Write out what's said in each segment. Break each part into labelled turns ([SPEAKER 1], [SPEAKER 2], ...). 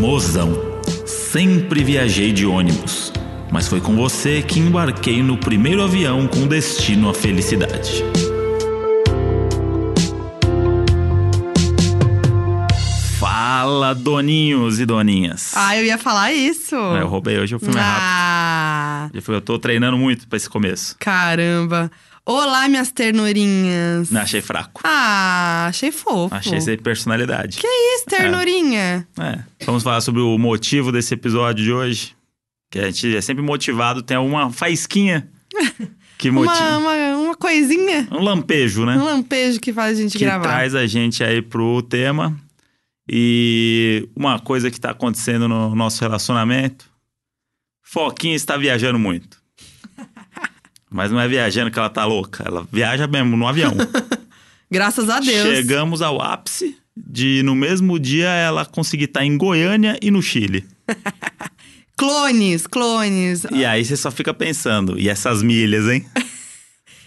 [SPEAKER 1] Mozão, sempre viajei de ônibus, mas foi com você que embarquei no primeiro avião com destino à felicidade. Fala, doninhos e doninhas.
[SPEAKER 2] Ah, eu ia falar isso.
[SPEAKER 1] É, eu roubei hoje, eu fui mais rápido.
[SPEAKER 2] ah,
[SPEAKER 1] Eu fui- Eu tô treinando muito pra esse começo.
[SPEAKER 2] caramba. Olá, minhas ternurinhas.
[SPEAKER 1] Não, achei fraco.
[SPEAKER 2] Ah, achei fofo.
[SPEAKER 1] Né? Achei é. sem personalidade.
[SPEAKER 2] Que isso, ternurinha?
[SPEAKER 1] É. Vamos falar sobre o motivo desse episódio de hoje. Que a gente é sempre motivado, tem alguma faisquinha que
[SPEAKER 2] Uma,
[SPEAKER 1] motiva.
[SPEAKER 2] uma, uma coisinha,
[SPEAKER 1] Um lampejo, né?
[SPEAKER 2] um lampejo que faz a gente
[SPEAKER 1] que
[SPEAKER 2] gravar.
[SPEAKER 1] traz a gente aí pro tema. E uma coisa que tá acontecendo no nosso relacionamento. Foquinha está viajando muito. Mas não é viajando que ela tá louca. Ela viaja mesmo no avião.
[SPEAKER 2] Graças a Deus.
[SPEAKER 1] Chegamos ao ápice de, no mesmo dia, ela conseguir estar em Goiânia e no Chile.
[SPEAKER 2] Clones, clones.
[SPEAKER 1] E aí você só fica pensando, e essas milhas, hein?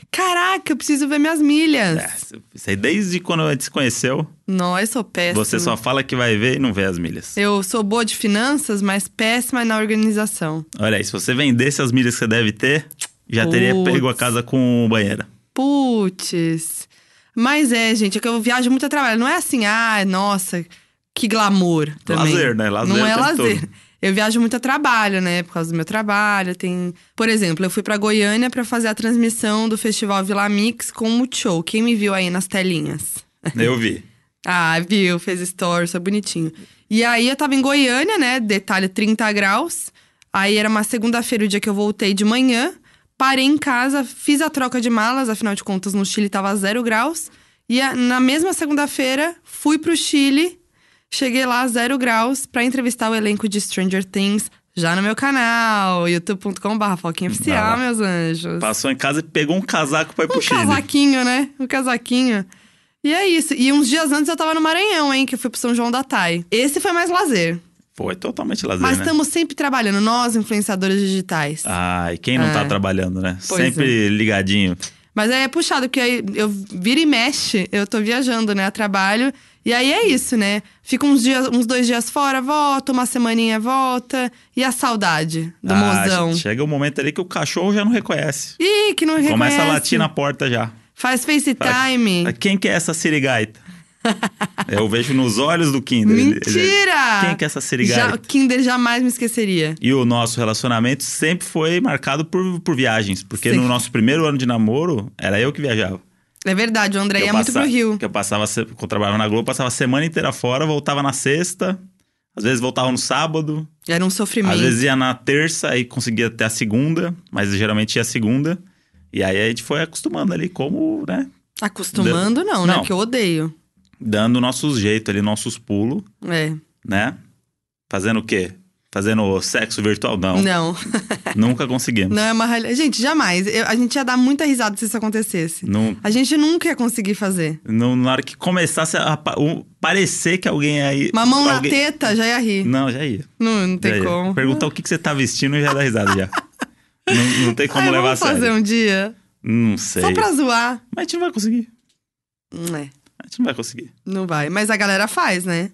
[SPEAKER 2] Caraca, eu preciso ver minhas milhas.
[SPEAKER 1] É, Isso aí, desde quando a gente se conheceu,
[SPEAKER 2] Não, eu sou péssima.
[SPEAKER 1] você só fala que vai ver e não vê as milhas.
[SPEAKER 2] Eu sou boa de finanças, mas péssima na organização.
[SPEAKER 1] Olha aí, se você vendesse as milhas que você deve ter, já teria
[SPEAKER 2] Putz.
[SPEAKER 1] pego a casa com banheira.
[SPEAKER 2] Putz. Mas é, gente, é que eu viajo muito a trabalho. Não é assim, ah, nossa, que glamour. Também.
[SPEAKER 1] Lazer, né? Lazer
[SPEAKER 2] Não é
[SPEAKER 1] o tempo
[SPEAKER 2] lazer.
[SPEAKER 1] todo.
[SPEAKER 2] Eu viajo muito a trabalho, né? Por causa do meu trabalho. Tem, por exemplo, eu fui pra Goiânia pra fazer a transmissão do Festival Vila Mix com o Multishow. Quem me viu aí nas telinhas?
[SPEAKER 1] Eu vi.
[SPEAKER 2] Ah, viu, fez stories, foi bonitinho. E aí eu tava em Goiânia, né? Detalhe 30 graus. Aí era uma segunda-feira, o dia que eu voltei de manhã. Parei em casa, fiz a troca de malas, afinal de contas no Chile tava zero graus. E a- na mesma segunda-feira, fui pro Chile, cheguei lá zero graus pra entrevistar o elenco de Stranger Things já no meu canal, youtube.com.br, Foquinha Oficial,
[SPEAKER 1] lá.
[SPEAKER 2] meus anjos
[SPEAKER 1] Passou em casa e pegou um casaco pra ir pro
[SPEAKER 2] um
[SPEAKER 1] Chile.
[SPEAKER 2] casaquinho, né? Um casaquinho. E é isso. E uns dias antes eu tava no Maranhão, hein? Que eu fui pro São João da Tai. Esse foi mais lazer.
[SPEAKER 1] Foi totalmente lazer,
[SPEAKER 2] Mas
[SPEAKER 1] né? Ah.
[SPEAKER 2] estamos sempre trabalhando, nós, influenciadores digitais.
[SPEAKER 1] Ai, quem não tá trabalhando, né?
[SPEAKER 2] É. Pois é.
[SPEAKER 1] Sempre ligadinho.
[SPEAKER 2] Mas aí é puxado, porque aí eu vira e mexe, eu tô viajando, né? A trabalho. E aí é isso, né? Fica uns, dias, uns dois dias fora, volta, uma semaninha volta. E a saudade do
[SPEAKER 1] Ah,
[SPEAKER 2] mozão.
[SPEAKER 1] gente, Chega o um momento ali que o cachorro já não reconhece.
[SPEAKER 2] Ih, que não reconhece.
[SPEAKER 1] Começa a latir na porta já.
[SPEAKER 2] Faz FaceTime.
[SPEAKER 1] Quem que é essa sirigaita? Eu vejo nos olhos do Kinder. Ele-
[SPEAKER 2] Mentira!
[SPEAKER 1] ele- Quem que é essa
[SPEAKER 2] Ah, Já,
[SPEAKER 1] sirigaita?
[SPEAKER 2] Kinder jamais me esqueceria.
[SPEAKER 1] E o nosso relacionamento sempre foi marcado por, por viagens. Porque
[SPEAKER 2] Sim.
[SPEAKER 1] no nosso primeiro ano de namoro, era eu que viajava.
[SPEAKER 2] É verdade, o André
[SPEAKER 1] Que
[SPEAKER 2] ia
[SPEAKER 1] eu
[SPEAKER 2] muito pro
[SPEAKER 1] passa-
[SPEAKER 2] Rio.
[SPEAKER 1] Que eu passava, se- que eu trabalhava na Globo, passava a semana inteira fora, voltava na sexta. Às vezes voltava no sábado.
[SPEAKER 2] Era um sofrimento.
[SPEAKER 1] Às vezes ia na terça e conseguia até a segunda. Mas geralmente ia a segunda. E aí a gente foi acostumando ali, como, né?
[SPEAKER 2] Acostumando, não, né?
[SPEAKER 1] Não.
[SPEAKER 2] Porque eu odeio.
[SPEAKER 1] Dando nossos jeitos ali, nossos pulos.
[SPEAKER 2] É.
[SPEAKER 1] né? Fazendo o quê? Fazendo sexo virtual? Não.
[SPEAKER 2] Não.
[SPEAKER 1] Nunca conseguimos.
[SPEAKER 2] Não é uma realidade. Gente, jamais. Eu- a gente ia dar muita risada se isso acontecesse.
[SPEAKER 1] Não.
[SPEAKER 2] A gente nunca ia conseguir fazer.
[SPEAKER 1] não- na hora que começasse a pa- um- parecer que alguém aí.
[SPEAKER 2] Uma mão
[SPEAKER 1] alguém-
[SPEAKER 2] na teta já ia rir.
[SPEAKER 1] Não, já ia.
[SPEAKER 2] Não, não
[SPEAKER 1] já
[SPEAKER 2] tem
[SPEAKER 1] ia.
[SPEAKER 2] como.
[SPEAKER 1] Perguntar o que, que você tá vestindo e já dá risada já. não, não tem como
[SPEAKER 2] Ai,
[SPEAKER 1] levar a
[SPEAKER 2] vamos fazer
[SPEAKER 1] sério.
[SPEAKER 2] um dia.
[SPEAKER 1] Não sei.
[SPEAKER 2] Só pra zoar.
[SPEAKER 1] Mas a gente não vai conseguir.
[SPEAKER 2] Não é,
[SPEAKER 1] A gente não vai conseguir.
[SPEAKER 2] Não vai. Mas a galera faz, né?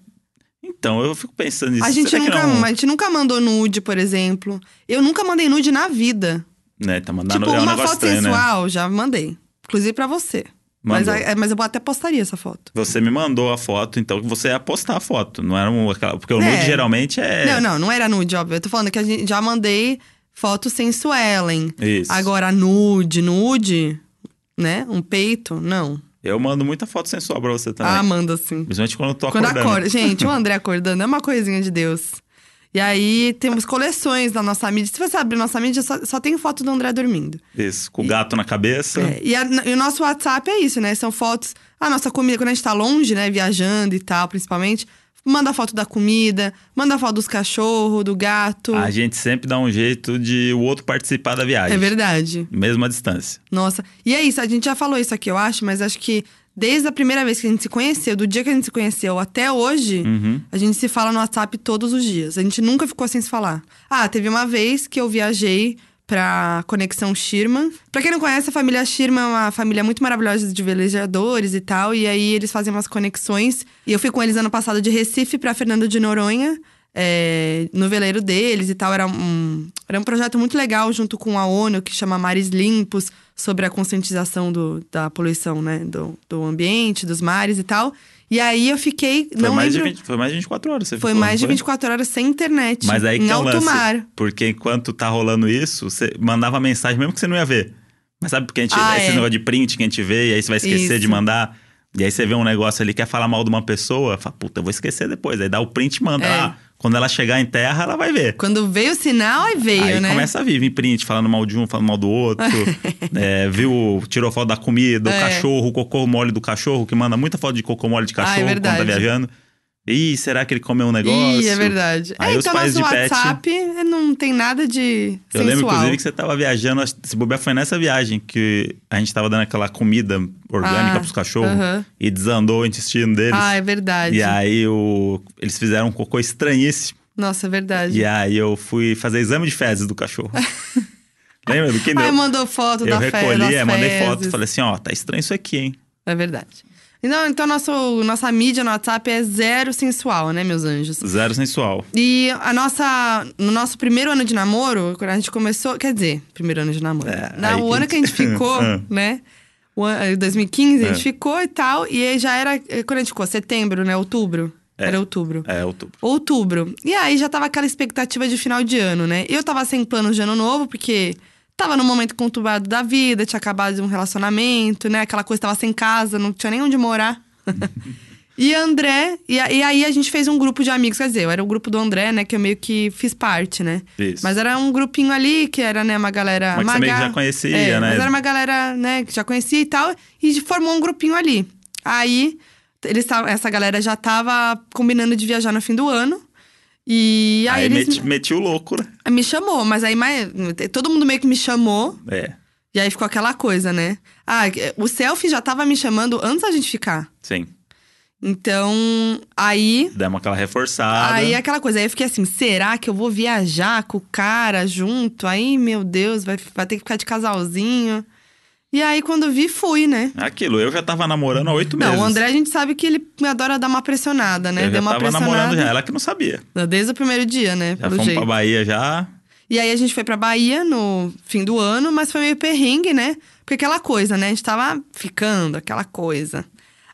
[SPEAKER 1] Então, eu fico pensando nisso.
[SPEAKER 2] A gente,
[SPEAKER 1] Será é que um,
[SPEAKER 2] nunca,
[SPEAKER 1] não...
[SPEAKER 2] a gente nunca mandou nude, por exemplo. Eu nunca mandei nude na vida.
[SPEAKER 1] Né, tá mandando
[SPEAKER 2] tipo,
[SPEAKER 1] é um
[SPEAKER 2] uma
[SPEAKER 1] negócio
[SPEAKER 2] foto
[SPEAKER 1] estranho, né?
[SPEAKER 2] sensual, já mandei. Inclusive pra você. Mas,
[SPEAKER 1] Mandou.
[SPEAKER 2] a- mas eu até postaria essa foto.
[SPEAKER 1] Você me mandou a foto, então você ia postar a foto. Não era um... aquela- Porque o
[SPEAKER 2] É.
[SPEAKER 1] nude geralmente é...
[SPEAKER 2] Não, não, não era nude, óbvio. Eu tô falando que a gente já mandei fotos sensuellen.
[SPEAKER 1] Isso.
[SPEAKER 2] Agora, nude, nude, né? Um peito, não.
[SPEAKER 1] Eu mando muita foto sensual pra você também.
[SPEAKER 2] Ah, manda assim.
[SPEAKER 1] Principalmente quando Tá. eu tô
[SPEAKER 2] Quando
[SPEAKER 1] acordando.
[SPEAKER 2] acorda. Gente, o André acordando é uma coisinha de Deus. E aí, temos coleções da nossa mídia. Se você abrir nossa mídia, só, só tem foto do André dormindo.
[SPEAKER 1] Isso, com o gato na cabeça.
[SPEAKER 2] É, e, a- e o nosso WhatsApp é isso, né? São fotos. A nossa comida, quando a gente tá longe, né? Viajando e tal, principalmente. Manda foto da comida, manda foto dos cachorros, do gato.
[SPEAKER 1] A gente sempre dá um jeito de o outro participar da viagem.
[SPEAKER 2] é verdade.
[SPEAKER 1] Mesmo à distância.
[SPEAKER 2] Nossa, e é isso, a gente já falou isso aqui, eu acho, mas acho que desde a primeira vez que a gente se conheceu, do dia que a gente se conheceu até hoje,
[SPEAKER 1] Hum. Uhum.
[SPEAKER 2] a gente se fala no WhatsApp todos os dias. A gente nunca ficou sem se falar. Ah, teve uma vez que eu viajei pra Conexão Schirman. Pra quem não conhece, a família Schirman é uma família muito maravilhosa de velejadores e tal, e aí eles fazem umas conexões. E eu fui com eles ano passado de Recife pra Fernando de Noronha. é, no veleiro deles e tal. Era um, era um projeto muito legal junto com a ONU, que chama Mares Limpos, sobre a conscientização do, da poluição, né? Do, do ambiente, dos mares e tal. E aí eu fiquei.
[SPEAKER 1] Foi,
[SPEAKER 2] não
[SPEAKER 1] mais,
[SPEAKER 2] lembro.
[SPEAKER 1] de 20, foi mais de 24 horas. Você
[SPEAKER 2] Foi
[SPEAKER 1] ficou,
[SPEAKER 2] mais de
[SPEAKER 1] não
[SPEAKER 2] 24 horas sem internet.
[SPEAKER 1] Mas aí que
[SPEAKER 2] em
[SPEAKER 1] é o
[SPEAKER 2] alto
[SPEAKER 1] lance.
[SPEAKER 2] mar.
[SPEAKER 1] Porque enquanto tá rolando isso, você mandava mensagem mesmo que você não ia ver. Mas sabe porque a gente,
[SPEAKER 2] Ah,
[SPEAKER 1] esse
[SPEAKER 2] é.
[SPEAKER 1] negócio de print que a gente vê, e aí você vai esquecer de
[SPEAKER 2] Isso.
[SPEAKER 1] mandar. E aí você vê um negócio ali, quer falar mal de uma pessoa, fala, puta, eu vou esquecer depois. Aí dá o print e manda.
[SPEAKER 2] É.
[SPEAKER 1] Ah, quando ela chegar em terra, ela vai ver.
[SPEAKER 2] Quando veio o sinal, aí veio,
[SPEAKER 1] aí
[SPEAKER 2] né?
[SPEAKER 1] começa a vir, vir print, falando mal de um, falando mal do outro. É, viu, tirou foto da comida, o
[SPEAKER 2] É.
[SPEAKER 1] cachorro, o cocô mole do cachorro, que manda muita foto de cocô mole de cachorro quando tá
[SPEAKER 2] Ah, verdade.
[SPEAKER 1] viajando. Ih, será que ele comeu um negócio?
[SPEAKER 2] Ih, é verdade.
[SPEAKER 1] Aí
[SPEAKER 2] é,
[SPEAKER 1] os
[SPEAKER 2] então
[SPEAKER 1] pais
[SPEAKER 2] nosso
[SPEAKER 1] de pet-
[SPEAKER 2] WhatsApp é, não tem nada de
[SPEAKER 1] Eu
[SPEAKER 2] sensual.
[SPEAKER 1] lembro, inclusive, que você tava viajando. acho que Se bobear, foi nessa viagem que a gente tava dando aquela comida orgânica
[SPEAKER 2] Ah,
[SPEAKER 1] pros cachorros
[SPEAKER 2] aham.
[SPEAKER 1] e desandou o intestino deles.
[SPEAKER 2] Ah, é verdade.
[SPEAKER 1] e aí o- eles fizeram um cocô estranhíssimo.
[SPEAKER 2] Nossa, é verdade.
[SPEAKER 1] E aí eu fui fazer exame de fezes do cachorro. Lembra do que
[SPEAKER 2] Aí mandou foto
[SPEAKER 1] Eu
[SPEAKER 2] da fe-
[SPEAKER 1] recolhi,
[SPEAKER 2] das
[SPEAKER 1] é, mandei foto.
[SPEAKER 2] fezes.
[SPEAKER 1] Falei assim, ó, tá estranho isso aqui, hein?
[SPEAKER 2] É verdade. Não, então nosso, nossa mídia no WhatsApp é zero sensual, né, meus anjos?
[SPEAKER 1] Zero sensual.
[SPEAKER 2] E a nossa, no nosso primeiro ano de namoro, quando a gente começou, quer dizer, primeiro ano de namoro.
[SPEAKER 1] É, aí
[SPEAKER 2] Na, o
[SPEAKER 1] que
[SPEAKER 2] ano que a gente ficou,
[SPEAKER 1] Ah.
[SPEAKER 2] né? O ano, 2015 a gente
[SPEAKER 1] É.
[SPEAKER 2] ficou e tal, e aí já era eh, quando a gente ficou setembro, né, outubro. Era outubro.
[SPEAKER 1] É, outubro.
[SPEAKER 2] Outubro. E aí já tava aquela expectativa de final de ano, né? Eu tava sem planos de ano novo, porque tava num momento conturbado da vida, tinha acabado um relacionamento, né? Aquela coisa, tava sem casa, não tinha nem onde morar. e André, e, a- e aí a gente fez um grupo de amigos, quer dizer, eu era o grupo do André, né? Que eu meio que fiz parte, né?
[SPEAKER 1] Isso.
[SPEAKER 2] Mas era um grupinho ali que era, né, uma galera.
[SPEAKER 1] Mas é que você meio que
[SPEAKER 2] Magá-
[SPEAKER 1] já conhecia,
[SPEAKER 2] É,
[SPEAKER 1] né?
[SPEAKER 2] Mas era uma galera, né, que já conhecia e tal, e formou um grupinho ali. Aí, eles tavam- essa galera já tava combinando de viajar no fim do ano. E aí,
[SPEAKER 1] Aí,
[SPEAKER 2] eles
[SPEAKER 1] meti, meti o louco, né?
[SPEAKER 2] me chamou, mas aí mais- todo mundo meio que me chamou.
[SPEAKER 1] É,
[SPEAKER 2] E aí ficou aquela coisa, né? Ah, o selfie já tava me chamando antes da gente ficar.
[SPEAKER 1] sim.
[SPEAKER 2] Então, aí
[SPEAKER 1] Demos aquela reforçada.
[SPEAKER 2] Aí é aquela coisa, aí eu fiquei assim, será que eu vou viajar com o cara junto? Aí, meu Deus, vai, vai ter que ficar de casalzinho. E aí, quando vi, fui, né?
[SPEAKER 1] Aquilo, eu já tava namorando há oito meses.
[SPEAKER 2] Não, o André, a gente sabe que ele adora dar uma pressionada, né?
[SPEAKER 1] Eu já
[SPEAKER 2] Deu uma
[SPEAKER 1] tava
[SPEAKER 2] pressionada.
[SPEAKER 1] namorando já, ela que não sabia.
[SPEAKER 2] Desde o primeiro dia, né?
[SPEAKER 1] Já
[SPEAKER 2] pelo
[SPEAKER 1] fomos
[SPEAKER 2] jeito.
[SPEAKER 1] pra Bahia já.
[SPEAKER 2] E aí a gente foi pra Bahia no fim do ano, mas foi meio perrengue, né? Porque aquela coisa, né? A gente tava ficando, aquela coisa.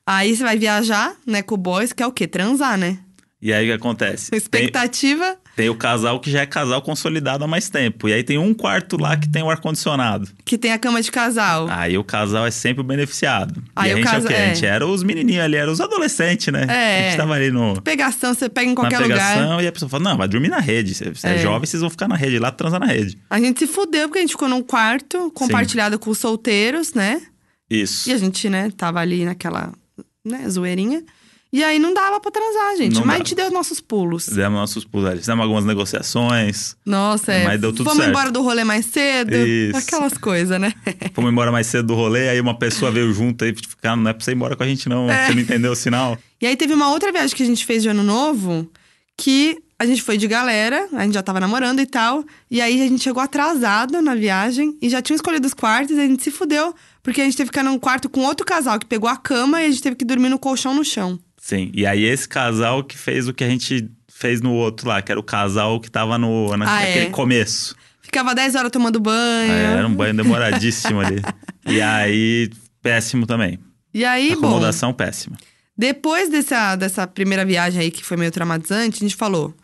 [SPEAKER 2] Aí você vai viajar, né, com o boys, que é o quê? Transar, né?
[SPEAKER 1] E aí o que acontece? Tem,
[SPEAKER 2] Expectativa.
[SPEAKER 1] tem o casal que já é casal consolidado há mais tempo. E aí tem um quarto lá que tem o ar-condicionado.
[SPEAKER 2] Que tem a cama de casal.
[SPEAKER 1] Aí o casal é sempre o beneficiado.
[SPEAKER 2] Aí
[SPEAKER 1] e a
[SPEAKER 2] o
[SPEAKER 1] gente é o
[SPEAKER 2] casa-
[SPEAKER 1] quê? A
[SPEAKER 2] é.
[SPEAKER 1] gente era os menininhos ali, era os adolescentes, né?
[SPEAKER 2] É.
[SPEAKER 1] A gente tava ali no,
[SPEAKER 2] Pegação, você pega em
[SPEAKER 1] na
[SPEAKER 2] qualquer
[SPEAKER 1] pegação
[SPEAKER 2] lugar.
[SPEAKER 1] e a pessoa fala: não, vai dormir na rede. Você você é.
[SPEAKER 2] É.
[SPEAKER 1] jovem, vocês vão ficar na rede lá, transar na rede.
[SPEAKER 2] A gente se fudeu porque a gente ficou num quarto compartilhado com os solteiros, né?
[SPEAKER 1] Isso.
[SPEAKER 2] E a gente, né, tava ali naquela, né, zoeirinha. E aí não dava pra transar, gente.
[SPEAKER 1] Não
[SPEAKER 2] Mas
[SPEAKER 1] dava.
[SPEAKER 2] a gente deu os nossos pulos.
[SPEAKER 1] Fizemos nossos pulos, fizemos algumas negociações,
[SPEAKER 2] Nossa, é.
[SPEAKER 1] Mas deu tudo
[SPEAKER 2] Vamos
[SPEAKER 1] certo.
[SPEAKER 2] embora do rolê mais cedo.
[SPEAKER 1] Isso.
[SPEAKER 2] Aquelas coisas, né?
[SPEAKER 1] fomos embora mais cedo do rolê, aí uma pessoa veio junto aí, tipo, cara, não é pra você ir embora com a gente, não.
[SPEAKER 2] É.
[SPEAKER 1] Você não entendeu o sinal.
[SPEAKER 2] E aí teve uma outra viagem que a gente fez de ano novo que a gente foi de galera, a gente já tava namorando e tal. E aí a gente chegou atrasado na viagem e já tinha escolhido os quartos, e a gente se fudeu, porque a gente teve que ficar num quarto com outro casal que pegou a cama e a gente teve que dormir no colchão no chão.
[SPEAKER 1] Sim. E aí esse casal que fez o que a gente fez no outro lá, que era o casal que tava no, na-
[SPEAKER 2] Ah, é.
[SPEAKER 1] naquele começo.
[SPEAKER 2] Ficava 10 horas tomando banho.
[SPEAKER 1] É, era um banho demoradíssimo ali. E aí, péssimo também.
[SPEAKER 2] E aí, bom,
[SPEAKER 1] Acomodação péssima.
[SPEAKER 2] depois dessa, dessa primeira viagem aí que foi meio traumatizante, a gente falou: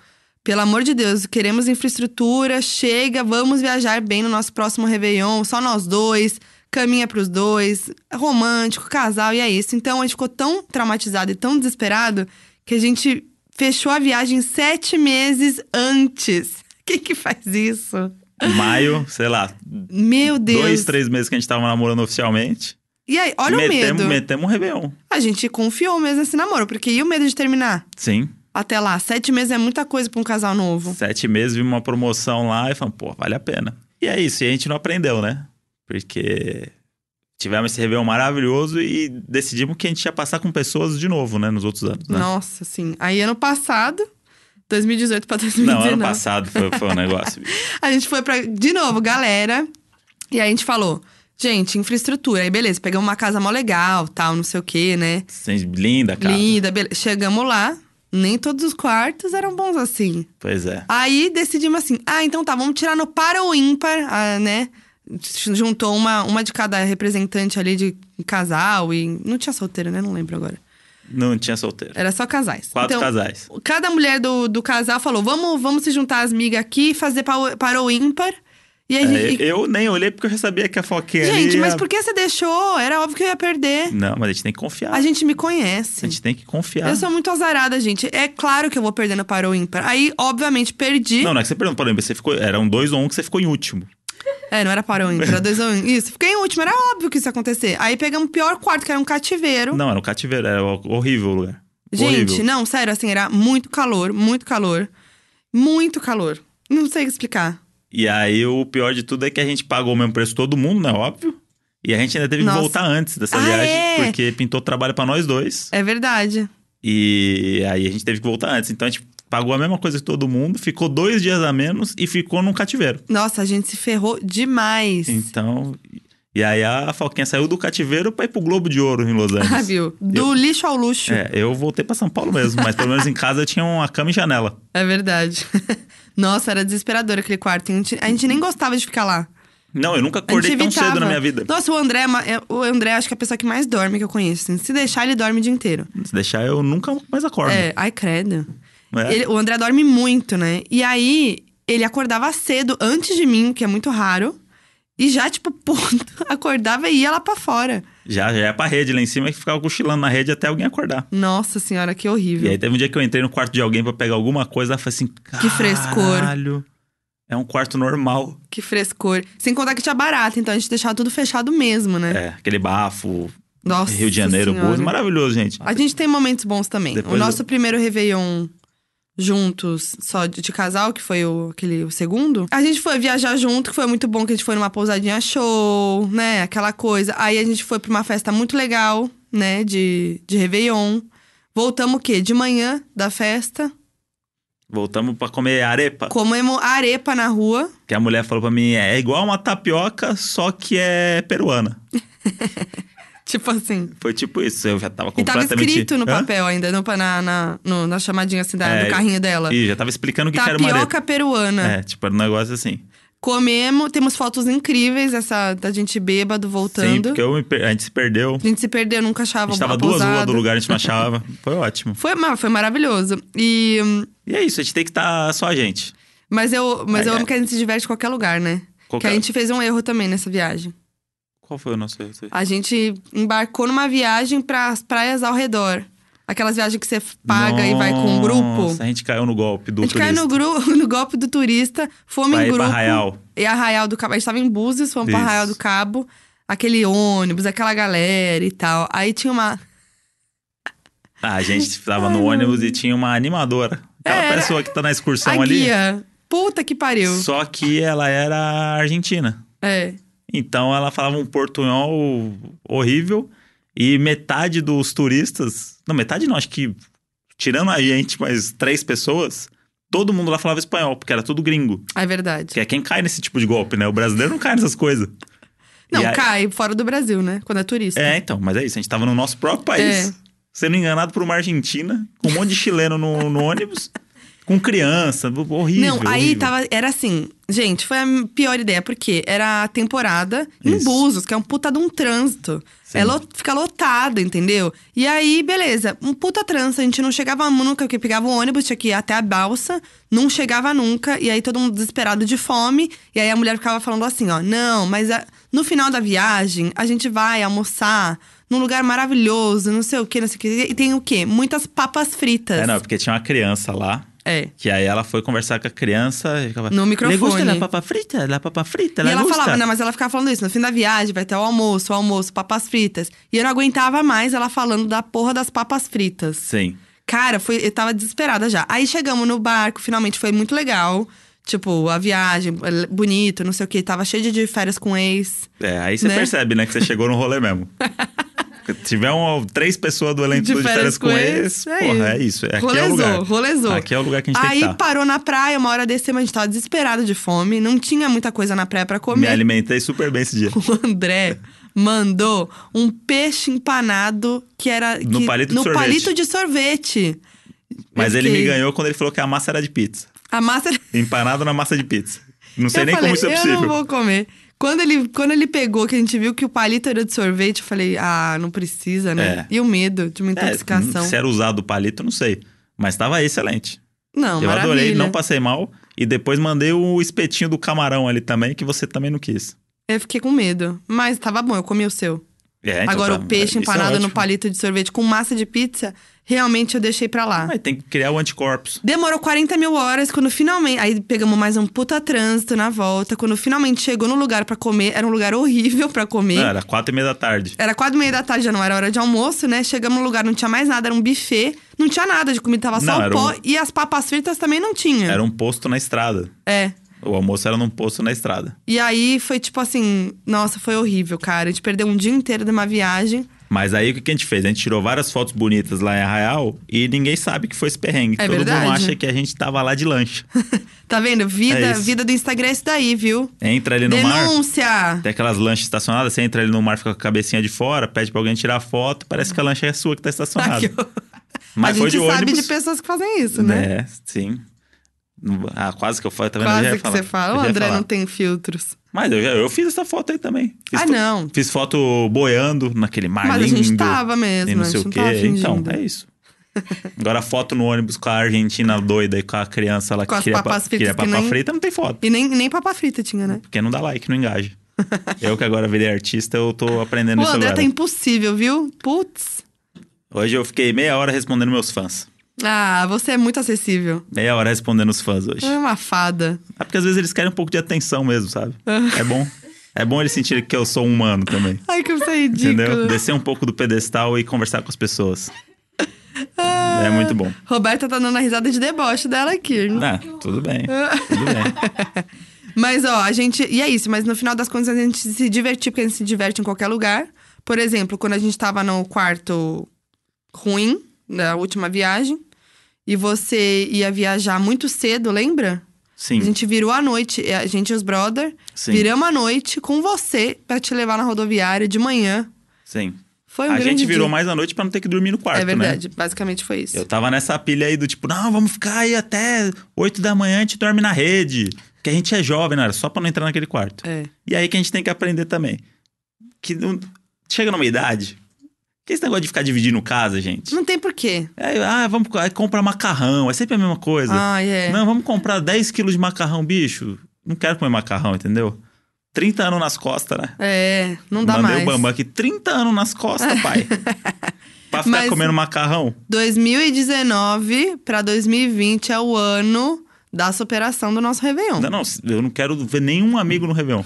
[SPEAKER 2] pelo amor de Deus, queremos infraestrutura, chega, vamos viajar bem no nosso próximo Réveillon, só nós dois, caminha pros dois, romântico, casal, e é isso. Então a gente ficou tão traumatizado e tão desesperado que a gente fechou a viagem sete meses antes. Quem que faz isso?
[SPEAKER 1] Maio, sei lá,
[SPEAKER 2] Meu Deus.
[SPEAKER 1] dois, três meses que a gente tava namorando oficialmente.
[SPEAKER 2] E aí, olha
[SPEAKER 1] metemos,
[SPEAKER 2] o medo.
[SPEAKER 1] Metemos um Réveillon.
[SPEAKER 2] A gente confiou mesmo nesse namoro, porque e o medo de terminar?
[SPEAKER 1] Sim.
[SPEAKER 2] Até lá, sete meses é muita coisa pra um casal novo.
[SPEAKER 1] Sete meses, vimos uma promoção lá e falamos, pô, vale a pena. E é isso, e a gente não aprendeu, né? Porque tivemos esse Réveillon maravilhoso e decidimos que a gente ia passar com pessoas de novo, né? Nos outros anos, né?
[SPEAKER 2] Nossa, sim. Aí ano passado, 2018 pra
[SPEAKER 1] Não,
[SPEAKER 2] 2019,
[SPEAKER 1] ano passado foi, foi um negócio. bicho.
[SPEAKER 2] a gente foi pra, de novo, galera. E aí a gente falou, gente, infraestrutura. Aí beleza, pegamos uma casa mó legal, tal, não sei o quê, né?
[SPEAKER 1] Sim, Linda, cara.
[SPEAKER 2] Linda, beleza. Chegamos lá, Nem todos os quartos eram bons assim.
[SPEAKER 1] Pois é.
[SPEAKER 2] Aí decidimos assim: ah, então tá, vamos tirar no par ou ímpar, ah, né? Juntou uma, uma de cada representante ali de casal e. Não tinha solteiro, né? Não lembro agora.
[SPEAKER 1] Não tinha solteiro.
[SPEAKER 2] Era só casais.
[SPEAKER 1] Quatro
[SPEAKER 2] então,
[SPEAKER 1] casais.
[SPEAKER 2] Cada mulher do, do casal falou: vamos, vamos se juntar as migas aqui e fazer pa- par ou ímpar. E aí.
[SPEAKER 1] É, eu nem olhei porque eu já sabia que a foquinha ali
[SPEAKER 2] gente, mas
[SPEAKER 1] ia-
[SPEAKER 2] por que você deixou? Era óbvio que eu ia perder.
[SPEAKER 1] Não, mas a gente tem que confiar.
[SPEAKER 2] A gente me conhece.
[SPEAKER 1] A gente tá. tem que confiar.
[SPEAKER 2] Eu sou muito azarada, gente. É claro que eu vou perder no par ou ímpar. Aí, obviamente, perdi.
[SPEAKER 1] Não, não é que você perguntou, por exemplo, você ficou... Eram dois ou um que você ficou em último.
[SPEAKER 2] É, não era par ou ímpar, era dois ou um. Isso, fiquei em último, era óbvio que isso ia acontecer. Aí pegamos o pior quarto, que era um cativeiro.
[SPEAKER 1] Não, era um cativeiro, era horrível o lugar.
[SPEAKER 2] Gente,
[SPEAKER 1] horrível.
[SPEAKER 2] não, sério, assim, era muito calor, muito calor. Muito calor. Não sei explicar.
[SPEAKER 1] E aí o pior de tudo é que a gente pagou o mesmo preço todo mundo, né? Óbvio. E a gente ainda teve
[SPEAKER 2] Nossa.
[SPEAKER 1] que voltar antes dessa
[SPEAKER 2] Ah,
[SPEAKER 1] viagem,
[SPEAKER 2] é?
[SPEAKER 1] porque pintou trabalho pra nós dois.
[SPEAKER 2] É verdade.
[SPEAKER 1] E aí a gente teve que voltar antes. Então a gente pagou a mesma coisa que todo mundo, ficou dois dias a menos e ficou num cativeiro.
[SPEAKER 2] Nossa, a gente se ferrou demais.
[SPEAKER 1] Então. E aí a Foquinha saiu do cativeiro pra ir pro Globo de Ouro em Los Angeles.
[SPEAKER 2] Ah, viu? Do lixo ao luxo. É,
[SPEAKER 1] É, eu voltei pra São Paulo mesmo, mas pelo menos em casa tinha uma cama e janela.
[SPEAKER 2] É verdade. Nossa, era desesperador aquele quarto. A gente, a gente nem gostava de ficar lá.
[SPEAKER 1] Não, eu nunca
[SPEAKER 2] A gente
[SPEAKER 1] acordei tão
[SPEAKER 2] evitava.
[SPEAKER 1] cedo na minha vida.
[SPEAKER 2] Nossa, o André, é ma- é- o André acho que é a pessoa que mais dorme que eu conheço. assim. Se deixar, ele dorme o dia inteiro.
[SPEAKER 1] Se deixar, eu nunca mais acordo.
[SPEAKER 2] É, ai, credo.
[SPEAKER 1] É.
[SPEAKER 2] Ele- o André dorme muito, né? E aí, ele acordava cedo, antes de mim, que é muito raro. E já, tipo, ponto, acordava e ia lá pra fora.
[SPEAKER 1] Já, já ia pra rede lá em cima e ficava cochilando na rede até alguém acordar.
[SPEAKER 2] Nossa senhora, que
[SPEAKER 1] E
[SPEAKER 2] horrível.
[SPEAKER 1] aí teve um dia que eu entrei no quarto de alguém pra pegar alguma coisa, eu falei assim,
[SPEAKER 2] Que frescor.
[SPEAKER 1] "Caralho, É um quarto normal.
[SPEAKER 2] Que frescor. Sem contar que tinha barata, então a gente deixava tudo fechado mesmo, né?
[SPEAKER 1] É, aquele bafo,
[SPEAKER 2] Nossa
[SPEAKER 1] Rio de Janeiro,
[SPEAKER 2] Senhora.
[SPEAKER 1] Búzios, maravilhoso, gente.
[SPEAKER 2] A gente tem momentos bons também.
[SPEAKER 1] Depois
[SPEAKER 2] o
[SPEAKER 1] eu-
[SPEAKER 2] nosso primeiro Réveillon juntos, só de, de casal, que foi o, aquele, o segundo. A gente foi viajar junto, que foi muito bom, que a gente foi numa pousadinha show, né? Aquela coisa. Aí a gente foi pra uma festa muito legal, né? De, de Réveillon. Voltamos o quê? De manhã da festa.
[SPEAKER 1] Voltamos pra comer arepa,
[SPEAKER 2] Comemos arepa na rua.
[SPEAKER 1] que a mulher falou pra mim, é igual uma tapioca, só que é peruana.
[SPEAKER 2] Tipo assim.
[SPEAKER 1] Foi tipo isso, eu já tava
[SPEAKER 2] E tava
[SPEAKER 1] completamente...
[SPEAKER 2] escrito no
[SPEAKER 1] Hã?
[SPEAKER 2] papel ainda, no, pa- na, na, no- na chamadinha assim, da,
[SPEAKER 1] É,
[SPEAKER 2] do carrinho dela.
[SPEAKER 1] E já tava explicando o que, que era uma arepa.
[SPEAKER 2] Tapioca peruana.
[SPEAKER 1] É, tipo, era um negócio assim.
[SPEAKER 2] Comemos, temos fotos incríveis essa da gente bêbado voltando.
[SPEAKER 1] Sim, porque eu me per- a gente se perdeu.
[SPEAKER 2] A gente se perdeu,
[SPEAKER 1] A
[SPEAKER 2] nunca achava
[SPEAKER 1] gente tava
[SPEAKER 2] a
[SPEAKER 1] duas ruas
[SPEAKER 2] pousada.
[SPEAKER 1] do lugar, a gente não achava. Foi ótimo.
[SPEAKER 2] Foi, ma- foi maravilhoso. E, hum,
[SPEAKER 1] E é isso, a gente tem que estar só a gente.
[SPEAKER 2] mas eu, mas
[SPEAKER 1] É,
[SPEAKER 2] eu
[SPEAKER 1] é.
[SPEAKER 2] amo que a gente se diverte em qualquer lugar, né? Que
[SPEAKER 1] Qualquer-
[SPEAKER 2] a gente fez um erro também nessa viagem.
[SPEAKER 1] é? Qual foi o nosso erro?
[SPEAKER 2] A gente embarcou numa viagem para as praias ao redor. Aquelas viagens que você paga e vai com um grupo.
[SPEAKER 1] Nossa, a gente caiu no golpe do
[SPEAKER 2] A gente
[SPEAKER 1] turista.
[SPEAKER 2] caiu no, gru- no golpe do turista, fomos
[SPEAKER 1] Pra
[SPEAKER 2] em
[SPEAKER 1] ir pra
[SPEAKER 2] grupo.
[SPEAKER 1] Arraial.
[SPEAKER 2] E Arraial do Cabo. A gente tava em Búzios, fomos pra
[SPEAKER 1] Isso.
[SPEAKER 2] Arraial do Cabo. Aquele ônibus, aquela galera e tal. Aí tinha uma.
[SPEAKER 1] Ah, a gente tava no ônibus e tinha uma animadora. Aquela
[SPEAKER 2] Era-
[SPEAKER 1] pessoa que tá na excursão
[SPEAKER 2] a
[SPEAKER 1] ali.
[SPEAKER 2] guia. Puta que pariu.
[SPEAKER 1] Só que ela era argentina.
[SPEAKER 2] É.
[SPEAKER 1] Então ela falava um portunhol horrível. E metade dos turistas. Não, metade não, acho que. Tirando a gente, mais três pessoas. Todo mundo lá falava espanhol, porque era tudo gringo.
[SPEAKER 2] É verdade.
[SPEAKER 1] Que é quem cai nesse tipo de golpe, né? O brasileiro não cai nessas coisas.
[SPEAKER 2] Não,
[SPEAKER 1] E aí-
[SPEAKER 2] cai fora do Brasil, né? Quando é turista.
[SPEAKER 1] É, então, mas é isso. A gente tava no nosso próprio país,
[SPEAKER 2] É.
[SPEAKER 1] sendo enganado por uma argentina, com um monte de chileno no, no ônibus, com criança, horrível.
[SPEAKER 2] Não, aí
[SPEAKER 1] horrível.
[SPEAKER 2] tava. Era assim. Gente, foi a pior ideia, porque era a temporada em
[SPEAKER 1] Isso.
[SPEAKER 2] Búzios, que é um puta de um trânsito.
[SPEAKER 1] Sim.
[SPEAKER 2] É lo- fica lotado, entendeu? E aí, beleza, um puta trânsito. A gente não chegava nunca, porque pegava o ônibus, tinha que ir até a balsa, não chegava nunca. E aí todo mundo desesperado de fome. E aí a mulher ficava falando assim: ó, não, mas a- no final da viagem a gente vai almoçar. Num lugar maravilhoso, não sei o que, não sei o que. E tem o quê? Muitas papas fritas.
[SPEAKER 1] É, não, porque tinha uma criança lá.
[SPEAKER 2] É.
[SPEAKER 1] Que aí ela foi conversar com a criança e ficava...
[SPEAKER 2] No microfone.
[SPEAKER 1] Le gusta la papa frita? La papa frita?
[SPEAKER 2] E
[SPEAKER 1] la
[SPEAKER 2] ela
[SPEAKER 1] gusta?"
[SPEAKER 2] falava, não, mas ela ficava falando isso. No fim da viagem vai ter o almoço, o almoço, papas fritas. E eu não aguentava mais ela falando da porra das papas fritas.
[SPEAKER 1] Sim.
[SPEAKER 2] Cara, foi, eu tava desesperada já. Aí chegamos no barco, finalmente foi muito legal. Tipo, a viagem, eh, bonito, não sei o que. Tava cheio de férias com ex.
[SPEAKER 1] É, aí você
[SPEAKER 2] Né?
[SPEAKER 1] percebe, né, que você chegou no rolê mesmo. Se tiver um, três pessoas do elenco
[SPEAKER 2] De
[SPEAKER 1] do de férias com eles,
[SPEAKER 2] Férias com Ex, é
[SPEAKER 1] porra, é isso.
[SPEAKER 2] isso.
[SPEAKER 1] Aqui é o
[SPEAKER 2] Rolezou,
[SPEAKER 1] lugar.
[SPEAKER 2] rolezou.
[SPEAKER 1] Aqui é o lugar que a gente tem
[SPEAKER 2] Aí
[SPEAKER 1] que estar.
[SPEAKER 2] parou na praia, uma hora descemos, a gente tava desesperado de fome. Não tinha muita coisa na praia pra
[SPEAKER 1] Me
[SPEAKER 2] comer.
[SPEAKER 1] alimentei super bem esse dia.
[SPEAKER 2] o André mandou um peixe empanado que era
[SPEAKER 1] No
[SPEAKER 2] que-
[SPEAKER 1] palito de
[SPEAKER 2] no
[SPEAKER 1] sorvete.
[SPEAKER 2] palito de sorvete.
[SPEAKER 1] Mas
[SPEAKER 2] Eu
[SPEAKER 1] ele me
[SPEAKER 2] fiquei-
[SPEAKER 1] ganhou quando ele falou que a massa era de pizza.
[SPEAKER 2] A massa.
[SPEAKER 1] Empanado na massa de pizza. Não sei
[SPEAKER 2] eu
[SPEAKER 1] nem
[SPEAKER 2] falei,
[SPEAKER 1] como isso é
[SPEAKER 2] Eu
[SPEAKER 1] possível.
[SPEAKER 2] não vou comer. Quando ele, quando ele pegou, que a gente viu que o palito era de sorvete, eu falei, ah, não precisa, né? E o medo de uma
[SPEAKER 1] É,
[SPEAKER 2] intoxicação.
[SPEAKER 1] se era usado o palito, não sei. Mas tava excelente.
[SPEAKER 2] não,
[SPEAKER 1] eu
[SPEAKER 2] maravilha.
[SPEAKER 1] adorei, não passei mal. E depois mandei o espetinho do camarão ali também, que você também não quis.
[SPEAKER 2] Eu fiquei com medo. Mas tava bom, eu comi o seu.
[SPEAKER 1] É, então
[SPEAKER 2] Agora,
[SPEAKER 1] tá-
[SPEAKER 2] o peixe
[SPEAKER 1] isso é
[SPEAKER 2] empanado no
[SPEAKER 1] ótimo.
[SPEAKER 2] palito de sorvete com massa de pizza, realmente eu deixei pra lá.
[SPEAKER 1] Mas tem que criar o anticorpos.
[SPEAKER 2] Demorou 40 mil horas, quando finalmente. Aí pegamos mais um puta trânsito na volta. Quando finalmente chegou no lugar pra comer, era um lugar horrível pra comer.
[SPEAKER 1] Não, era quatro e meia da tarde.
[SPEAKER 2] Era quatro e meia da tarde, já não era hora de almoço, né? Chegamos no lugar, não tinha mais nada, era um buffet. Não tinha nada de comida, tava
[SPEAKER 1] Não,
[SPEAKER 2] só o
[SPEAKER 1] era
[SPEAKER 2] pó.
[SPEAKER 1] um-
[SPEAKER 2] E as papas fritas também não tinha.
[SPEAKER 1] Era um posto na estrada.
[SPEAKER 2] É.
[SPEAKER 1] O almoço era num posto na estrada.
[SPEAKER 2] E aí foi tipo assim, nossa, foi horrível, cara. A gente perdeu um dia inteiro de uma viagem.
[SPEAKER 1] Mas aí o que que a gente fez? A gente tirou várias fotos bonitas lá em Arraial e ninguém sabe que foi esse perrengue.
[SPEAKER 2] É
[SPEAKER 1] Todo
[SPEAKER 2] verdade.
[SPEAKER 1] mundo acha que a gente tava lá de lancha.
[SPEAKER 2] Tá vendo? Vida,
[SPEAKER 1] É isso.
[SPEAKER 2] vida do Instagram é isso daí, viu?
[SPEAKER 1] Entra ali no mar.
[SPEAKER 2] Denúncia!
[SPEAKER 1] Tem aquelas lanchas estacionadas, você entra ali no mar, fica com a cabecinha de fora, pede pra alguém tirar foto, parece que a lancha é sua que tá estacionada.
[SPEAKER 2] Aqui, ó.
[SPEAKER 1] Mas
[SPEAKER 2] a
[SPEAKER 1] foi
[SPEAKER 2] gente
[SPEAKER 1] de
[SPEAKER 2] sabe
[SPEAKER 1] ônibus.
[SPEAKER 2] de pessoas que fazem isso, né?
[SPEAKER 1] É, sim. Não- Ah, quase que eu falei também.
[SPEAKER 2] Quase que você fala. O André não tem filtros.
[SPEAKER 1] Mas eu, já- eu fiz essa foto aí também. Fiz
[SPEAKER 2] Ah,
[SPEAKER 1] fo-
[SPEAKER 2] não.
[SPEAKER 1] Fiz foto boiando naquele mar
[SPEAKER 2] Mas a
[SPEAKER 1] lindo.
[SPEAKER 2] gente tava mesmo,
[SPEAKER 1] E não
[SPEAKER 2] a gente
[SPEAKER 1] sei o
[SPEAKER 2] não
[SPEAKER 1] quê.
[SPEAKER 2] tava
[SPEAKER 1] Então,
[SPEAKER 2] fingindo.
[SPEAKER 1] é isso. Agora, foto no ônibus com a Argentina doida e com a criança lá
[SPEAKER 2] Com
[SPEAKER 1] que
[SPEAKER 2] as
[SPEAKER 1] queria,
[SPEAKER 2] papas fritas
[SPEAKER 3] queria
[SPEAKER 2] que
[SPEAKER 1] papa
[SPEAKER 2] nem-
[SPEAKER 1] frita, não tem foto.
[SPEAKER 2] E nem, nem papa frita tinha, né?
[SPEAKER 1] Porque não dá like, não engaja. eu que agora virei artista, eu tô aprendendo
[SPEAKER 2] O
[SPEAKER 1] isso
[SPEAKER 2] André
[SPEAKER 1] agora.
[SPEAKER 2] tá impossível, viu? Putz.
[SPEAKER 1] Hoje eu fiquei meia hora respondendo meus fãs.
[SPEAKER 2] Ah, você é muito acessível.
[SPEAKER 1] Meia hora respondendo os fãs hoje.
[SPEAKER 2] É uma fada.
[SPEAKER 1] É porque às vezes eles querem um pouco de atenção mesmo, sabe?
[SPEAKER 2] Ah.
[SPEAKER 1] É bom. É bom eles sentirem que eu sou um humano também.
[SPEAKER 2] Ai, que você é ridículo.
[SPEAKER 1] Entendeu? Descer um pouco do pedestal e conversar com as pessoas.
[SPEAKER 2] Ah.
[SPEAKER 1] É muito bom.
[SPEAKER 2] Roberta tá dando a risada de deboche dela aqui.
[SPEAKER 1] Ah, tudo bem. Tudo bem.
[SPEAKER 2] Mas, ó, a gente. E é isso, mas no final das contas a gente se divertiu, porque a gente se diverte em qualquer lugar. Por exemplo, quando a gente tava no quarto ruim, na última viagem, e você ia viajar muito cedo, lembra? A
[SPEAKER 1] Sim,
[SPEAKER 2] gente virou à noite, a gente e os brother,
[SPEAKER 1] Sim.
[SPEAKER 2] viramos à noite com você pra te levar na rodoviária de manhã.
[SPEAKER 1] sim.
[SPEAKER 2] Foi um
[SPEAKER 1] A
[SPEAKER 2] grande
[SPEAKER 1] gente virou
[SPEAKER 2] dia.
[SPEAKER 1] mais à noite pra não ter que dormir no quarto,
[SPEAKER 2] É
[SPEAKER 1] né?
[SPEAKER 2] verdade, basicamente foi isso.
[SPEAKER 1] Eu tava nessa pilha aí do tipo, não, vamos ficar aí até 8 da manhã, a gente dorme na rede. Porque a gente é jovem, não era só pra não entrar naquele quarto.
[SPEAKER 2] É.
[SPEAKER 1] E aí que a gente tem que aprender também. Que não- chega numa idade, que esse negócio de ficar dividindo casa, gente.
[SPEAKER 2] Não tem porquê.
[SPEAKER 1] Aí, ah, vamos aí compra macarrão, é sempre a mesma coisa.
[SPEAKER 2] Ai, é.
[SPEAKER 1] Não, vamos comprar 10 quilos de macarrão, bicho. Não quero comer macarrão, entendeu? 30 anos nas costas, né?
[SPEAKER 2] É, não dá
[SPEAKER 1] Mandei
[SPEAKER 2] mais. É.
[SPEAKER 1] o Bambam aqui, 30 anos nas costas, pai. pra ficar
[SPEAKER 2] Mas-
[SPEAKER 1] comendo macarrão.
[SPEAKER 2] 2019 pra 2020 é o ano da superação do nosso Réveillon.
[SPEAKER 1] Não, não, eu não quero ver nenhum amigo no Réveillon.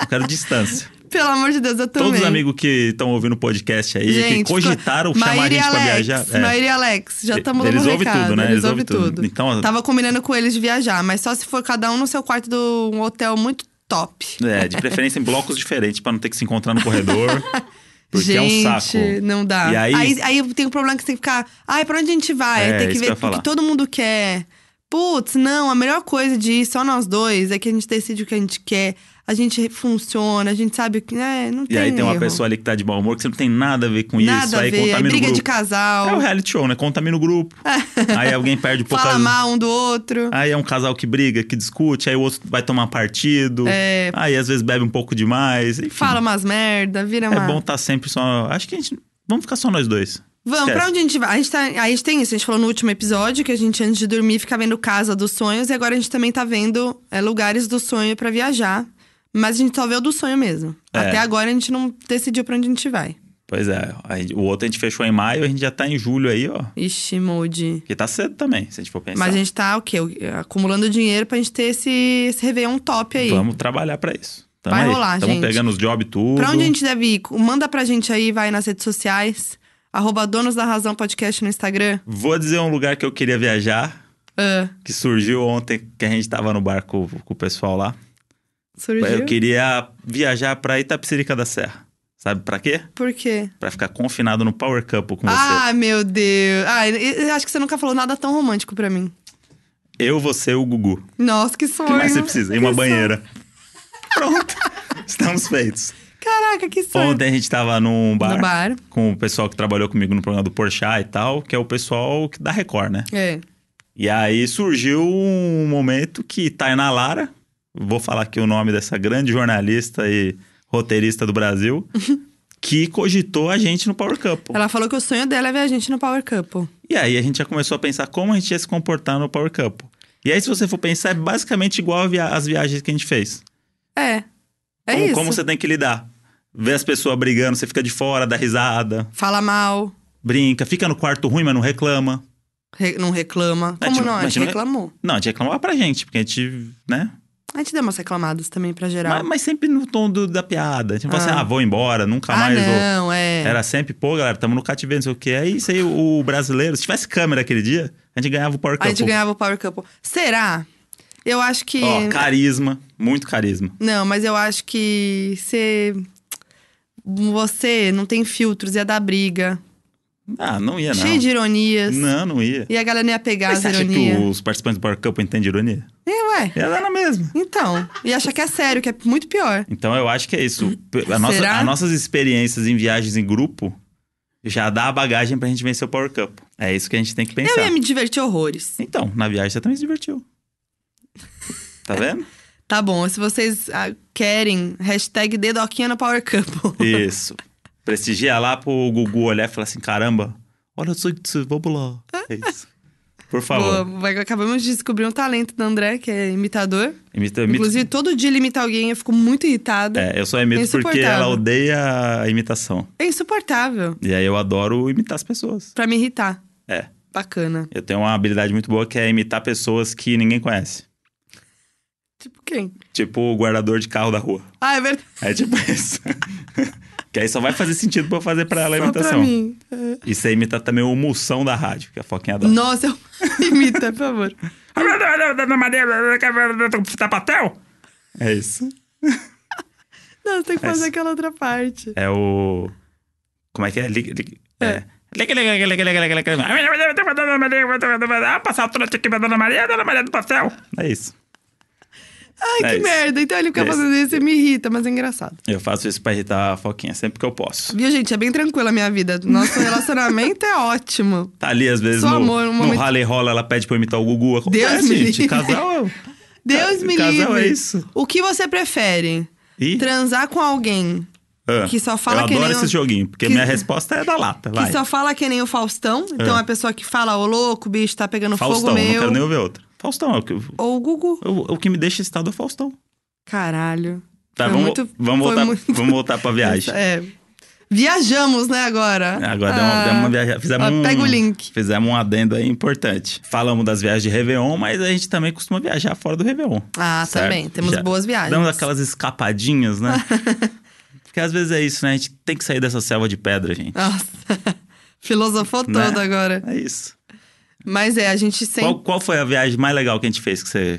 [SPEAKER 1] eu quero distância.
[SPEAKER 2] Pelo amor de Deus, eu também.
[SPEAKER 1] Todos os amigos que estão ouvindo o podcast aí,
[SPEAKER 2] Gente,
[SPEAKER 1] que cogitaram
[SPEAKER 2] ficou-
[SPEAKER 1] chamar a
[SPEAKER 2] Maíra e
[SPEAKER 1] gente pra
[SPEAKER 2] Alex,
[SPEAKER 1] viajar. é.
[SPEAKER 2] Maíra e Alex, já estamos dando
[SPEAKER 1] Eles
[SPEAKER 2] um
[SPEAKER 1] ouvem
[SPEAKER 2] recado.
[SPEAKER 1] tudo, né?
[SPEAKER 2] Eles
[SPEAKER 1] Eles
[SPEAKER 2] ouvem
[SPEAKER 1] ouvem
[SPEAKER 2] tudo.
[SPEAKER 1] tudo. Então-
[SPEAKER 2] Tava combinando com eles de viajar, mas só se for cada um no seu quarto de um hotel muito top.
[SPEAKER 1] É, de preferência em blocos diferentes, pra não ter que se encontrar no corredor. Porque é um
[SPEAKER 2] gente,
[SPEAKER 1] saco.
[SPEAKER 2] não dá.
[SPEAKER 1] E aí-
[SPEAKER 2] aí, tem o problema que você tem que ficar. Ai, pra onde a gente vai?
[SPEAKER 1] É,
[SPEAKER 2] tem que
[SPEAKER 1] isso que eu
[SPEAKER 2] ver
[SPEAKER 1] ia
[SPEAKER 2] o que
[SPEAKER 1] falar.
[SPEAKER 2] todo mundo quer. Putz, não, a melhor coisa de ir só nós dois é que a gente decide o que a gente quer, a gente funciona, a gente sabe o que. É, não
[SPEAKER 1] E
[SPEAKER 2] tem
[SPEAKER 1] aí tem uma
[SPEAKER 2] erro.
[SPEAKER 1] pessoa ali que tá de mau humor, que você não tem nada a ver com
[SPEAKER 2] Nada
[SPEAKER 1] isso.
[SPEAKER 2] a
[SPEAKER 1] aí
[SPEAKER 2] ver, é
[SPEAKER 1] contamina o
[SPEAKER 2] briga
[SPEAKER 1] grupo.
[SPEAKER 2] de casal.
[SPEAKER 1] É o reality show, né? Contamina o grupo. aí alguém perde pouca...
[SPEAKER 2] Fala mal um do outro.
[SPEAKER 1] Aí é um casal que briga, que discute, aí o outro vai tomar partido.
[SPEAKER 2] É.
[SPEAKER 1] Aí às vezes bebe um pouco demais. Enfim,
[SPEAKER 2] Fala umas merda, vira
[SPEAKER 1] é
[SPEAKER 2] uma...
[SPEAKER 1] bom estar sempre só... Acho que a gente... Vamos ficar só nós dois.
[SPEAKER 2] Vamos,
[SPEAKER 1] Esquece.
[SPEAKER 2] pra onde a gente vai? A gente, tá, a gente tem isso, a gente falou no último episódio que a gente, antes de dormir, fica vendo Casa dos Sonhos e agora a gente também tá vendo é, lugares do sonho pra viajar. Mas a gente só vê o do sonho mesmo.
[SPEAKER 1] É.
[SPEAKER 2] Até agora a gente não decidiu pra onde a gente vai.
[SPEAKER 1] Pois é. a gente- o outro a gente fechou em maio, a gente já tá em julho aí, ó.
[SPEAKER 2] Ixi, Moody.
[SPEAKER 1] Que tá cedo também, se a gente for pensar.
[SPEAKER 2] Mas a gente tá o quê? Acumulando dinheiro pra gente ter esse, esse Réveillon top tá aí.
[SPEAKER 1] Vamos trabalhar pra isso. Tamo
[SPEAKER 2] Vai
[SPEAKER 1] aí.
[SPEAKER 2] rolar,
[SPEAKER 1] Tamo
[SPEAKER 2] gente.
[SPEAKER 1] pegando os jobs tudo.
[SPEAKER 2] Pra onde a gente deve ir? Manda pra gente aí, vai nas redes sociais. Arroba Donos da Razão Podcast no Instagram.
[SPEAKER 1] Vou dizer um lugar que eu queria viajar,
[SPEAKER 2] Ah,
[SPEAKER 1] que surgiu ontem, que a gente tava no barco com o pessoal lá.
[SPEAKER 2] surgiu?
[SPEAKER 1] Eu queria viajar pra Itapecerica da Serra. Sabe pra quê?
[SPEAKER 2] Por quê?
[SPEAKER 1] Pra ficar confinado no Power Couple com você.
[SPEAKER 2] Ah, meu Deus. Ah, eu- eu acho que você nunca falou nada tão romântico pra mim.
[SPEAKER 1] Eu, você e o Gugu.
[SPEAKER 2] Nossa, que
[SPEAKER 1] O que
[SPEAKER 2] sonho.
[SPEAKER 1] mais você precisa? E uma
[SPEAKER 2] Que sonho.
[SPEAKER 1] banheira. Pronto. Estamos feitos.
[SPEAKER 2] Caraca, que sonho.
[SPEAKER 1] Ontem a gente tava num bar,
[SPEAKER 2] No bar.
[SPEAKER 1] com o pessoal que trabalhou comigo no programa do Porchat e tal, que é o pessoal que- da Record, né?
[SPEAKER 2] É.
[SPEAKER 1] E aí surgiu um momento que Tainá Lara, vou falar aqui o nome dessa grande jornalista e roteirista do Brasil, que cogitou a gente no Power Couple.
[SPEAKER 2] Ela falou que o sonho dela é ver a gente no Power Couple.
[SPEAKER 1] E aí a gente já começou a pensar como a gente ia se comportar no Power Couple. E aí, se você for pensar, é basicamente igual a via- as viagens que a gente fez.
[SPEAKER 2] É. É
[SPEAKER 1] como,
[SPEAKER 2] isso.
[SPEAKER 1] como você tem que lidar? Vê as pessoas brigando, você fica de fora, dá risada,
[SPEAKER 2] Fala mal,
[SPEAKER 1] brinca, fica no quarto ruim, mas não reclama.
[SPEAKER 2] re- não reclama.
[SPEAKER 1] Mas
[SPEAKER 2] Como
[SPEAKER 1] tipo,
[SPEAKER 2] não? A
[SPEAKER 1] mas
[SPEAKER 2] gente
[SPEAKER 1] não é-
[SPEAKER 2] reclamou.
[SPEAKER 1] Não, a gente reclamava pra gente, porque a gente, né?
[SPEAKER 2] A gente deu umas reclamadas também pra geral.
[SPEAKER 1] Mas, mas sempre no tom do- da piada. A gente fala assim, ah, vou embora, nunca
[SPEAKER 2] ah,
[SPEAKER 1] mais vou.
[SPEAKER 2] não, é.
[SPEAKER 1] Era sempre, pô, galera, tamo no cativeiro, não sei o quê. É isso aí, o o brasileiro. Se tivesse câmera aquele dia, a gente ganhava o Power
[SPEAKER 2] A
[SPEAKER 1] Couple.
[SPEAKER 2] gente ganhava o Power Couple. Será? Eu acho que.
[SPEAKER 1] Ó, carisma, muito carisma.
[SPEAKER 2] Não, mas eu acho que você. Você não tem filtros, ia dar briga.
[SPEAKER 1] Ah, não ia, não.
[SPEAKER 2] Cheio de ironias.
[SPEAKER 1] Não, não ia.
[SPEAKER 2] E a galera não ia pegar
[SPEAKER 1] Mas você
[SPEAKER 2] as
[SPEAKER 1] acha
[SPEAKER 2] ironias.
[SPEAKER 1] que os participantes do Power Couple entendem ironia?
[SPEAKER 2] E, ué,
[SPEAKER 1] Ia dar na mesma.
[SPEAKER 2] então. E acha que é sério, que é muito pior.
[SPEAKER 1] Então eu acho que é isso. A nossa,
[SPEAKER 2] Será?
[SPEAKER 1] as nossas experiências em viagens em grupo já dá a bagagem pra gente vencer o Power Couple. É isso que a gente tem que pensar.
[SPEAKER 2] Eu ia me divertir horrores.
[SPEAKER 1] Então, na viagem você também se divertiu. Tá vendo?
[SPEAKER 2] Tá bom, se vocês ah, querem, hashtag dedoquinha no Power Couple.
[SPEAKER 1] Isso. Prestigia lá pro Gugu olhar e falar assim: caramba, olha eu sou disso, vamos lá. É isso. Por favor.
[SPEAKER 2] Boa, vai- acabamos de descobrir um talento do André, que é imitador.
[SPEAKER 1] Imito, eu imito-
[SPEAKER 2] Inclusive, todo dia ele imita alguém, eu fico muito irritada.
[SPEAKER 1] É, eu só imito porque
[SPEAKER 2] Insuportável.
[SPEAKER 1] ela odeia a imitação.
[SPEAKER 2] É insuportável
[SPEAKER 1] E aí eu adoro imitar as pessoas.
[SPEAKER 2] pra me irritar.
[SPEAKER 1] É.
[SPEAKER 2] Bacana.
[SPEAKER 1] Eu tenho uma habilidade muito boa que é imitar pessoas que ninguém conhece.
[SPEAKER 2] Tipo quem?
[SPEAKER 1] Tipo o guardador de carro da rua.
[SPEAKER 2] Ah, é verdade.
[SPEAKER 1] É tipo isso. que aí só vai fazer sentido pra eu fazer pra ela a
[SPEAKER 2] Só pra
[SPEAKER 1] imitação.
[SPEAKER 2] mim. É.
[SPEAKER 1] E você imita também o Mulsão da rádio, que é a Foquinha adora.
[SPEAKER 2] Nossa, eu... imita, por favor.
[SPEAKER 1] Tapatel? É isso.
[SPEAKER 2] Não, tem que fazer
[SPEAKER 1] Essa.
[SPEAKER 2] aquela outra parte.
[SPEAKER 1] É o. Como é que é? Liga, liga.
[SPEAKER 2] É.
[SPEAKER 1] É. Liga, liga, liga, liga, liga, liga, liga. Ah, passar o trote aqui pra Dona Maria, Dona Maria do Pastel. É isso.
[SPEAKER 2] Ai,
[SPEAKER 1] É
[SPEAKER 2] que
[SPEAKER 1] isso.
[SPEAKER 2] merda. Então ele fica
[SPEAKER 1] É isso.
[SPEAKER 2] fazendo isso e me irrita, mas é engraçado.
[SPEAKER 1] Eu faço isso pra irritar a Foquinha sempre que eu posso.
[SPEAKER 2] Viu, gente? É bem tranquila a minha vida. Nosso relacionamento é ótimo.
[SPEAKER 1] Tá ali, às vezes,
[SPEAKER 2] Só
[SPEAKER 1] no,
[SPEAKER 2] amor, um
[SPEAKER 1] no
[SPEAKER 2] momento-
[SPEAKER 1] rally rola, ela pede pra eu imitar o Gugu. Acontece,
[SPEAKER 2] Deus me
[SPEAKER 1] gente.
[SPEAKER 2] livre.
[SPEAKER 1] Casal. é
[SPEAKER 2] Deus me
[SPEAKER 1] Casal
[SPEAKER 2] livre.
[SPEAKER 1] é isso.
[SPEAKER 2] O que você prefere?
[SPEAKER 1] Ih,
[SPEAKER 2] Transar com alguém
[SPEAKER 1] ah,
[SPEAKER 2] que só fala
[SPEAKER 1] Eu
[SPEAKER 2] que
[SPEAKER 1] adoro
[SPEAKER 2] nem
[SPEAKER 1] esse
[SPEAKER 2] o-
[SPEAKER 1] joguinho, porque
[SPEAKER 2] que-
[SPEAKER 1] minha resposta é da lata.
[SPEAKER 2] que
[SPEAKER 1] Vai. É.
[SPEAKER 2] só fala que nem o Faustão? Então a pessoa que fala, ô louco, bicho, tá pegando
[SPEAKER 1] Faustão,
[SPEAKER 2] fogo
[SPEAKER 1] não
[SPEAKER 2] meu.
[SPEAKER 1] quero nem ouvir outro. Faustão, é o que,
[SPEAKER 2] Ou o Gugu.
[SPEAKER 1] o, o que me deixa excitado é o Faustão.
[SPEAKER 2] Caralho.
[SPEAKER 1] Tá,
[SPEAKER 2] Foi
[SPEAKER 1] vamos,
[SPEAKER 2] muito-
[SPEAKER 1] vamos,
[SPEAKER 2] foi
[SPEAKER 1] voltar,
[SPEAKER 2] muito-
[SPEAKER 1] vamos voltar pra viagem.
[SPEAKER 2] É. Viajamos, né, agora?
[SPEAKER 1] É, Agora deu uma,
[SPEAKER 2] Ah.
[SPEAKER 1] deu uma viagem. Fizemos
[SPEAKER 2] Ó,
[SPEAKER 1] um,
[SPEAKER 2] Pega o link.
[SPEAKER 1] Fizemos um adendo aí importante. Falamos das viagens de Réveillon, mas a gente também costuma viajar fora do Réveillon.
[SPEAKER 2] Ah,
[SPEAKER 1] certo?
[SPEAKER 2] também. Temos
[SPEAKER 1] Já
[SPEAKER 2] boas viagens.
[SPEAKER 1] Damos aquelas escapadinhas, né? Porque às vezes é isso, né? A gente tem que sair dessa selva de pedra, gente.
[SPEAKER 2] Nossa. Filosofou
[SPEAKER 1] Né?
[SPEAKER 2] todo agora.
[SPEAKER 1] É isso.
[SPEAKER 2] Mas é, a gente sempre.
[SPEAKER 1] Qual, qual foi a viagem mais legal que a gente fez que você...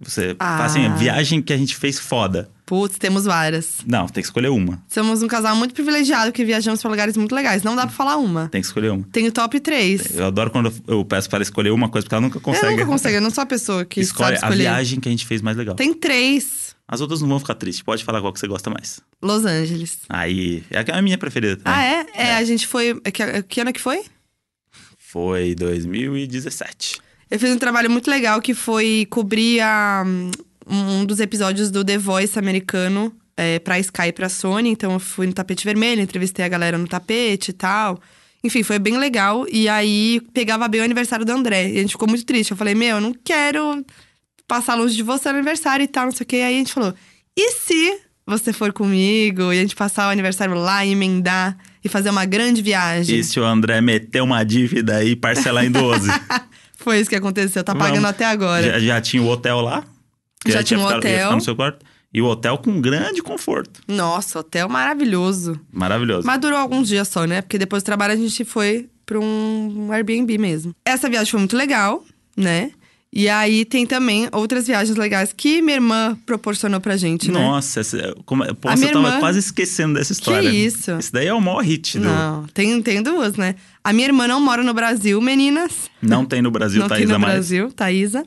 [SPEAKER 1] Você
[SPEAKER 2] Ah.
[SPEAKER 1] fala assim, viagem que a gente fez foda.
[SPEAKER 2] Putz, temos várias.
[SPEAKER 1] Não, tem que escolher uma.
[SPEAKER 2] Somos um casal muito privilegiado que viajamos pra lugares muito legais. Não dá pra falar uma.
[SPEAKER 1] Tem que escolher uma.
[SPEAKER 2] Tem o top 3.
[SPEAKER 1] Eu adoro quando eu peço para ela escolher uma coisa, porque ela nunca consegue. né?
[SPEAKER 2] Eu nunca consigo, eu não sou a pessoa que
[SPEAKER 1] Escolhe
[SPEAKER 2] sabe escolher.
[SPEAKER 1] a viagem que a gente fez mais legal.
[SPEAKER 2] Tem três.
[SPEAKER 1] As outras não vão ficar tristes. Pode falar qual que você gosta mais.
[SPEAKER 2] Los Angeles.
[SPEAKER 1] Aí, é a minha preferida também.
[SPEAKER 2] Ah, é? É, a gente foi. é Que, que ano que foi? é?
[SPEAKER 1] Foi 2017.
[SPEAKER 2] Eu fiz um trabalho muito legal que foi cobrir a, um um dos episódios do The Voice americano é, pra Sky e pra Sony. Então eu fui no tapete vermelho, entrevistei a galera no tapete e tal. Enfim, foi bem legal. E aí pegava bem o aniversário do André. E a gente ficou muito triste. Eu falei, meu, eu não quero passar longe de você no aniversário e tal, não sei o quê. Aí a gente falou, e se você for comigo e a gente passar o aniversário lá, e emendar e fazer uma grande viagem?
[SPEAKER 1] E se o André meter uma dívida aí e parcelar em 12?
[SPEAKER 2] Foi isso que aconteceu. Tá pagando
[SPEAKER 1] Vamos.
[SPEAKER 2] até agora.
[SPEAKER 1] já, já tinha o hotel lá? que
[SPEAKER 2] Já
[SPEAKER 1] aí
[SPEAKER 2] tinha um
[SPEAKER 1] ficado- ia
[SPEAKER 2] hotel.
[SPEAKER 1] ficar no seu quarto. E o hotel com grande conforto.
[SPEAKER 2] Nossa, hotel maravilhoso.
[SPEAKER 1] Maravilhoso.
[SPEAKER 2] Mas durou alguns dias só, né? Porque depois do trabalho a gente foi pra um Airbnb mesmo. Essa viagem foi muito legal, né? E aí tem também outras viagens legais que minha irmã proporcionou pra gente, né?
[SPEAKER 1] Nossa, essa, como, pô,
[SPEAKER 2] A
[SPEAKER 1] você
[SPEAKER 2] minha
[SPEAKER 1] tava
[SPEAKER 2] irmã-
[SPEAKER 1] quase esquecendo dessa
[SPEAKER 2] Que
[SPEAKER 1] história.
[SPEAKER 2] isso?
[SPEAKER 1] Esse daí é o maior hit do. Não,
[SPEAKER 2] Não, tem, tem duas, né? A minha irmã não mora no Brasil, meninas.
[SPEAKER 1] tem no Brasil,
[SPEAKER 2] não
[SPEAKER 1] Thaís é
[SPEAKER 2] tem no
[SPEAKER 1] Amaral.
[SPEAKER 2] Brasil, Thaísa.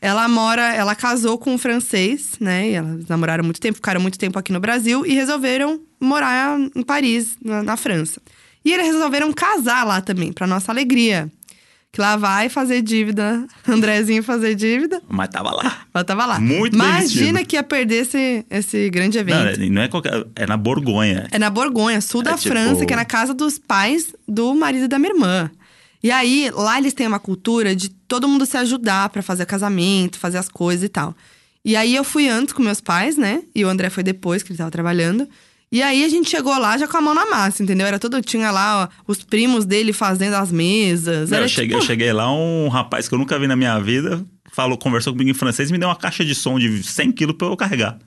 [SPEAKER 2] Ela mora, ela casou com um francês, né? E elas namoraram muito tempo, ficaram muito tempo aqui no Brasil e resolveram morar em Paris, na, na França. E eles resolveram casar lá também, pra nossa alegria. Que lá vai fazer dívida, Andrezinho fazer dívida.
[SPEAKER 1] Mas tava lá.
[SPEAKER 2] Ela tava lá.
[SPEAKER 1] Muito bem
[SPEAKER 2] Imagina
[SPEAKER 1] vestido.
[SPEAKER 2] que ia perder esse, esse grande evento.
[SPEAKER 1] Não, não é qualquer. É na Borgonha.
[SPEAKER 2] É na Borgonha, sul da
[SPEAKER 1] É tipo-
[SPEAKER 2] França, que é na casa dos pais do marido e da minha irmã. E aí, lá eles têm uma cultura de todo mundo se ajudar pra fazer casamento, fazer as coisas e tal. E aí eu fui antes com meus pais, né? E o André foi depois, que ele tava trabalhando. E aí a gente chegou lá já com a mão na massa, entendeu? Era todo, tinha lá ó, os primos dele fazendo as mesas.
[SPEAKER 1] Não,
[SPEAKER 2] era
[SPEAKER 1] eu, cheguei,
[SPEAKER 2] tipo-
[SPEAKER 1] eu cheguei lá, um rapaz que eu nunca vi na minha vida falou, conversou comigo em francês e me deu uma caixa de som de 100 quilos pra eu carregar.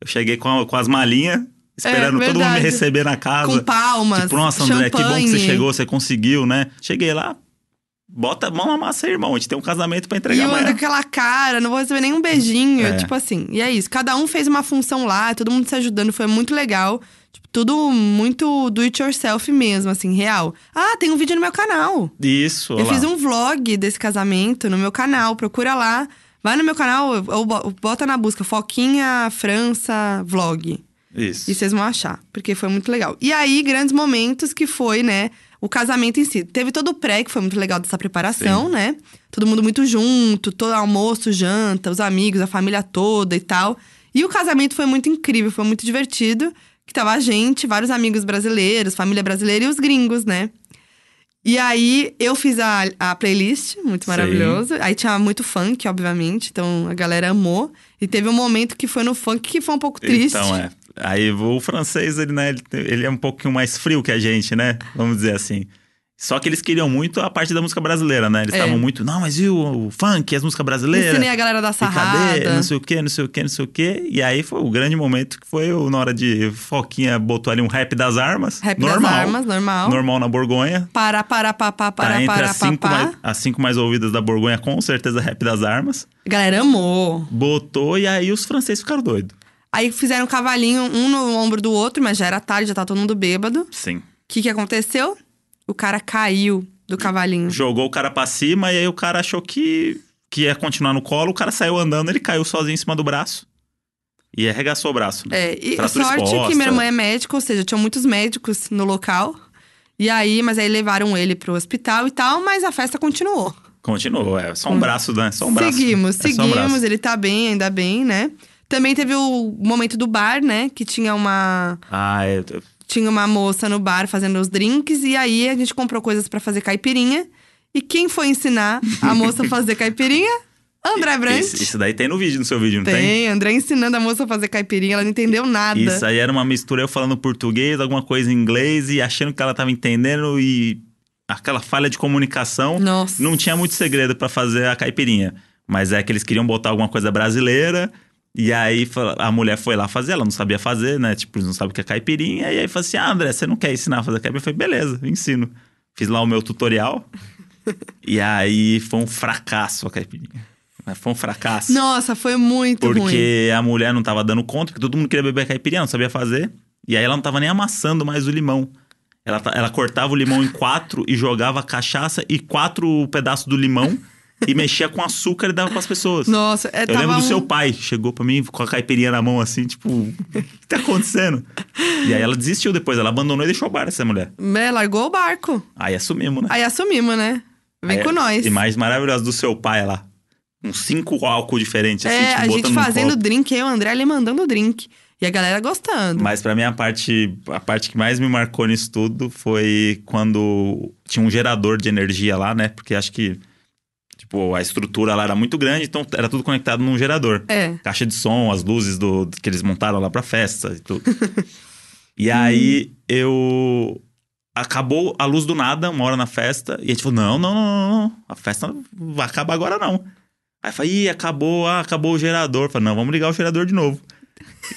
[SPEAKER 1] Eu cheguei com, a- com as malinhas, esperando todo mundo me
[SPEAKER 2] verdade.
[SPEAKER 1] receber na casa.
[SPEAKER 2] com palmas,
[SPEAKER 1] Tipo, nossa, André, que bom que você
[SPEAKER 2] champanhe."
[SPEAKER 1] chegou, você conseguiu, né? Cheguei lá, bota a mão na massa aí, irmão. A gente tem um casamento pra entregar
[SPEAKER 2] E o André
[SPEAKER 1] amanhã.
[SPEAKER 2] com aquela cara, não vou receber nenhum beijinho.
[SPEAKER 1] É.
[SPEAKER 2] Tipo assim, e é isso. Cada um fez uma função lá, todo mundo se ajudando, foi muito legal. Tipo, tudo muito do it yourself mesmo, assim, real. Ah, tem um vídeo no meu canal.
[SPEAKER 1] Isso, olha
[SPEAKER 2] Eu
[SPEAKER 1] lá.
[SPEAKER 2] fiz um vlog desse casamento no meu canal, procura lá. Vai no meu canal, ou bo- bota na busca Foquinha França Vlog.
[SPEAKER 1] Isso.
[SPEAKER 2] E vocês vão achar, porque foi muito legal. E aí, grandes momentos que foi, né? O casamento em si. Teve todo o pré, que foi muito legal dessa preparação, né? Todo mundo muito junto, todo almoço, janta, os amigos, a família toda e tal. E o casamento foi muito incrível, foi muito divertido. Que tava a gente, vários amigos brasileiros, família brasileira e os gringos, né? E aí, eu fiz a, a playlist, muito
[SPEAKER 1] Sim.
[SPEAKER 2] maravilhoso. Aí tinha muito funk, obviamente, então a galera amou. E teve um momento que foi no funk que foi um pouco triste.
[SPEAKER 1] Então, é. Aí o francês, ele, né, ele, ele é um pouquinho mais frio que a gente, né? Vamos dizer assim. Só que eles queriam muito a parte da música brasileira, né? Eles
[SPEAKER 2] É.
[SPEAKER 1] estavam muito, não, mas e o, o funk, as músicas brasileiras?
[SPEAKER 2] Ensinei a galera da
[SPEAKER 1] E cadê?
[SPEAKER 2] sarrada.
[SPEAKER 1] Não sei o quê, não sei o quê, não sei o quê. E aí foi o grande momento que foi o- na hora de Foquinha botou ali um rap das armas.
[SPEAKER 2] Rap
[SPEAKER 1] normal.
[SPEAKER 2] das armas, normal.
[SPEAKER 1] Normal na Borgonha.
[SPEAKER 2] Para, para, pá,
[SPEAKER 1] Tá
[SPEAKER 2] pá, para,
[SPEAKER 1] entre
[SPEAKER 2] para,
[SPEAKER 1] as,
[SPEAKER 2] pá,
[SPEAKER 1] cinco
[SPEAKER 2] pá.
[SPEAKER 1] mais, as cinco mais ouvidas da Borgonha, com certeza, rap das armas.
[SPEAKER 2] Galera amou.
[SPEAKER 1] Botou e aí os franceses ficaram doidos.
[SPEAKER 2] Aí fizeram um cavalinho, um no ombro do outro, mas já era tarde, já tá todo mundo bêbado. O
[SPEAKER 1] Sim.
[SPEAKER 2] que que aconteceu? O cara caiu do cavalinho.
[SPEAKER 1] Jogou o cara pra cima e aí o cara achou que, que ia continuar no colo. O cara saiu andando, ele caiu sozinho em cima do braço. E arregaçou o braço, né?
[SPEAKER 2] É, e
[SPEAKER 1] Fratura
[SPEAKER 2] sorte
[SPEAKER 1] exposta.
[SPEAKER 2] que minha irmã é médica, ou seja, tinha muitos médicos no local. E aí, mas aí levaram ele pro hospital e tal, mas a festa continuou.
[SPEAKER 1] Continuou, é só um braço, né? Só um braço.
[SPEAKER 2] Uhum. seguimos,
[SPEAKER 1] É só um
[SPEAKER 2] seguimos.
[SPEAKER 1] braço.
[SPEAKER 2] ele tá bem, ainda bem, né? Também teve o momento do bar, né? Que tinha uma.
[SPEAKER 1] Ah, é,
[SPEAKER 2] tinha uma moça no bar fazendo os drinks e aí a gente comprou coisas pra fazer caipirinha. E quem foi ensinar a moça a fazer caipirinha? André Brant.
[SPEAKER 1] Isso, isso daí tem no vídeo, no seu vídeo, não
[SPEAKER 2] tem,
[SPEAKER 1] tem?
[SPEAKER 2] André ensinando a moça a fazer caipirinha, ela não entendeu nada.
[SPEAKER 1] Isso aí era uma mistura, eu falando português, alguma coisa em inglês e achando que ela tava entendendo e aquela falha de comunicação.
[SPEAKER 2] Nossa.
[SPEAKER 1] é Não tinha muito segredo pra fazer a caipirinha. Mas é que eles queriam botar alguma coisa brasileira. E aí fala- a mulher foi lá fazer, ela não sabia fazer, né? Tipo, não sabe o que é caipirinha. E aí falou assim: Ah, André, você não quer ensinar a fazer caipirinha? Eu falei, beleza, eu ensino. Fiz lá o meu tutorial. e aí foi um fracasso a caipirinha. Mas Foi um fracasso.
[SPEAKER 2] Nossa, foi muito ruim.
[SPEAKER 1] Porque a mulher não tava dando conta, porque todo mundo queria beber caipirinha, não sabia fazer. E aí ela não tava nem amassando mais o limão. Ela, ta- ela cortava o limão em quatro e jogava cachaça e quatro pedaços do limão e mexia com açúcar e dava pras pessoas.
[SPEAKER 2] Nossa, é,
[SPEAKER 1] Eu
[SPEAKER 2] tava
[SPEAKER 1] lembro do
[SPEAKER 2] um-
[SPEAKER 1] seu pai, chegou pra mim com a caipirinha na mão assim, tipo, o que tá acontecendo? E aí ela desistiu depois, ela abandonou e deixou o bar essa mulher.
[SPEAKER 2] É, largou o barco.
[SPEAKER 1] Aí assumimos, né?
[SPEAKER 2] Aí assumimos, né? Vem
[SPEAKER 1] Aí, é
[SPEAKER 2] com nós.
[SPEAKER 1] E mais maravilhosa do seu pai lá. Uns cinco álcool diferentes, assim,
[SPEAKER 2] é,
[SPEAKER 1] tipo,
[SPEAKER 2] a gente
[SPEAKER 1] botando num
[SPEAKER 2] fazendo
[SPEAKER 1] copo.
[SPEAKER 2] drink, eu e o André ali mandando drink. E a galera gostando.
[SPEAKER 1] Mas pra mim a parte, a parte que mais me marcou nisso tudo foi quando tinha um gerador de energia lá, né? Porque acho que tipo, a estrutura lá era muito grande, então era tudo conectado num gerador.
[SPEAKER 2] É.
[SPEAKER 1] Caixa de som, as luzes do, do que eles montaram lá pra festa e tudo. e aí eu acabou a luz do nada, uma hora na festa, e a gente falou: "Não, não, não, não, não. a festa não vai acabar agora não". Aí eu falei, Ih, acabou, ah, acabou o gerador. Eu Falei, não, vamos ligar o gerador de novo.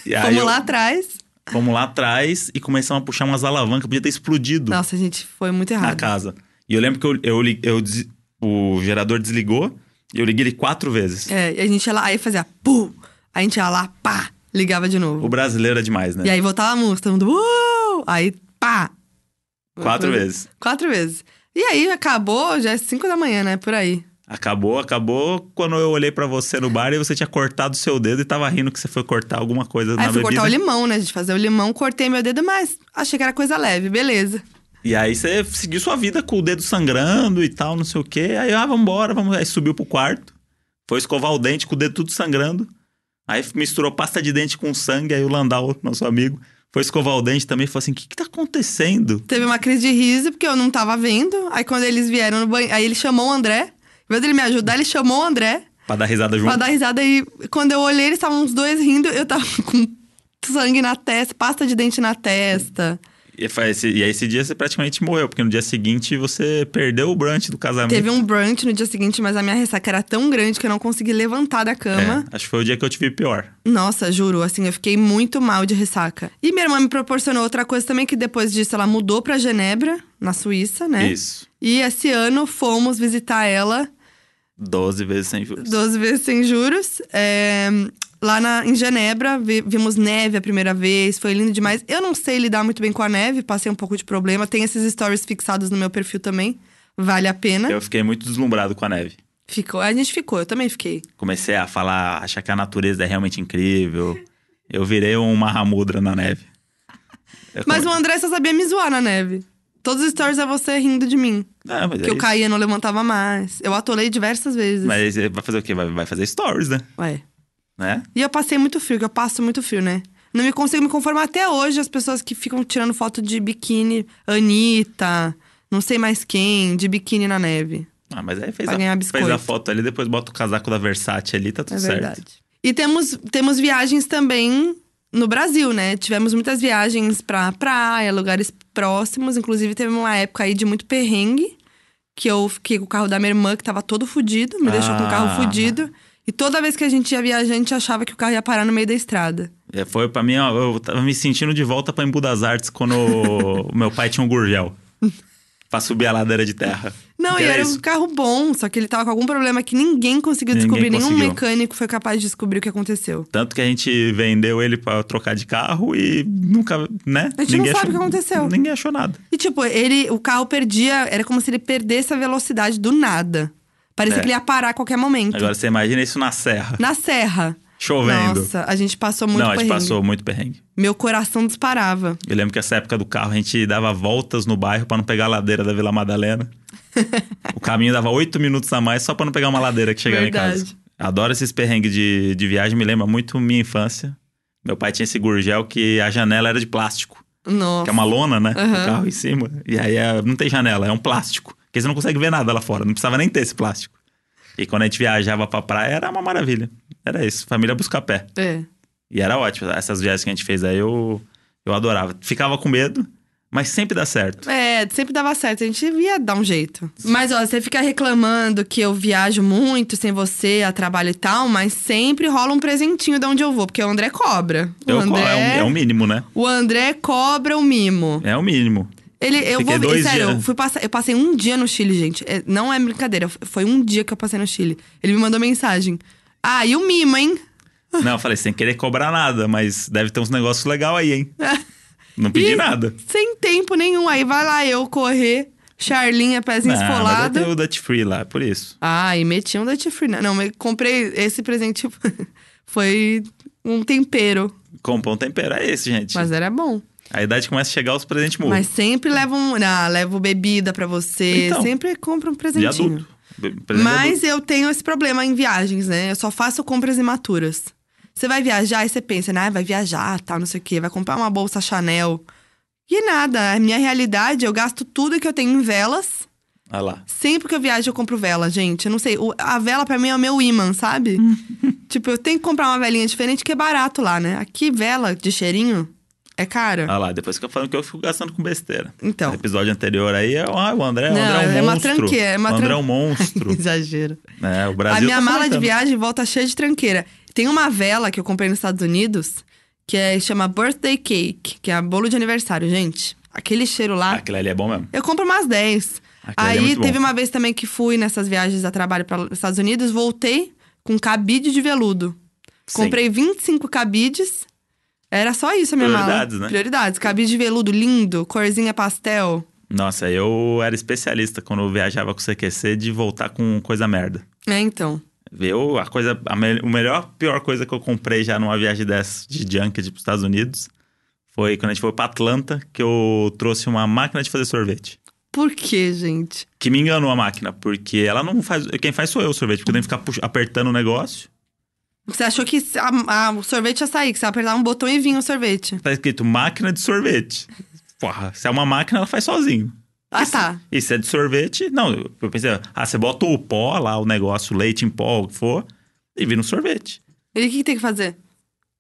[SPEAKER 1] E aí
[SPEAKER 2] Fomos
[SPEAKER 1] eu-
[SPEAKER 2] lá atrás.
[SPEAKER 1] Fomos lá atrás e começamos a puxar umas alavancas. Podia ter explodido
[SPEAKER 2] Nossa, gente, foi muito
[SPEAKER 1] na
[SPEAKER 2] errado.
[SPEAKER 1] casa. E eu lembro que eu, eu, li- eu des- o gerador desligou e eu liguei ele quatro vezes.
[SPEAKER 2] É, e a gente ia lá, aí fazia pu, aí a gente ia lá, pá, ligava de
[SPEAKER 1] O
[SPEAKER 2] novo.
[SPEAKER 1] brasileiro é demais, né?
[SPEAKER 2] E aí voltava a música, todo mundo, "Uou!" aí pá.
[SPEAKER 1] Quatro
[SPEAKER 2] Foi-
[SPEAKER 1] vezes.
[SPEAKER 2] Quatro vezes. E aí acabou, já é cinco da manhã, né, por aí.
[SPEAKER 1] Acabou, acabou quando eu olhei pra você no bar e você tinha cortado o seu dedo e tava rindo que você foi cortar alguma coisa
[SPEAKER 2] Aí
[SPEAKER 1] na
[SPEAKER 2] fui
[SPEAKER 1] bebida.
[SPEAKER 2] cortar o limão, né, gente? Fazer o limão, cortei meu dedo, mas achei que era coisa leve, beleza.
[SPEAKER 1] E aí você seguiu sua vida com o dedo sangrando e tal, não sei o quê. Aí, ah, vambora, vamos. Aí subiu pro quarto, foi escovar o dente com o dedo tudo sangrando. Aí misturou pasta de dente com sangue, aí o Landau, nosso amigo, foi escovar o dente também e falou assim: o que, que tá acontecendo?
[SPEAKER 2] Teve uma crise de riso, porque eu não tava vendo. Aí quando eles vieram no banho, aí ele chamou o André. Em vez dele me ajudar, ele chamou o André
[SPEAKER 1] Pra dar risada junto.
[SPEAKER 2] pra dar risada. E quando eu olhei, eles estavam os dois rindo, eu tava com sangue na testa, pasta de dente na testa.
[SPEAKER 1] E, foi esse- e aí esse dia você praticamente morreu, porque no dia seguinte você perdeu o brunch do casamento.
[SPEAKER 2] Teve um brunch no dia seguinte, mas a minha ressaca era tão grande que eu não consegui levantar da cama.
[SPEAKER 1] É, acho que foi o dia que eu tive pior.
[SPEAKER 2] Nossa, juro, assim, eu fiquei muito mal de ressaca. E minha irmã me proporcionou outra coisa também, que depois disso ela mudou pra Genebra, na Suíça, né?
[SPEAKER 1] Isso.
[SPEAKER 2] E esse ano fomos visitar ela
[SPEAKER 1] 12 vezes sem juros.
[SPEAKER 2] 12 vezes sem juros. é, lá na- em Genebra, vi- vimos neve a primeira vez, foi lindo demais. Eu não sei lidar muito bem com a neve, passei um pouco de problema. Tem esses stories fixados no meu perfil também. Vale a pena.
[SPEAKER 1] Eu fiquei muito deslumbrado com a neve.
[SPEAKER 2] Ficou. A gente ficou, eu também fiquei.
[SPEAKER 1] Comecei a falar, achar que a natureza é realmente incrível. Eu virei um Mahamudra na neve. Eu
[SPEAKER 2] Mas o
[SPEAKER 1] come-
[SPEAKER 2] André só sabia me zoar na neve. Todos os stories é você rindo de mim.
[SPEAKER 1] É, mas é
[SPEAKER 2] Que eu
[SPEAKER 1] isso.
[SPEAKER 2] caía, não levantava mais. Eu atolei diversas vezes.
[SPEAKER 1] Mas vai fazer o quê? Vai, vai fazer stories, né?
[SPEAKER 2] Ué.
[SPEAKER 1] né?
[SPEAKER 2] E eu passei muito frio, que eu passo muito frio, né? Não me consigo me conformar até hoje as pessoas que ficam tirando foto de biquíni, Anitta, não sei mais quem, de biquíni na neve.
[SPEAKER 1] Ah, mas aí fez
[SPEAKER 2] Pra ganhar
[SPEAKER 1] a,
[SPEAKER 2] biscoito.
[SPEAKER 1] fez a foto ali, depois bota o casaco da Versace ali, tá tudo
[SPEAKER 2] É
[SPEAKER 1] certo.
[SPEAKER 2] verdade. E temos, temos viagens também no Brasil, né? Tivemos muitas viagens pra praia, lugares próximos. Inclusive, teve uma época aí de muito perrengue, que eu fiquei com o carro da minha irmã, que tava todo fudido, me deixou com o
[SPEAKER 1] Ah.
[SPEAKER 2] carro fudido. E toda vez que a gente ia viajar, a gente achava que o carro ia parar no meio da estrada.
[SPEAKER 1] É, Foi pra mim, ó, eu tava me sentindo de volta pra Embu das Artes quando o meu pai tinha um gurgel. pra subir a ladeira de terra.
[SPEAKER 2] Não,
[SPEAKER 1] Que
[SPEAKER 2] e era um
[SPEAKER 1] Então é isso.
[SPEAKER 2] carro bom, só que ele tava com algum problema que ninguém conseguiu
[SPEAKER 1] Ninguém
[SPEAKER 2] descobrir, nenhum
[SPEAKER 1] conseguiu.
[SPEAKER 2] mecânico foi capaz de descobrir o que aconteceu.
[SPEAKER 1] Tanto que a gente vendeu ele pra trocar de carro e nunca, né?
[SPEAKER 2] A gente não sabe o que aconteceu.
[SPEAKER 1] Ninguém achou nada.
[SPEAKER 2] E tipo, ele, o carro perdia, era como se ele perdesse a velocidade do nada. Parecia
[SPEAKER 1] É.
[SPEAKER 2] que ele ia parar a qualquer momento.
[SPEAKER 1] Agora você imagina isso na serra,
[SPEAKER 2] Na serra.
[SPEAKER 1] chovendo.
[SPEAKER 2] Nossa, a gente passou muito
[SPEAKER 1] não, a gente
[SPEAKER 2] perrengue.
[SPEAKER 1] passou muito perrengue.
[SPEAKER 2] Meu coração disparava.
[SPEAKER 1] Eu lembro que essa época do carro a gente dava voltas no bairro pra não pegar a ladeira da Vila Madalena. o caminho dava oito minutos a mais só pra não pegar uma ladeira que chegava em
[SPEAKER 2] Verdade.
[SPEAKER 1] casa. Adoro esses perrengues de, de viagem, me lembra muito minha infância. Meu pai tinha esse gurgel que a janela era de plástico,
[SPEAKER 2] Nossa.
[SPEAKER 1] que é uma lona, né? com
[SPEAKER 2] Aham.
[SPEAKER 1] O carro em cima. E aí é- não tem janela, é um plástico. Porque você não consegue ver nada lá fora, não precisava nem ter esse plástico. E quando a gente viajava pra praia era uma maravilha. Era isso, família buscar pé.
[SPEAKER 2] É.
[SPEAKER 1] E era ótimo. Essas viagens que a gente fez aí, eu, eu adorava. Ficava com medo, mas sempre dá certo.
[SPEAKER 2] É, sempre dava certo, a gente ia dar um jeito. Mas ó, você fica reclamando que eu viajo muito sem você, a trabalho e tal, mas sempre rola um presentinho de onde eu vou, porque o André cobra. O
[SPEAKER 1] Eu-
[SPEAKER 2] André,
[SPEAKER 1] é, um, é um mínimo, né?
[SPEAKER 2] o André cobra o mimo.
[SPEAKER 1] É o mínimo.
[SPEAKER 2] Ele, eu
[SPEAKER 1] Fiquei
[SPEAKER 2] vou,
[SPEAKER 1] dois
[SPEAKER 2] sério,
[SPEAKER 1] dias.
[SPEAKER 2] eu fui passar, eu passei um dia no Chile, gente. É, não é brincadeira, foi um dia que eu passei no Chile. Ele me mandou mensagem. Ah, e o mimo, hein?
[SPEAKER 1] Não, eu falei, sem querer cobrar nada, mas deve ter uns negócios legais aí, hein? Não pedi
[SPEAKER 2] Ih,
[SPEAKER 1] nada.
[SPEAKER 2] Sem tempo nenhum. Aí vai lá eu correr, Charlinha, pezinho
[SPEAKER 1] Não, Ah, mas eu
[SPEAKER 2] esfolado.
[SPEAKER 1] tenho o Dutch Free lá, por isso.
[SPEAKER 2] Ah, e meti um Dutch Free. na- Não, mas comprei esse presente. tipo, foi um tempero,
[SPEAKER 1] Compra um tempero, é esse, gente.
[SPEAKER 2] mas era bom.
[SPEAKER 1] A idade começa a chegar os presentes murros.
[SPEAKER 2] Mas sempre levo, um, ah, levo bebida pra você,
[SPEAKER 1] Então,
[SPEAKER 2] sempre compro um
[SPEAKER 1] de
[SPEAKER 2] presentinho.
[SPEAKER 1] adulto. Be- presente adulto.
[SPEAKER 2] Mas eu tenho esse problema em viagens, né? Eu só faço compras imaturas. Você vai viajar e você pensa, né? ah, vai viajar, tal, não sei o quê, vai comprar uma bolsa Chanel. E nada, a minha realidade, eu gasto tudo que eu tenho em velas.
[SPEAKER 1] Olha lá.
[SPEAKER 2] Sempre que eu viajo, eu compro vela, gente. Eu não sei, o- a vela pra mim é o meu imã, sabe? tipo, eu tenho que comprar uma velinha diferente que é barato lá, né? Aqui, vela de cheirinho é cara.
[SPEAKER 1] Olha lá, depois que eu falo que eu fico gastando com besteira.
[SPEAKER 2] Então.
[SPEAKER 1] No episódio anterior aí, é- ah, o André, o
[SPEAKER 2] Não,
[SPEAKER 1] André é um
[SPEAKER 2] é uma
[SPEAKER 1] monstro.
[SPEAKER 2] tranqueira, é uma
[SPEAKER 1] o André é
[SPEAKER 2] tran-
[SPEAKER 1] um monstro.
[SPEAKER 2] Exagero.
[SPEAKER 1] É, o
[SPEAKER 2] A
[SPEAKER 1] Brasil
[SPEAKER 2] minha
[SPEAKER 1] tá
[SPEAKER 2] mala de
[SPEAKER 1] comentando.
[SPEAKER 2] viagem volta cheia de tranqueira. Tem uma vela que eu comprei nos Estados Unidos que é, chama Birthday Cake, que é bolo de aniversário, gente. Aquele cheiro lá.
[SPEAKER 1] Aquilo ali é bom mesmo.
[SPEAKER 2] Eu compro umas 10.
[SPEAKER 1] Aquilo ali é
[SPEAKER 2] Aí
[SPEAKER 1] muito bom.
[SPEAKER 2] teve uma vez também que fui nessas viagens a trabalho para os Estados Unidos, voltei com cabide de veludo.
[SPEAKER 1] Sim.
[SPEAKER 2] Comprei 25 cabides. Era só isso a minha mala.
[SPEAKER 1] Prioridades, né?
[SPEAKER 2] Prioridades. Cabide de veludo lindo, corzinha pastel.
[SPEAKER 1] Nossa, eu era especialista quando eu viajava com o CQC de voltar com coisa merda.
[SPEAKER 2] É, então.
[SPEAKER 1] Eu, a coisa, a me- o melhor, pior coisa que eu comprei já numa viagem dessa de junket pros Estados Unidos foi quando a gente foi pra Atlanta que eu trouxe uma máquina de fazer sorvete.
[SPEAKER 2] Por que, gente?
[SPEAKER 1] Que me enganou a máquina, porque ela não faz. Quem faz sou eu o sorvete, porque eu tenho que ficar pux- apertando o negócio.
[SPEAKER 2] Você achou que a- a- o sorvete ia sair, que você ia apertar um botão e vinha o sorvete.
[SPEAKER 1] Tá escrito máquina de sorvete. Porra, se é uma máquina, ela faz sozinho.
[SPEAKER 2] Ah, tá.
[SPEAKER 1] E se é de sorvete, não, eu eu pensei, ah, você bota o pó lá, o negócio, o leite em pó, o que for, e vira um sorvete.
[SPEAKER 2] E o que, que tem que fazer?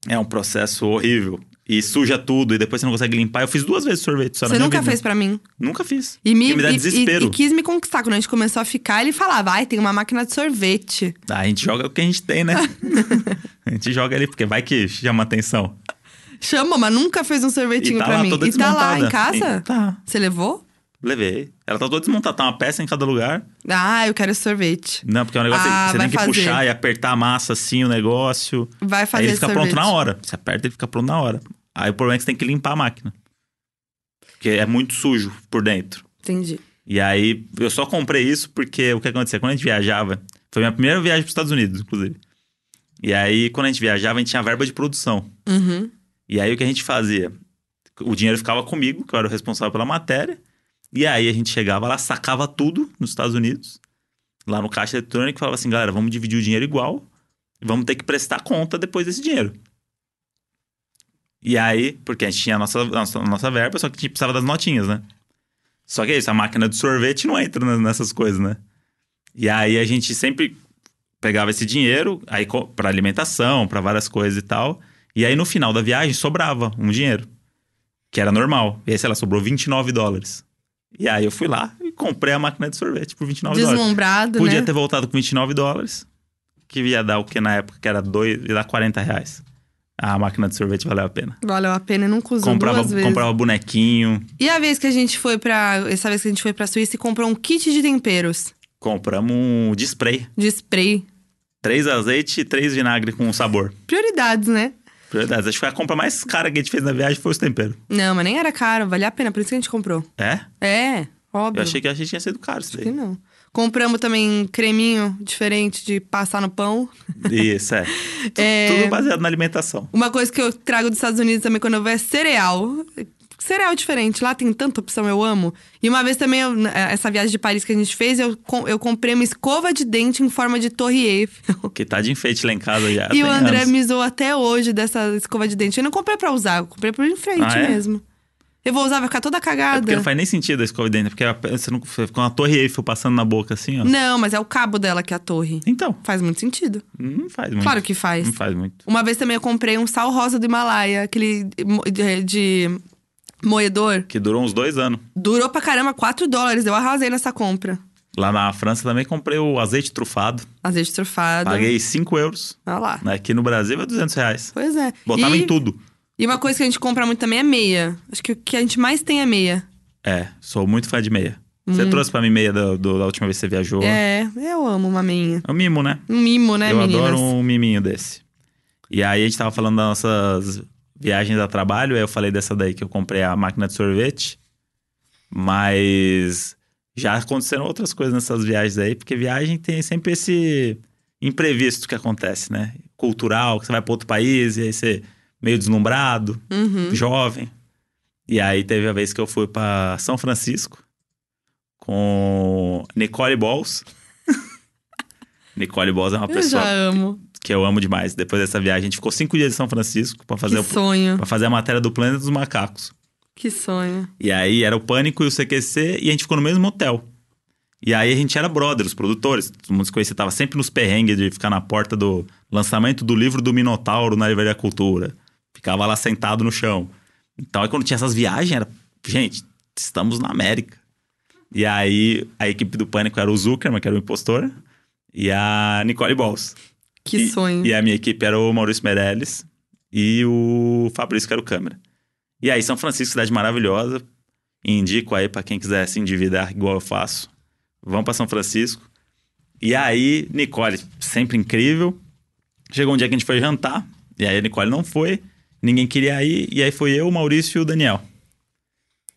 [SPEAKER 1] É um processo horrível. E suja tudo, e depois você não consegue limpar. Eu fiz duas vezes sorvete só Tá na
[SPEAKER 2] você
[SPEAKER 1] minha
[SPEAKER 2] nunca
[SPEAKER 1] vida.
[SPEAKER 2] fez pra mim.
[SPEAKER 1] Nunca fiz.
[SPEAKER 2] E me,
[SPEAKER 1] Porque me dá
[SPEAKER 2] e- e-
[SPEAKER 1] desespero.
[SPEAKER 2] E, quis me conquistar. Quando a gente começou a ficar, ele falava, ai, tem uma máquina de sorvete.
[SPEAKER 1] Ah, a gente joga o que a gente tem, né? a gente joga ali, porque vai que chama atenção.
[SPEAKER 2] Chama, mas nunca fez um sorvetinho
[SPEAKER 1] e tá
[SPEAKER 2] pra
[SPEAKER 1] lá
[SPEAKER 2] mim.
[SPEAKER 1] toda
[SPEAKER 2] e tá lá em
[SPEAKER 1] desmontada.
[SPEAKER 2] casa?
[SPEAKER 1] E- tá,
[SPEAKER 2] Você levou?
[SPEAKER 1] levei. Ela tá toda desmontada, tá uma peça em cada lugar.
[SPEAKER 2] Ah, eu quero sorvete.
[SPEAKER 1] Não, porque é um negócio
[SPEAKER 2] Ah,
[SPEAKER 1] que você
[SPEAKER 2] vai
[SPEAKER 1] tem que
[SPEAKER 2] fazer.
[SPEAKER 1] puxar e apertar a massa assim, o negócio.
[SPEAKER 2] Vai
[SPEAKER 1] Aí
[SPEAKER 2] fazer
[SPEAKER 1] ele fica
[SPEAKER 2] sorvete.
[SPEAKER 1] pronto na hora. Você aperta, ele fica pronto na hora. Aí o problema é que você tem que limpar a máquina. Porque é muito sujo por dentro.
[SPEAKER 2] Entendi.
[SPEAKER 1] E aí, eu só comprei isso porque o que acontecia? Quando a gente viajava, foi minha primeira viagem para os Estados Unidos, inclusive. E aí, quando a gente viajava, a gente tinha verba de produção.
[SPEAKER 2] Uhum.
[SPEAKER 1] E aí, o que a gente fazia? O dinheiro ficava comigo, que eu era o responsável pela matéria. E aí, a gente chegava lá, sacava tudo nos Estados Unidos, lá no caixa eletrônico, e falava assim: galera, vamos dividir o dinheiro igual, e vamos ter que prestar conta depois desse dinheiro. E aí, porque a gente tinha a nossa, nossa, nossa verba, só que a gente precisava das notinhas, né? Só que é isso, a máquina de sorvete não entra nas- nessas coisas, né? E aí a gente sempre pegava esse dinheiro aí co- pra alimentação, pra várias coisas e tal. E aí no final da viagem sobrava um dinheiro, que era normal. E aí, sei lá, sobrou 29 dólares. E aí eu fui lá e comprei a máquina de sorvete por 29 dólares.
[SPEAKER 2] Deslumbrado,
[SPEAKER 1] Podia
[SPEAKER 2] né?
[SPEAKER 1] ter voltado com 29 dólares, que ia dar o que na época que era dois, ia dar 40 reais. A máquina de sorvete valeu a pena.
[SPEAKER 2] Valeu a pena, eu nunca usou
[SPEAKER 1] Comprava,
[SPEAKER 2] duas vezes.
[SPEAKER 1] comprava bonequinho,
[SPEAKER 2] E a vez que a gente foi pra... Essa vez que a gente foi pra Suíça e comprou um kit de temperos.
[SPEAKER 1] compramos um de spray.
[SPEAKER 2] De spray.
[SPEAKER 1] Três azeite e três vinagre com sabor.
[SPEAKER 2] Prioridades, né?
[SPEAKER 1] Prioridades. Acho que foi a compra mais cara que a gente fez na viagem foi os temperos.
[SPEAKER 2] Não, mas nem era caro. Valia a pena, por isso que a gente comprou.
[SPEAKER 1] É?
[SPEAKER 2] É, óbvio.
[SPEAKER 1] Eu achei que a gente tinha sido caro isso
[SPEAKER 2] Acho que
[SPEAKER 1] daí.
[SPEAKER 2] não. Compramos também um creminho diferente de passar no pão.
[SPEAKER 1] Isso, é. Tu-
[SPEAKER 2] É.
[SPEAKER 1] Tudo baseado na alimentação.
[SPEAKER 2] Uma coisa que eu trago dos Estados Unidos também quando eu vou é cereal. Cereal diferente, lá tem tanta opção, eu amo. E uma vez também, eu- essa viagem de Paris que a gente fez, eu, com- eu comprei uma escova de dente em forma de torre Eiffel.
[SPEAKER 1] Que tá de enfeite lá em casa já.
[SPEAKER 2] e
[SPEAKER 1] tem
[SPEAKER 2] o André é
[SPEAKER 1] anos.
[SPEAKER 2] me zoou até hoje dessa escova de dente. Eu não comprei pra usar, eu comprei por enfrente
[SPEAKER 1] Ah, é?
[SPEAKER 2] mesmo. Eu vou usar, vai ficar toda
[SPEAKER 1] É
[SPEAKER 2] cagada.
[SPEAKER 1] porque não faz nem sentido a escova de dente, porque a- você não você fica uma torre Eiffel passando na boca assim, ó.
[SPEAKER 2] Não, mas é o cabo dela que é a torre.
[SPEAKER 1] Então,
[SPEAKER 2] Faz muito sentido.
[SPEAKER 1] não faz muito.
[SPEAKER 2] Claro que faz.
[SPEAKER 1] Não faz muito.
[SPEAKER 2] Uma vez também eu comprei um sal rosa do Himalaia, aquele mo- de, eh, de moedor.
[SPEAKER 1] Que durou uns dois anos.
[SPEAKER 2] Durou pra caramba 4 dólares. Eu arrasei nessa compra.
[SPEAKER 1] Lá na França também comprei o azeite trufado.
[SPEAKER 2] Azeite trufado.
[SPEAKER 1] Paguei 5 euros.
[SPEAKER 2] Olha lá.
[SPEAKER 1] Aqui no Brasil é 200 reais.
[SPEAKER 2] Pois é.
[SPEAKER 1] Botava
[SPEAKER 2] e,
[SPEAKER 1] em tudo.
[SPEAKER 2] E uma coisa que a gente compra muito também é meia. Acho que o que a gente mais tem é meia. Hum.
[SPEAKER 1] É, sou muito fã de meia. Você trouxe pra mim meia do- do- da última vez que você viajou. É,
[SPEAKER 2] É, eu amo uma meinha.
[SPEAKER 1] um mimo, né?
[SPEAKER 2] Um mimo, né,
[SPEAKER 1] Eu
[SPEAKER 2] meninas?
[SPEAKER 1] adoro um miminho desse. E aí a gente tava falando das nossas viagens a trabalho, aí eu falei dessa daí que eu comprei a máquina de sorvete. Mas já aconteceram outras coisas nessas viagens aí, porque viagem tem sempre esse imprevisto que acontece, né? Cultural, que você vai pra outro país e aí você meio deslumbrado
[SPEAKER 2] Uhum.
[SPEAKER 1] jovem. E aí teve a vez que eu fui pra São Francisco com Nicole Balls. Nicole Balls é uma
[SPEAKER 2] Eu já
[SPEAKER 1] pessoa
[SPEAKER 2] amo.
[SPEAKER 1] que eu amo demais. Depois dessa viagem, a gente ficou cinco dias em São Francisco pra fazer, um
[SPEAKER 2] que
[SPEAKER 1] o-
[SPEAKER 2] sonho.
[SPEAKER 1] pra fazer a matéria do Planeta dos Macacos.
[SPEAKER 2] Que sonho.
[SPEAKER 1] E aí era o Pânico e o CQC e a gente ficou no mesmo hotel. E aí a gente era brother, os produtores, todo mundo se conhecia, tava sempre nos perrengues de ficar na porta do lançamento do livro do Minotauro na Livraria Cultura. Ficava lá sentado no chão. Então aí quando tinha essas viagens, era, gente, estamos na América. E aí a equipe do Pânico era o Zuckerman, que era o impostor, e a Nicole Balls.
[SPEAKER 2] Que
[SPEAKER 1] E-
[SPEAKER 2] sonho.
[SPEAKER 1] E a minha equipe era o Maurício Meirelles e o Fabrício, que era o câmera. E aí, São Francisco, cidade maravilhosa. Indico aí pra quem quiser se endividar, igual eu faço. Vão pra São Francisco. E aí, Nicole, sempre incrível. Chegou um dia que a gente foi jantar. E aí, a Nicole não foi. Ninguém queria ir. E aí, foi eu, o Maurício e o Daniel.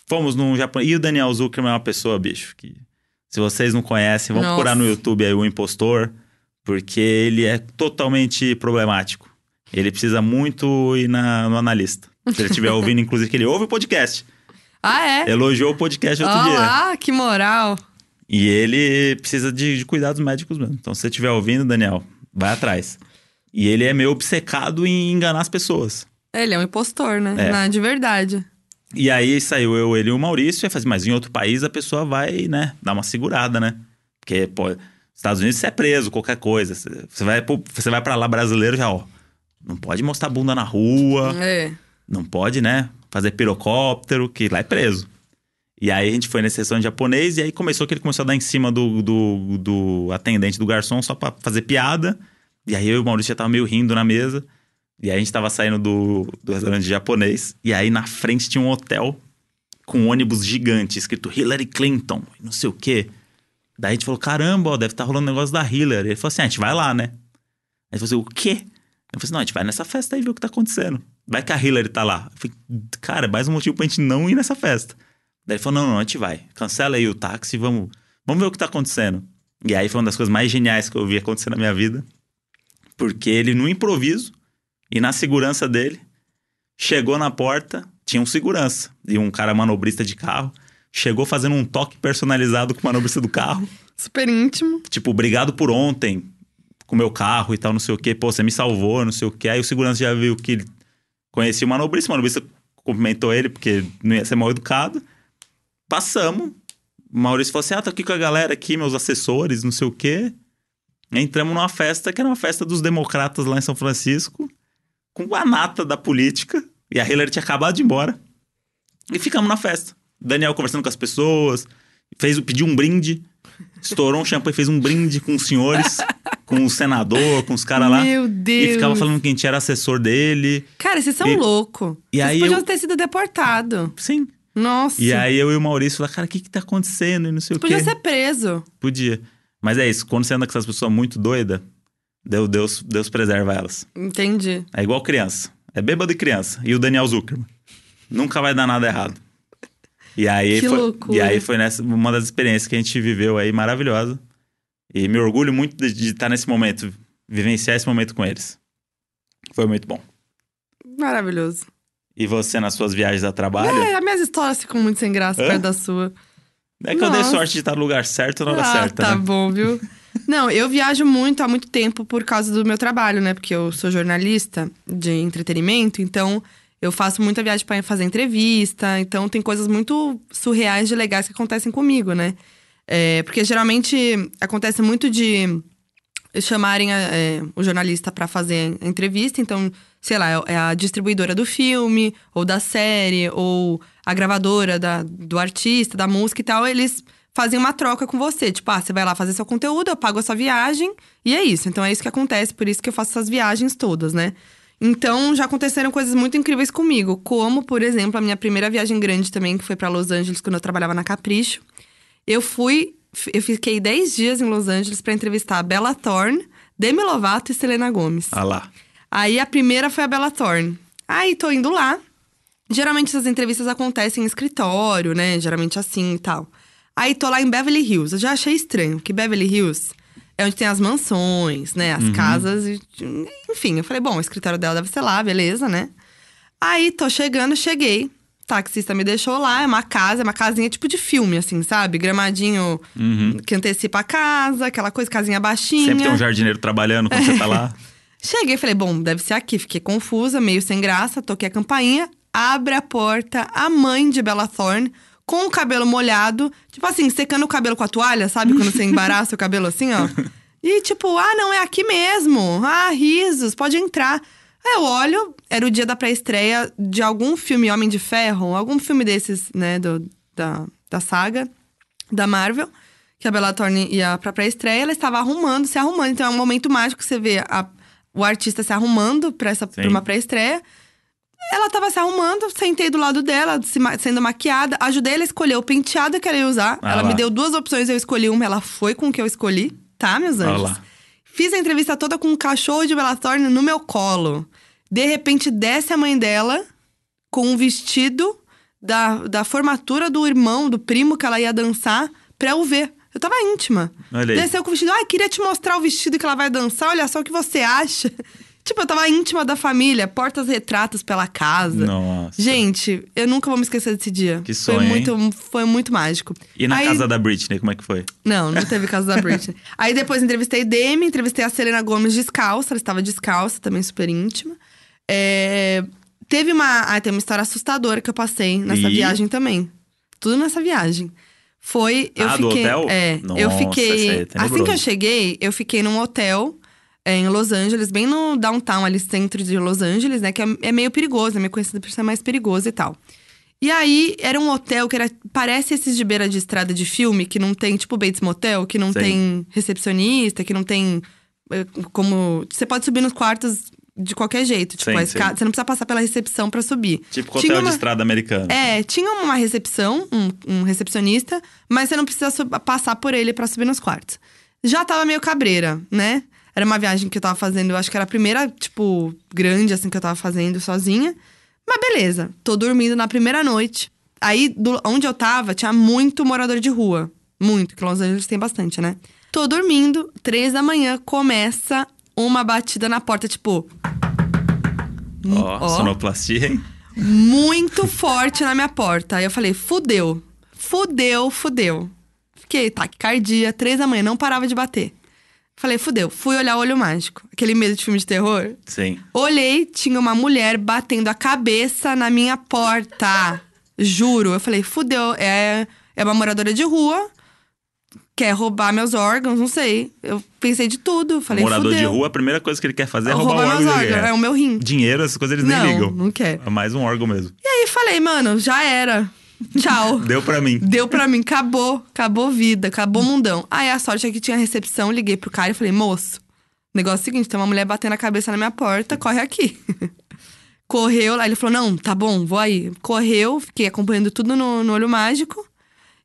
[SPEAKER 1] Fomos num japonês. E o Daniel Zuckerman é uma pessoa, bicho, que se vocês não conhecem, vão procurar no
[SPEAKER 2] Nossa.
[SPEAKER 1] YouTube aí o impostor, porque ele é totalmente problemático. Ele precisa muito ir na- no analista. Se ele estiver ouvindo, inclusive, que ele ouve o podcast.
[SPEAKER 2] Ah, é?
[SPEAKER 1] Elogiou o podcast outro
[SPEAKER 2] Olha
[SPEAKER 1] dia.
[SPEAKER 2] lá, que moral.
[SPEAKER 1] E ele precisa de, de cuidados médicos mesmo. Então, se você estiver ouvindo, Daniel, vai atrás. E ele é meio obcecado em enganar as pessoas.
[SPEAKER 2] Ele é um impostor, né?
[SPEAKER 1] É.
[SPEAKER 2] Na- de verdade.
[SPEAKER 1] E aí saiu eu, ele e o Maurício, e eu falei assim, mas em outro país a pessoa vai, né, dar uma segurada, né? Porque, pô, nos Estados Unidos você é preso, qualquer coisa. Você você vai, pro- você vai para lá brasileiro já, ó. Não pode mostrar bunda na rua,
[SPEAKER 2] É.
[SPEAKER 1] não pode, né, fazer pirocóptero, que lá é preso. E aí a gente foi nesse restaurante japonês, e aí começou que ele começou a dar em cima do, do, do atendente, do garçom, só pra fazer piada. E aí eu e o Maurício já tava meio rindo na mesa. E aí a gente tava saindo do, do restaurante japonês. E aí na frente tinha um hotel com um ônibus gigante, escrito Hillary Clinton, não sei o quê. Daí a gente falou, caramba, ó, deve estar rolando um negócio da Hillary. Ele falou assim, ah, a gente vai lá, né? Aí ele falou assim, o quê? Eu falei assim, não, a gente vai nessa festa aí ver o que tá acontecendo. Vai que a Hillary tá lá. Eu falei, cara, mais um motivo pra gente não ir nessa festa. Daí ele falou, não, não, a gente vai. Cancela aí o táxi, vamos, vamos ver o que tá acontecendo. E aí foi uma das coisas mais geniais que eu vi acontecer na minha vida. Porque ele, no improviso e na segurança dele, chegou na porta, tinha um segurança e um cara manobrista de carro. Chegou fazendo um toque personalizado com o manobrista do carro.
[SPEAKER 2] Super íntimo.
[SPEAKER 1] Tipo, obrigado por ontem com meu carro e tal, não sei o quê. Pô, você me salvou, não sei o quê. Aí o segurança já viu que ele conhecia o manobrista. O manobrista cumprimentou ele, porque não ia ser mal educado. Passamos. O Maurício falou assim: ah, tô aqui com a galera aqui, meus assessores, não sei o quê. Entramos numa festa que era uma festa dos democratas lá em São Francisco, com a nata da política. E a Hillary tinha acabado de ir embora. E ficamos na festa. Daniel conversando com as pessoas, fez, pediu um brinde, estourou um champanhe, fez um brinde com os senhores, com o senador, com os caras lá.
[SPEAKER 2] Meu Deus.
[SPEAKER 1] E ficava falando que a gente era assessor dele.
[SPEAKER 2] Cara, vocês são
[SPEAKER 1] E-
[SPEAKER 2] loucos.
[SPEAKER 1] e
[SPEAKER 2] vocês
[SPEAKER 1] aí
[SPEAKER 2] podiam
[SPEAKER 1] eu-
[SPEAKER 2] ter sido deportados.
[SPEAKER 1] Sim.
[SPEAKER 2] Nossa.
[SPEAKER 1] E aí eu e o Maurício falaram, cara, o que que tá acontecendo? E não sei o
[SPEAKER 2] Podia
[SPEAKER 1] quê.
[SPEAKER 2] ser preso.
[SPEAKER 1] Podia. Mas é isso, quando você anda com essas pessoas muito doidas, Deus, Deus, Deus preserva elas.
[SPEAKER 2] Entendi.
[SPEAKER 1] É igual criança. É bêbado e criança. E o Daniel Zuckerman. Nunca vai dar nada errado. E aí,
[SPEAKER 2] Que
[SPEAKER 1] foi,
[SPEAKER 2] loucura.
[SPEAKER 1] e aí foi nessa, uma das experiências que a gente viveu aí, maravilhosa. E me orgulho muito de, de estar nesse momento, vivenciar esse momento com eles. Foi muito bom.
[SPEAKER 2] Maravilhoso.
[SPEAKER 1] E você nas suas viagens a trabalho?
[SPEAKER 2] É, as minhas histórias ficam muito sem graça
[SPEAKER 1] Hã?
[SPEAKER 2] perto da sua.
[SPEAKER 1] É que eu dei
[SPEAKER 2] Nossa.
[SPEAKER 1] sorte de estar no lugar certo na hora
[SPEAKER 2] ah,
[SPEAKER 1] certa,
[SPEAKER 2] tá
[SPEAKER 1] né?
[SPEAKER 2] bom, viu? Não, eu viajo muito há muito tempo por causa do meu trabalho, né? Porque eu sou jornalista de entretenimento, então eu faço muita viagem para fazer entrevista, então tem coisas muito surreais de legais que acontecem comigo, né? É, porque geralmente acontece muito de chamarem a- é, o jornalista para fazer a entrevista, então, sei lá, é a distribuidora do filme, ou da série, ou a gravadora da- do artista, da música e tal, eles fazem uma troca com você. Tipo, ah, você vai lá fazer seu conteúdo, eu pago a sua viagem, e é isso. Então é isso que acontece, por isso que eu faço essas viagens todas, né? Então, já aconteceram coisas muito incríveis comigo, como, por exemplo, a minha primeira viagem grande também, que foi para Los Angeles, quando eu trabalhava na Capricho. Eu fui, f- eu fiquei 10 dias em Los Angeles para entrevistar a Bella Thorne, Demi Lovato e Selena Gomes.
[SPEAKER 1] Ah lá.
[SPEAKER 2] Aí a primeira foi a Bella Thorne. Aí tô indo lá. Geralmente essas entrevistas acontecem em escritório, né? Geralmente assim e tal. Aí tô lá em Beverly Hills. Eu já achei estranho, porque Beverly Hills é onde tem as mansões, né? As
[SPEAKER 1] Uhum.
[SPEAKER 2] casas. e- Enfim, eu falei, bom, o escritório dela deve ser lá, beleza, né? Aí tô chegando, cheguei. O taxista me deixou lá, é uma casa, é uma casinha tipo de filme, assim, sabe? Gramadinho que antecipa a casa, aquela coisa, casinha baixinha.
[SPEAKER 1] Uhum. Sempre tem um jardineiro trabalhando quando você tá lá.
[SPEAKER 2] Cheguei, falei, bom, deve ser aqui. Fiquei confusa, meio sem graça, toquei a campainha, abre a porta, a mãe de Bella Thorne, com o cabelo molhado, tipo assim, secando o cabelo com a toalha, sabe? Quando você embaraça o cabelo assim, ó. E tipo, ah, não, é aqui mesmo. Ah, risos, pode entrar. Aí eu olho, era o dia da pré-estreia de algum filme Homem de Ferro, algum filme desses, né, do, da, da saga da Marvel, que a Bella Thorne ia pra pré-estreia, ela estava arrumando, se arrumando. Então é um momento mágico que você vê a- o artista se arrumando pra, essa, pra uma pré-estreia. Ela tava se arrumando, sentei do lado dela, se ma- sendo maquiada. Ajudei ela a escolher o penteado que ela ia usar.
[SPEAKER 1] Ah
[SPEAKER 2] ela
[SPEAKER 1] lá.
[SPEAKER 2] me deu duas opções, eu escolhi uma. Ela foi com o que eu escolhi, tá, meus
[SPEAKER 1] Ah
[SPEAKER 2] anjos?
[SPEAKER 1] lá.
[SPEAKER 2] Fiz a entrevista toda com um cachorro de Bella Thorne no meu colo. De repente, desce a mãe dela com um vestido da, da formatura do irmão, do primo que ela ia dançar, pra eu ver. Eu tava íntima.
[SPEAKER 1] Olha aí.
[SPEAKER 2] Desceu com o vestido. Ah, queria te mostrar o vestido que ela vai dançar, olha só o que você acha. Tipo, eu tava íntima da família, portas retratos pela casa.
[SPEAKER 1] Nossa.
[SPEAKER 2] Gente, eu nunca vou me esquecer desse dia.
[SPEAKER 1] Que
[SPEAKER 2] foi
[SPEAKER 1] sonho,
[SPEAKER 2] muito, foi muito mágico.
[SPEAKER 1] E na
[SPEAKER 2] Aí-
[SPEAKER 1] casa da Britney, como é que foi?
[SPEAKER 2] Não, não teve caso da Britney. Aí depois entrevistei Demi, entrevistei a Selena Gomes descalça, ela estava descalça, também super íntima. É, Teve uma. Ah, tem uma história assustadora que eu passei nessa
[SPEAKER 1] Ih.
[SPEAKER 2] viagem também. Tudo nessa viagem. Foi. Eu
[SPEAKER 1] Ah, do
[SPEAKER 2] fiquei.
[SPEAKER 1] hotel?
[SPEAKER 2] É, eu
[SPEAKER 1] Nossa,
[SPEAKER 2] fiquei.
[SPEAKER 1] essa é tenebroso.
[SPEAKER 2] assim que eu cheguei, eu fiquei num hotel é, em Los Angeles, bem no downtown, ali centro de Los Angeles, né? Que é, é meio perigoso, é meio conhecido por ser mais perigoso e tal. E aí, era um hotel que era, parece esses de beira de estrada de filme, que não tem, tipo Bates Motel, que não
[SPEAKER 1] Sim.
[SPEAKER 2] tem recepcionista, que não tem é, como. Você pode subir nos quartos de qualquer jeito. Tipo,
[SPEAKER 1] Sim,
[SPEAKER 2] a
[SPEAKER 1] sim.
[SPEAKER 2] escada, você não precisa passar pela recepção pra subir.
[SPEAKER 1] Tipo
[SPEAKER 2] Tinha
[SPEAKER 1] hotel
[SPEAKER 2] uma-
[SPEAKER 1] de estrada americano.
[SPEAKER 2] É, tinha uma recepção, um, um recepcionista, mas você não precisa su- passar por ele pra subir nos quartos. Já tava meio cabreira, né? Era uma viagem que eu tava fazendo, eu acho que era a primeira, tipo, grande, assim, que eu tava fazendo sozinha. Mas beleza, tô dormindo na primeira noite. Aí, do- onde eu tava, tinha muito morador de rua. Muito, que Los Angeles tem bastante, né? Tô dormindo, três da manhã, começa uma batida na porta, tipo.
[SPEAKER 1] Ó,
[SPEAKER 2] É, Ó.
[SPEAKER 1] sonoplastia, hein?
[SPEAKER 2] muito forte na minha porta. Aí eu falei, fudeu, fudeu, fudeu. Fiquei taquicardia, três da manhã, não parava de bater. Falei, fudeu, fui olhar o Olho Mágico. Aquele medo de filme de terror.
[SPEAKER 1] Sim.
[SPEAKER 2] Olhei, tinha uma mulher batendo a cabeça na minha porta. Juro. Eu falei, fudeu, é, é uma moradora de rua, quer roubar meus órgãos, não sei. Eu pensei de tudo, falei,
[SPEAKER 1] Morador
[SPEAKER 2] fudeu.
[SPEAKER 1] de rua, a primeira coisa que ele quer fazer é roubar,
[SPEAKER 2] roubar,
[SPEAKER 1] o órgão
[SPEAKER 2] meus
[SPEAKER 1] de alguém.
[SPEAKER 2] órgãos, é o meu rim.
[SPEAKER 1] Dinheiro, essas coisas eles
[SPEAKER 2] Não,
[SPEAKER 1] nem ligam.
[SPEAKER 2] não quer.
[SPEAKER 1] É mais um órgão mesmo.
[SPEAKER 2] E aí falei, mano, já era. Tchau.
[SPEAKER 1] Deu pra mim.
[SPEAKER 2] Deu pra mim, acabou, acabou vida, acabou mundão. Aí a sorte é que tinha recepção, liguei pro cara e falei, moço, negócio é o seguinte, tem uma mulher batendo a cabeça na minha porta, corre aqui. Correu lá, ele falou, não, tá bom, vou aí. Correu, fiquei acompanhando tudo no, no olho mágico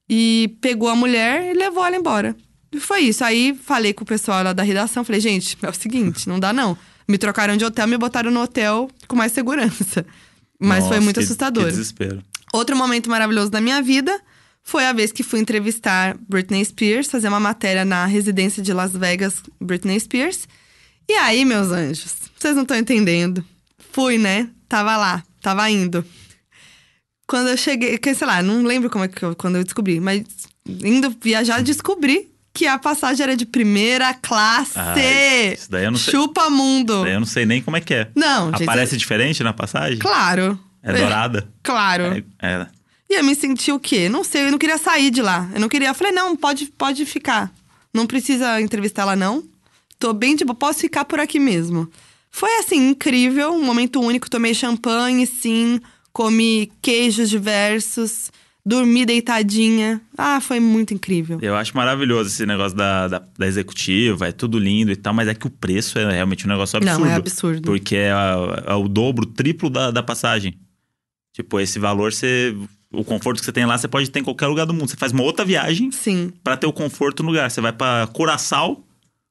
[SPEAKER 2] e pegou a mulher e levou ela embora. E foi isso. Aí falei com o pessoal lá da redação, falei, gente, é o seguinte, não dá não. Me trocaram de hotel, me botaram no hotel com mais segurança. Mas foi
[SPEAKER 1] Nossa,
[SPEAKER 2] muito
[SPEAKER 1] que-
[SPEAKER 2] assustador.
[SPEAKER 1] Que desespero.
[SPEAKER 2] Outro momento maravilhoso da minha vida foi a vez que fui entrevistar Britney Spears, fazer uma matéria na residência de Las Vegas, Britney Spears. E aí, meus anjos, vocês não estão entendendo. Fui, né? Tava lá, tava indo. Quando eu cheguei, que, sei lá, não lembro como é que eu, quando eu descobri, mas indo viajar, descobri que a passagem era de primeira classe.
[SPEAKER 1] Ai, Ah, isso daí eu não sei.
[SPEAKER 2] Chupa mundo.
[SPEAKER 1] Daí eu não sei nem como é que é.
[SPEAKER 2] Não, gente,
[SPEAKER 1] Aparece diferente na passagem?
[SPEAKER 2] Claro.
[SPEAKER 1] É dourada?
[SPEAKER 2] Claro.
[SPEAKER 1] É, é.
[SPEAKER 2] E eu me senti o quê? Não sei, eu não queria sair de lá. Eu não queria. Eu falei, não, pode, pode ficar. Não precisa entrevistar ela, não. Tô bem, tipo, posso ficar por aqui mesmo. Foi assim, incrível, um momento único. Tomei champanhe, sim. Comi queijos diversos. Dormi deitadinha. Ah, foi muito incrível.
[SPEAKER 1] Eu acho maravilhoso esse negócio da, da, da executiva, é tudo lindo e tal, mas é que o preço é realmente um negócio absurdo.
[SPEAKER 2] Não, é absurdo.
[SPEAKER 1] Porque é, a- é o dobro, o triplo da, da passagem. Tipo, esse valor, você. O conforto que você tem lá, você pode ter em qualquer lugar do mundo. Você faz uma outra viagem
[SPEAKER 2] Sim.
[SPEAKER 1] pra ter o conforto no lugar. Você vai pra Curaçao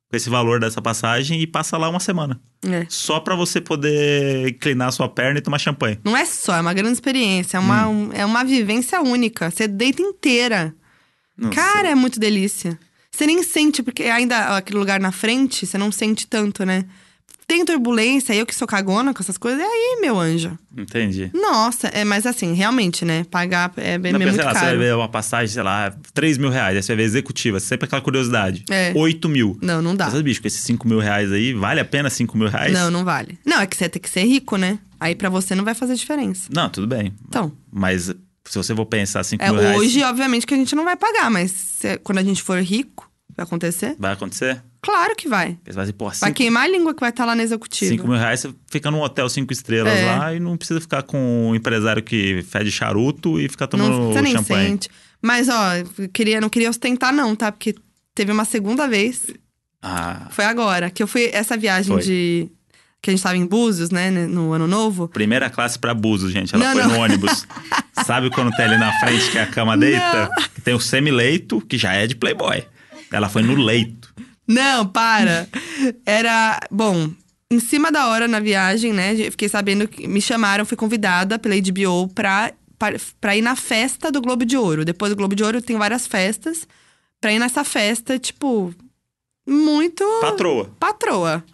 [SPEAKER 1] com esse valor dessa passagem e passa lá uma semana.
[SPEAKER 2] É.
[SPEAKER 1] Só pra você poder inclinar a sua perna e tomar champanhe.
[SPEAKER 2] Não é só, é uma grande experiência. É uma,
[SPEAKER 1] Hum.
[SPEAKER 2] um- é uma vivência única. Você deita inteira.
[SPEAKER 1] Não
[SPEAKER 2] Cara, é muito delícia. Você nem sente, porque ainda ó, aquele lugar na frente, você não sente tanto, né? Tem turbulência, eu que sou cagona com essas coisas, e aí, meu anjo?
[SPEAKER 1] sei. Entendi.
[SPEAKER 2] Nossa, é, mas assim, realmente, né? Pagar é bem
[SPEAKER 1] Não,
[SPEAKER 2] é
[SPEAKER 1] porque, sei
[SPEAKER 2] muito
[SPEAKER 1] lá, você vai
[SPEAKER 2] caro.
[SPEAKER 1] ver uma passagem, sei lá, 3 mil reais. Aí você vai ver executiva, sempre aquela curiosidade.
[SPEAKER 2] É.
[SPEAKER 1] 8 mil.
[SPEAKER 2] Não, não dá.
[SPEAKER 1] Mas, bicho, com esses 5 mil reais aí, vale a pena 5 mil reais?
[SPEAKER 2] Não, não vale. Não, é que você tem que ser rico, né? Aí pra você não vai fazer diferença.
[SPEAKER 1] Não, tudo bem.
[SPEAKER 2] Então,
[SPEAKER 1] Mas se você for pensar 5
[SPEAKER 2] é,
[SPEAKER 1] mil reais,
[SPEAKER 2] hoje, obviamente, que a gente não vai pagar, mas se- quando a gente for rico, vai acontecer?
[SPEAKER 1] vai acontecer?
[SPEAKER 2] Claro que vai.
[SPEAKER 1] Você vai dizer, pô,
[SPEAKER 2] Vai
[SPEAKER 1] 5
[SPEAKER 2] queimar a língua que vai estar lá na executiva.
[SPEAKER 1] mil reais, você fica num hotel 5 estrelas
[SPEAKER 2] É.
[SPEAKER 1] lá e não precisa ficar com um empresário que fede charuto e fica tomando
[SPEAKER 2] você nem
[SPEAKER 1] champanhe.
[SPEAKER 2] sente. Mas, ó, eu queria, não queria ostentar, não, tá? Porque teve uma segunda vez,
[SPEAKER 1] Ah,
[SPEAKER 2] foi agora, que eu fui essa viagem
[SPEAKER 1] Foi.
[SPEAKER 2] de. Que a gente tava em Búzios, né? No ano novo.
[SPEAKER 1] primeira classe pra abuso, gente. Ela
[SPEAKER 2] Não,
[SPEAKER 1] foi
[SPEAKER 2] não.
[SPEAKER 1] no ônibus. Sabe quando tem ali na frente que é a cama deita? Que tem o semi-leito, que já é de playboy. Ela foi no leito.
[SPEAKER 2] Não, para! Era. Bom, em cima da hora na viagem, né? Fiquei sabendo que me chamaram, fui convidada pela HBO pra pa- pra ir na festa do Globo de Ouro. Depois do Globo de Ouro tem várias festas. Pra ir nessa festa, tipo, muito
[SPEAKER 1] Patroa.
[SPEAKER 2] patroa.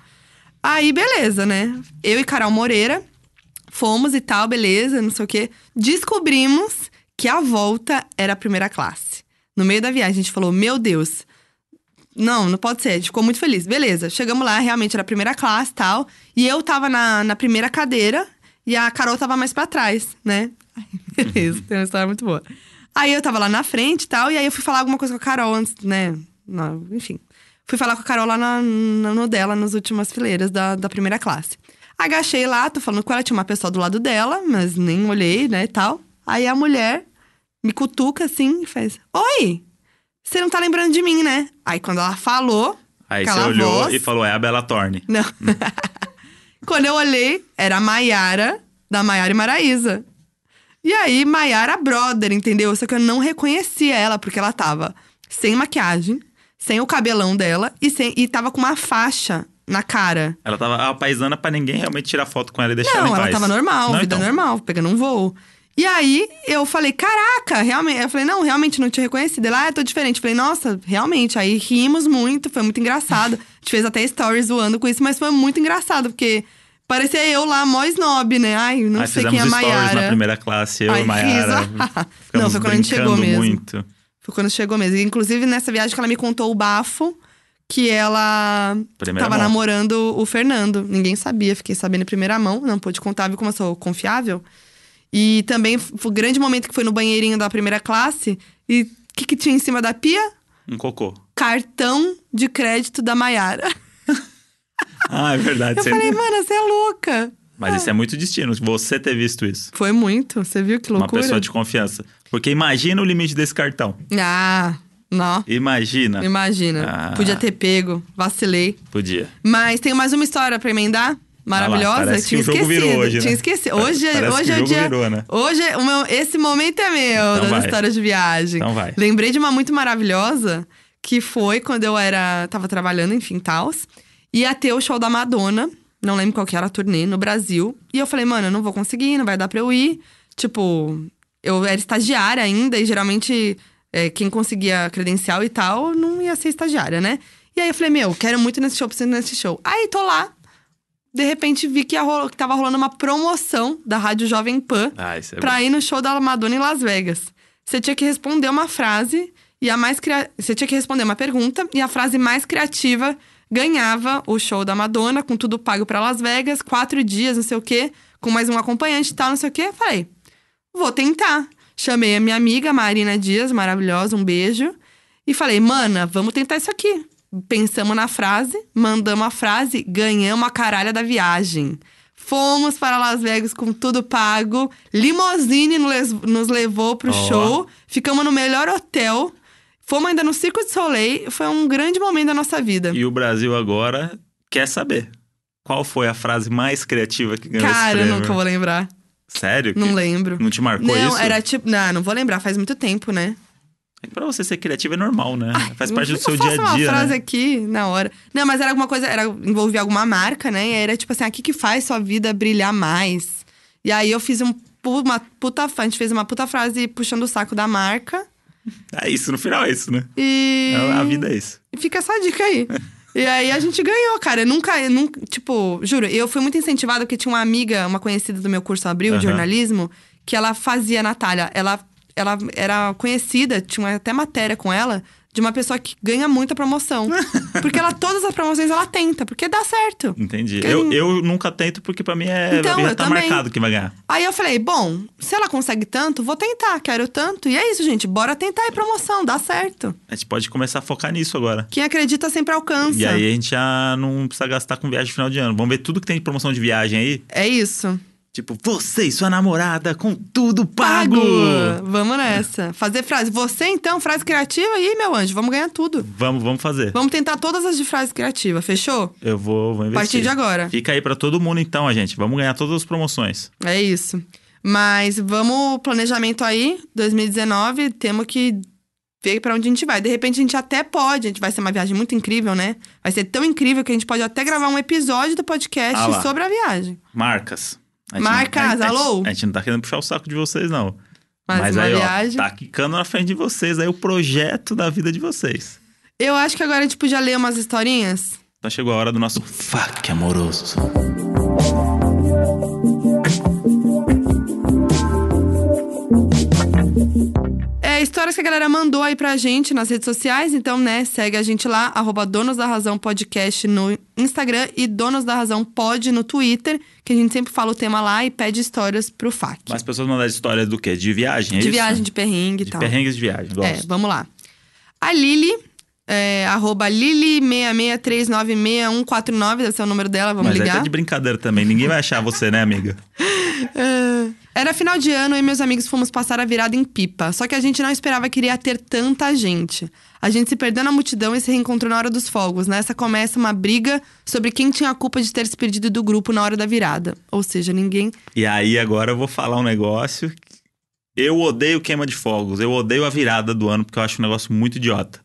[SPEAKER 2] Aí, beleza, né? Eu e Carol Moreira fomos e tal, beleza, não sei o quê. Descobrimos que a volta era a primeira classe. No meio da viagem, a gente falou: Meu Deus, não, não pode ser. A gente ficou muito feliz. Beleza, chegamos lá, realmente era a primeira classe e tal. E eu tava na, na primeira cadeira e a Carol tava mais pra trás, né? Ai, beleza, tem uma história muito boa. Aí eu tava lá na frente e tal, e aí eu fui falar alguma coisa com a Carol antes, né? Na- enfim. Fui falar com a Carol lá na, na- no dela, nas últimas fileiras da, da primeira classe. Agachei lá, tô falando com ela, tinha uma pessoa do lado dela, mas nem olhei, né, e tal. Aí a mulher me cutuca assim e faz: Oi! Você não tá lembrando de mim, né? Aí quando ela falou.
[SPEAKER 1] Aí
[SPEAKER 2] aquela
[SPEAKER 1] você olhou
[SPEAKER 2] voz-
[SPEAKER 1] e falou, "Hum." é a Bela Thorne.
[SPEAKER 2] Não. Quando eu olhei, era a Maiara, da Maiara e Maraísa. E aí, Maiara brother, entendeu? Só que eu não reconhecia ela, porque ela tava sem maquiagem, sem o cabelão dela e, sem, e tava com uma faixa na cara.
[SPEAKER 1] Ela tava a paisana pra ninguém realmente tirar foto com ela e deixar ela em
[SPEAKER 2] não,
[SPEAKER 1] paz.
[SPEAKER 2] ela tava normal,
[SPEAKER 1] Não,
[SPEAKER 2] vida
[SPEAKER 1] então.
[SPEAKER 2] normal, pegando um voo. E aí, eu falei, caraca, realmente. Eu falei, não, realmente não te reconheci. Ela, ah, eu tô diferente. Eu falei, nossa, realmente. Aí rimos muito, foi muito engraçado. A gente fez até stories zoando com isso, mas foi muito engraçado, porque parecia eu lá, mó snob, né? Ai, não
[SPEAKER 1] Aí
[SPEAKER 2] sei
[SPEAKER 1] fizemos
[SPEAKER 2] quem é a
[SPEAKER 1] stories
[SPEAKER 2] Maiara.
[SPEAKER 1] na primeira classe, eu
[SPEAKER 2] Ai,
[SPEAKER 1] e Maiara.
[SPEAKER 2] fiz.
[SPEAKER 1] Ficamos
[SPEAKER 2] Não, foi quando a gente chegou
[SPEAKER 1] brincando
[SPEAKER 2] mesmo.
[SPEAKER 1] muito.
[SPEAKER 2] Foi quando chegou mesmo. Inclusive, nessa viagem que ela me contou o bafo, que ela
[SPEAKER 1] Primeira
[SPEAKER 2] tava
[SPEAKER 1] mão.
[SPEAKER 2] namorando o Fernando. Ninguém sabia, fiquei sabendo em primeira mão. Não pude contar, viu como eu sou confiável. E também foi o grande momento que foi no banheirinho da primeira classe. E o que, que tinha em cima da pia?
[SPEAKER 1] Um cocô.
[SPEAKER 2] Cartão de crédito da Maiara.
[SPEAKER 1] Ah, é verdade.
[SPEAKER 2] Eu
[SPEAKER 1] você-
[SPEAKER 2] falei, "Ah." mano, você é louca.
[SPEAKER 1] Mas isso é muito destino, você ter visto isso.
[SPEAKER 2] Foi muito, você viu que
[SPEAKER 1] Uma
[SPEAKER 2] loucura?
[SPEAKER 1] pessoa de confiança. Porque imagina o limite desse cartão.
[SPEAKER 2] Ah, não.
[SPEAKER 1] Imagina.
[SPEAKER 2] Imagina.
[SPEAKER 1] Ah.
[SPEAKER 2] Podia ter pego, vacilei.
[SPEAKER 1] Podia.
[SPEAKER 2] Mas tem mais uma história pra emendar?
[SPEAKER 1] Ah lá,
[SPEAKER 2] Maravilhosa?
[SPEAKER 1] parece que
[SPEAKER 2] tinha
[SPEAKER 1] o jogo
[SPEAKER 2] esquecido.
[SPEAKER 1] virou hoje, né?
[SPEAKER 2] tinha esquecido. Hoje,
[SPEAKER 1] Parece que
[SPEAKER 2] hoje
[SPEAKER 1] o
[SPEAKER 2] é o
[SPEAKER 1] jogo
[SPEAKER 2] dia.
[SPEAKER 1] virou, né?
[SPEAKER 2] Hoje, é- o meu- esse momento é meu,
[SPEAKER 1] Então
[SPEAKER 2] das
[SPEAKER 1] vai.
[SPEAKER 2] histórias de viagem.
[SPEAKER 1] Então vai.
[SPEAKER 2] Lembrei de uma muito maravilhosa que foi quando eu era. tava trabalhando, enfim, tals. Ia ter o show da Madonna. Não lembro qual que era a turnê no Brasil. E eu falei, mano, eu não vou conseguir, não vai dar pra eu ir. Tipo, eu era estagiária ainda e geralmente é, quem conseguia credencial e tal não ia ser estagiária, né? E aí eu falei, meu, quero muito ir nesse show, preciso ir nesse show. Aí tô lá, de repente vi que, ia rolar- que tava rolando uma promoção da Rádio Jovem Pan
[SPEAKER 1] Ah, isso é
[SPEAKER 2] pra ir no show da Madonna em Las Vegas. Você tinha que responder uma frase e a mais cria... Você tinha que responder uma pergunta e a frase mais criativa ganhava o show da Madonna, com tudo pago pra Las Vegas, quatro dias, não sei o quê, com mais um acompanhante e tal, não sei o quê. Falei, vou tentar. Chamei a minha amiga Marina Dias, maravilhosa, um beijo. E falei, mana, vamos tentar isso aqui. Pensamos na frase, mandamos a frase, ganhamos a caralha da viagem. Fomos para Las Vegas com tudo pago. Limousine no les- nos levou pro
[SPEAKER 1] Ó.
[SPEAKER 2] show. Ficamos no melhor hotel. Fomos ainda no Circo de Soleil. Foi um grande momento da nossa vida.
[SPEAKER 1] E o Brasil agora quer saber. Qual foi a frase mais criativa que ganhou esse
[SPEAKER 2] Cara, eu
[SPEAKER 1] prêmio?
[SPEAKER 2] nunca vou lembrar.
[SPEAKER 1] Sério?
[SPEAKER 2] Não
[SPEAKER 1] Que-
[SPEAKER 2] lembro.
[SPEAKER 1] Não te marcou
[SPEAKER 2] não,
[SPEAKER 1] isso?
[SPEAKER 2] era tipo. Não, não vou lembrar, faz muito tempo, né?
[SPEAKER 1] É que pra você ser criativo é normal, né? Faz parte do
[SPEAKER 2] Eu
[SPEAKER 1] seu
[SPEAKER 2] faço
[SPEAKER 1] dia a dia,
[SPEAKER 2] uma frase
[SPEAKER 1] né?
[SPEAKER 2] aqui na hora. Não, mas era alguma coisa, era envolvia alguma marca, né? E era tipo assim, ah, o que que faz sua vida brilhar mais? E aí eu fiz um pu- uma puta, a gente fez uma puta frase puxando o saco da marca
[SPEAKER 1] É isso, no final é isso, né?
[SPEAKER 2] e
[SPEAKER 1] É- A vida é isso.
[SPEAKER 2] e fica essa dica aí. E aí a gente ganhou, cara. Eu nunca, eu nunca, tipo, juro, eu fui muito incentivada porque tinha uma amiga, uma conhecida do meu curso Abril, de
[SPEAKER 1] Aham.
[SPEAKER 2] jornalismo, que ela fazia, Natália, ela, ela era conhecida, tinha até matéria com ela, de uma pessoa que ganha muita promoção. porque ela, todas as promoções ela tenta, porque dá certo.
[SPEAKER 1] Entendi.
[SPEAKER 2] Quem-
[SPEAKER 1] Eu, eu nunca tento porque pra mim é.
[SPEAKER 2] Então,
[SPEAKER 1] já
[SPEAKER 2] eu
[SPEAKER 1] tá
[SPEAKER 2] também.
[SPEAKER 1] marcado que vai ganhar.
[SPEAKER 2] Aí eu falei, bom, se ela consegue tanto, vou tentar, quero tanto. E é isso, gente, bora tentar e promoção, dá certo.
[SPEAKER 1] A gente pode começar a focar nisso agora.
[SPEAKER 2] Quem acredita sempre alcança.
[SPEAKER 1] E aí a gente já não precisa gastar com viagem no final de ano. Vamos ver tudo que tem de promoção de viagem aí.
[SPEAKER 2] É isso.
[SPEAKER 1] Tipo, você e sua namorada com tudo pago!
[SPEAKER 2] Vamos nessa. Fazer frase. Você, então, frase criativa? Ih, meu anjo, vamos ganhar tudo.
[SPEAKER 1] Vamos, vamos fazer.
[SPEAKER 2] Vamos tentar todas as de frase criativa, fechou?
[SPEAKER 1] Eu vou, vou
[SPEAKER 2] A
[SPEAKER 1] investir.
[SPEAKER 2] partir de agora.
[SPEAKER 1] Fica aí pra todo mundo então, a gente. Vamos ganhar todas as promoções.
[SPEAKER 2] É isso. Mas vamos, planejamento aí, 2019, temos que ver pra onde a gente vai. De repente a gente até pode, a gente vai ser uma viagem muito incrível, né? Vai ser tão incrível que a gente pode até gravar um episódio do podcast
[SPEAKER 1] Ah lá.
[SPEAKER 2] sobre a viagem.
[SPEAKER 1] Marcas. A
[SPEAKER 2] Marcas,
[SPEAKER 1] a gente- tá
[SPEAKER 2] alô?
[SPEAKER 1] A gente não tá querendo puxar o saco de vocês, não.
[SPEAKER 2] Mas, uma
[SPEAKER 1] aí,
[SPEAKER 2] viagem.
[SPEAKER 1] ó, tá quicando na frente de vocês aí o projeto da vida de vocês.
[SPEAKER 2] Eu acho que agora a gente podia ler umas historinhas.
[SPEAKER 1] Então chegou a hora do nosso fac amoroso.
[SPEAKER 2] É, histórias que a galera mandou aí pra gente nas redes sociais. Então, né, segue a gente lá, arroba Donos da Razão Podcast no Instagram e Donos da Razão Pod no Twitter, que a gente sempre fala o tema lá e pede histórias pro FAC.
[SPEAKER 1] Mas as pessoas mandaram histórias do quê? De viagem, é
[SPEAKER 2] de
[SPEAKER 1] isso?
[SPEAKER 2] viagem, de perrengue e
[SPEAKER 1] De
[SPEAKER 2] tal.
[SPEAKER 1] perrengues de viagem,
[SPEAKER 2] É,
[SPEAKER 1] gosto.
[SPEAKER 2] vamos lá. A Lili, é, arroba Lili663964149, deve ser é o número dela, vamos
[SPEAKER 1] Mas aí
[SPEAKER 2] ligar.
[SPEAKER 1] tá de brincadeira também. Ninguém vai achar você, né, amiga?
[SPEAKER 2] Ah, Era final de ano e meus amigos fomos passar a virada em pipa. Só que a gente não esperava que iria ter tanta gente. A gente se perdeu na multidão e se reencontrou na hora dos fogos. Nessa começa uma briga sobre quem tinha a culpa de ter se perdido do grupo na hora da virada. Ou seja, ninguém.
[SPEAKER 1] E aí agora eu vou falar um negócio. Eu odeio queima de fogos, eu odeio a virada do ano, porque eu acho um negócio muito idiota.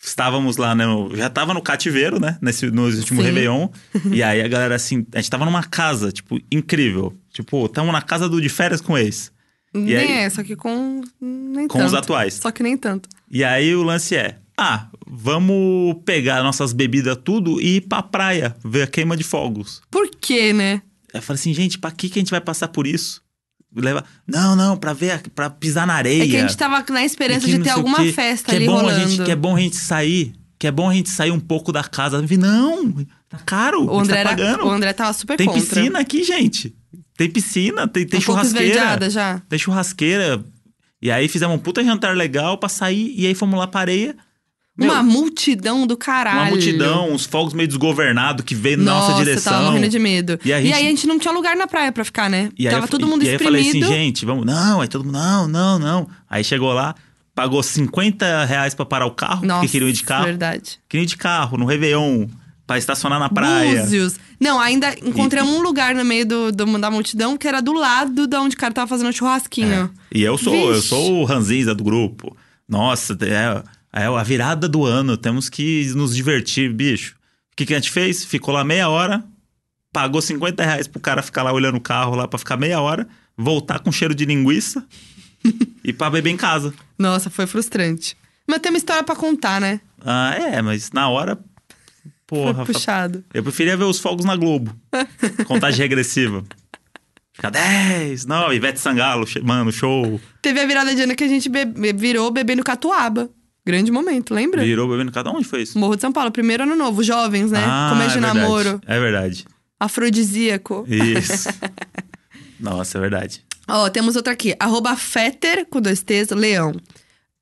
[SPEAKER 1] Estávamos lá, né? eu Já tava no cativeiro, né? Nesse, no último
[SPEAKER 2] Sim.
[SPEAKER 1] Réveillon. E aí a galera, assim, a gente tava numa casa, tipo, incrível. Tipo, tamo na casa do de férias com ex.
[SPEAKER 2] nem
[SPEAKER 1] aí?
[SPEAKER 2] é, só que com. Nem
[SPEAKER 1] Com os
[SPEAKER 2] tanto.
[SPEAKER 1] atuais.
[SPEAKER 2] Só que nem tanto.
[SPEAKER 1] E aí o lance é: ah, vamos pegar nossas bebidas tudo e ir pra praia, ver a queima de fogos.
[SPEAKER 2] Por quê, né?
[SPEAKER 1] Aí eu falei assim, gente, pra que, que a gente vai passar por isso? Leva... Não, não, pra ver, a- pra pisar na areia.
[SPEAKER 2] É que a gente tava na esperança
[SPEAKER 1] E que
[SPEAKER 2] de
[SPEAKER 1] não
[SPEAKER 2] ter
[SPEAKER 1] sei o
[SPEAKER 2] alguma
[SPEAKER 1] quê,
[SPEAKER 2] festa
[SPEAKER 1] que
[SPEAKER 2] ali
[SPEAKER 1] é bom
[SPEAKER 2] rolando.
[SPEAKER 1] A gente, que é bom a gente sair, que é bom a gente sair um pouco da casa. Eu falei, não, tá caro, a
[SPEAKER 2] o, André
[SPEAKER 1] gente tá
[SPEAKER 2] era...
[SPEAKER 1] pagando.
[SPEAKER 2] o André tava super
[SPEAKER 1] tem
[SPEAKER 2] contra.
[SPEAKER 1] piscina aqui, gente. Tem piscina, tem, tem
[SPEAKER 2] um pouco
[SPEAKER 1] churrasqueira.
[SPEAKER 2] esverdeada já.
[SPEAKER 1] Tem churrasqueira. E aí fizemos um puta jantar legal pra sair, e aí fomos lá pra areia. Meu,
[SPEAKER 2] uma multidão do caralho.
[SPEAKER 1] uma multidão, uns fogos meio desgovernados que veio na nossa direção.
[SPEAKER 2] eu tava morrendo de medo.
[SPEAKER 1] E
[SPEAKER 2] E,
[SPEAKER 1] a gente-
[SPEAKER 2] aí a gente não tinha lugar na praia pra ficar, né?
[SPEAKER 1] E aí
[SPEAKER 2] tava
[SPEAKER 1] eu-
[SPEAKER 2] todo mundo
[SPEAKER 1] e aí eu
[SPEAKER 2] exprimido.
[SPEAKER 1] falei assim, gente, vamos. Não, aí todo mundo, não, não, não. Aí chegou lá, pagou 50 reais pra parar o carro,
[SPEAKER 2] Nossa,
[SPEAKER 1] porque queriam ir de carro.
[SPEAKER 2] verdade.
[SPEAKER 1] Queriam ir de carro, no Réveillon, pra estacionar na praia.
[SPEAKER 2] Búzios. Não, ainda encontramos um lugar no meio do, do- da multidão que era do lado de onde o cara tava fazendo o churrasquinho.
[SPEAKER 1] E eu sou, eu
[SPEAKER 2] Vixe.
[SPEAKER 1] sou o ranzinza do grupo. Nossa, é, é a virada do ano, temos que nos divertir, bicho. O que, que a gente fez? Ficou lá meia hora, pagou 50 reais pro cara ficar lá olhando o carro lá pra ficar meia hora, voltar com cheiro de linguiça e pra beber em casa.
[SPEAKER 2] Nossa, foi frustrante. Mas tem uma história pra contar, né?
[SPEAKER 1] Ah, é, mas na hora. Porra,
[SPEAKER 2] foi puxado.
[SPEAKER 1] eu preferia ver os fogos na Globo. Contagem regressiva. Fica 10, 9, Ivete Sangalo, che- mano, show.
[SPEAKER 2] Teve a virada de ano que a gente be- be- virou bebendo catuaba. Grande momento, lembra?
[SPEAKER 1] Virou bebendo cada um, onde foi isso?
[SPEAKER 2] Morro de São Paulo, primeiro ano novo, jovens, né?
[SPEAKER 1] Ah,
[SPEAKER 2] Começo de
[SPEAKER 1] é verdade,
[SPEAKER 2] namoro,
[SPEAKER 1] É verdade.
[SPEAKER 2] afrodisíaco.
[SPEAKER 1] Isso. Nossa, é verdade.
[SPEAKER 2] Ó, temos outra aqui. Arroba Fetter, com dois T's, Leão.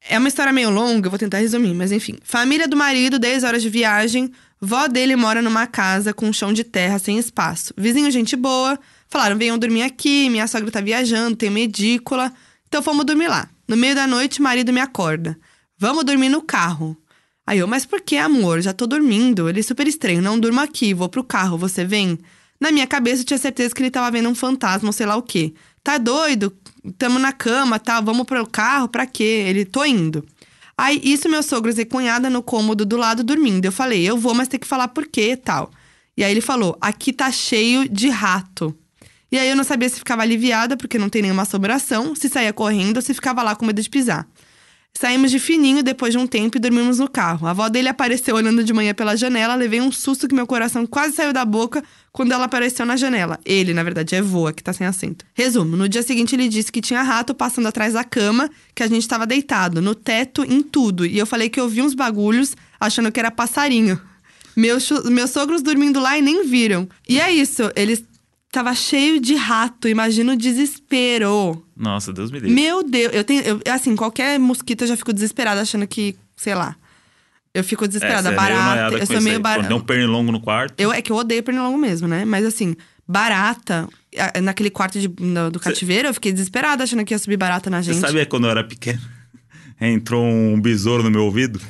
[SPEAKER 2] É uma história meio longa, eu vou tentar resumir, mas enfim. Família do marido, 10 horas de viagem. Vó dele mora numa casa com um chão de terra, sem espaço. Vizinho, gente boa. Falaram, venham dormir aqui, minha sogra tá viajando, tem medícula. Então fomos dormir lá. No meio da noite, marido me acorda. Vamos dormir no carro. Aí eu, mas por que, amor? Já tô dormindo. Ele é super estranho. Não durmo aqui, vou pro carro, você vem? Na minha cabeça eu tinha certeza que ele tava vendo um fantasma ou sei lá o quê. Tá doido? Tamo na cama, tá? Vamos pro carro, pra quê? Ele, tô indo. Aí, isso meus sogros e cunhada no cômodo do lado dormindo. Eu falei, eu vou, mas tem que falar por quê e tal. E aí ele falou, aqui tá cheio de rato. E aí eu não sabia se ficava aliviada, porque não tem nenhuma assombração, se saía correndo ou se ficava lá com medo de pisar. Saímos de fininho depois de um tempo e dormimos no carro. A avó dele apareceu olhando de manhã pela janela, levei um susto que meu coração quase saiu da boca quando ela apareceu na janela. Ele, na verdade, é voa, que tá sem assento. Resumo: no dia seguinte ele disse que tinha rato passando atrás da cama, que a gente tava deitado, no teto, em tudo. E eu falei que eu vi uns bagulhos achando que era passarinho. Meus, cho- meus sogros dormindo lá e nem viram. E é isso, eles tava cheio de rato, imagina o desespero.
[SPEAKER 1] Nossa, Deus me livre.
[SPEAKER 2] Meu Deus, eu tenho. eu- assim, qualquer mosquito eu já fico desesperada achando que, sei lá. Eu fico desesperada.
[SPEAKER 1] você é meio noiada
[SPEAKER 2] barata.
[SPEAKER 1] com
[SPEAKER 2] eu sou
[SPEAKER 1] isso
[SPEAKER 2] meio
[SPEAKER 1] aí.
[SPEAKER 2] barata.
[SPEAKER 1] Quando Deu um pernilongo no quarto.
[SPEAKER 2] Eu, é que eu odeio pernilongo mesmo, né? Mas assim, barata. a- Naquele quarto de- no- do cativeiro, eu fiquei desesperada achando que ia subir barata na
[SPEAKER 1] Você
[SPEAKER 2] gente.
[SPEAKER 1] sabia quando eu era pequeno? Entrou um besouro no meu ouvido?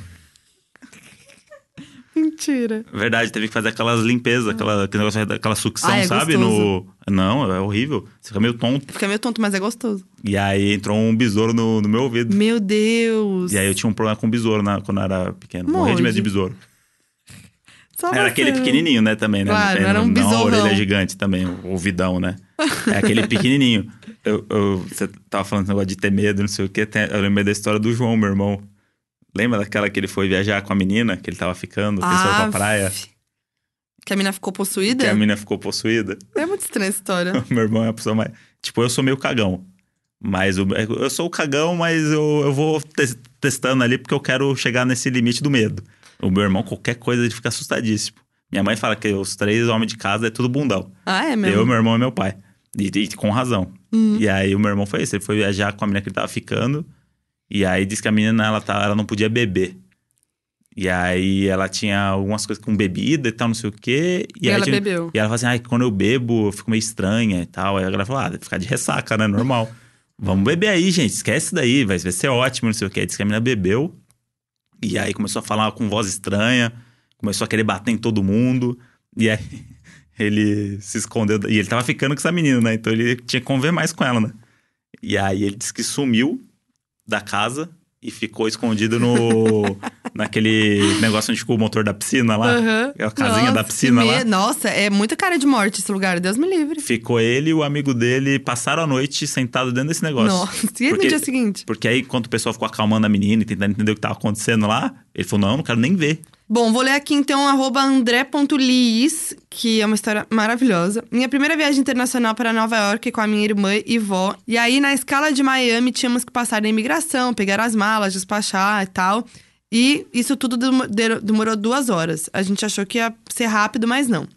[SPEAKER 2] Mentira.
[SPEAKER 1] Verdade, teve que fazer aquelas limpezas, aquela, aquele negócio, aquela sucção,
[SPEAKER 2] Hum. Ah, é
[SPEAKER 1] sabe? No... Não, é horrível. Você fica meio tonto.
[SPEAKER 2] Fica meio tonto, mas é gostoso.
[SPEAKER 1] E aí entrou um besouro no, no meu ouvido.
[SPEAKER 2] Meu Deus.
[SPEAKER 1] E aí eu tinha um problema com besouro na, quando eu era pequeno. Morria de
[SPEAKER 2] Monge.
[SPEAKER 1] medo de besouro.
[SPEAKER 2] Só
[SPEAKER 1] Era
[SPEAKER 2] você,
[SPEAKER 1] aquele
[SPEAKER 2] né?
[SPEAKER 1] pequenininho, né, também, né?
[SPEAKER 2] Claro,
[SPEAKER 1] não,
[SPEAKER 2] era um
[SPEAKER 1] não a
[SPEAKER 2] besourão.
[SPEAKER 1] orelha gigante também, o ouvidão, né? É aquele pequenininho. Eu, eu- você tava falando esse negócio de ter medo, não sei o quê. tem- eu lembrei da história do João, meu irmão. Lembra daquela que ele foi viajar com a menina, que ele tava ficando, que eles foram pra
[SPEAKER 2] Ah,
[SPEAKER 1] praia,
[SPEAKER 2] f- Que a mina ficou possuída?
[SPEAKER 1] que a menina ficou possuída?
[SPEAKER 2] É muito estranha essa história.
[SPEAKER 1] meu irmão é a pessoa mais... Tipo, eu sou meio cagão. Mas o- eu sou o cagão, mas eu, eu vou te- testando ali porque eu quero chegar nesse limite do medo. O meu irmão, qualquer coisa, ele fica assustadíssimo. Minha mãe fala que os três homens de casa é tudo bundão.
[SPEAKER 2] Ah, é
[SPEAKER 1] Eu,
[SPEAKER 2] mesmo?
[SPEAKER 1] meu irmão e meu pai. E, e com razão.
[SPEAKER 2] Hum.
[SPEAKER 1] E aí o meu irmão foi isso. Ele foi viajar com a menina que ele tava ficando. E aí disse que a menina ela, tá, ela não podia beber. E aí ela tinha algumas coisas com bebida e tal, não sei o quê. E,
[SPEAKER 2] E
[SPEAKER 1] aí
[SPEAKER 2] ela
[SPEAKER 1] tinha-
[SPEAKER 2] bebeu.
[SPEAKER 1] E ela falou assim: ai, quando eu bebo, eu fico meio estranha e tal. Aí a galera falou: ah, deve ficar de ressaca, né? Normal. Vamos beber aí, gente. Esquece daí, vai vai ser ótimo, não sei o quê. Aí Disse que a menina bebeu. E aí começou a falar com voz estranha, começou a querer bater em todo mundo. E aí ele se escondeu. E ele tava ficando com essa menina, né? Então ele tinha que conviver mais com ela, né? E aí ele disse que sumiu da casa e ficou escondido no naquele negócio onde ficou o motor da piscina lá.
[SPEAKER 2] Aham.
[SPEAKER 1] É a casinha da
[SPEAKER 2] que
[SPEAKER 1] piscina lá.
[SPEAKER 2] Nossa, é muita cara de morte esse lugar, Deus me livre.
[SPEAKER 1] Ficou ele e o amigo dele passaram a noite sentado dentro desse negócio.
[SPEAKER 2] Nossa, e no
[SPEAKER 1] Porque-
[SPEAKER 2] dia seguinte?
[SPEAKER 1] Porque aí, quando o pessoal ficou acalmando a menina e tentando entender o que tava acontecendo lá, ele falou: não, não quero nem ver.
[SPEAKER 2] Bom, vou ler aqui então arroba andré.liz, que é uma história maravilhosa. Minha primeira viagem internacional para Nova York com a minha irmã e vó. E aí, na escala de Miami, tínhamos que passar na imigração, pegar as malas, despachar e tal. E isso tudo demo- de- demorou duas horas. A gente achou que ia ser rápido, mas não.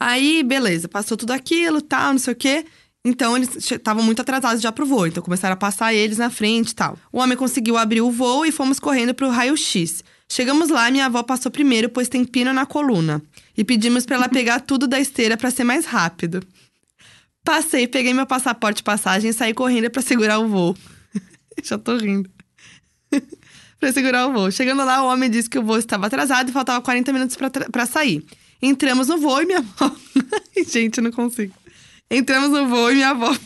[SPEAKER 2] Aí, beleza, passou tudo aquilo, tal, não sei o quê. Então, eles che- estavam muito atrasados já pro voo. Então, começaram a passar eles na frente e tal. O homem conseguiu abrir o voo e fomos correndo pro raio-x. Chegamos lá, minha avó passou primeiro, pois tem pino na coluna. E pedimos pra ela pegar tudo da esteira pra ser mais rápido. Passei, peguei meu passaporte e passagem e saí correndo pra segurar o voo. já tô rindo. pra segurar o voo. Chegando lá, o homem disse que o voo estava atrasado e faltava 40 minutos pra tra- pra sair. Entramos no voo e minha avó. Ai, Gente, eu não consigo. Entramos no voo e minha avó.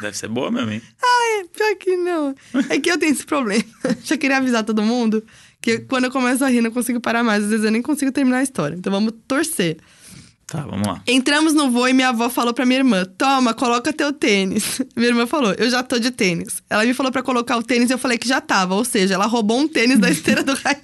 [SPEAKER 1] Deve ser boa mesmo, hein?
[SPEAKER 2] Pior que não. É que eu tenho esse problema. Já queria avisar todo mundo que quando eu começo a rir, não consigo parar mais. Às vezes eu nem consigo terminar a história. Então vamos torcer.
[SPEAKER 1] Tá, vamos lá.
[SPEAKER 2] Entramos no voo e minha avó falou pra minha irmã: Toma, coloca teu tênis. Minha irmã falou: Eu já tô de tênis. Ela me falou pra colocar o tênis e eu falei que já tava. Ou seja, ela roubou um tênis da esteira do raio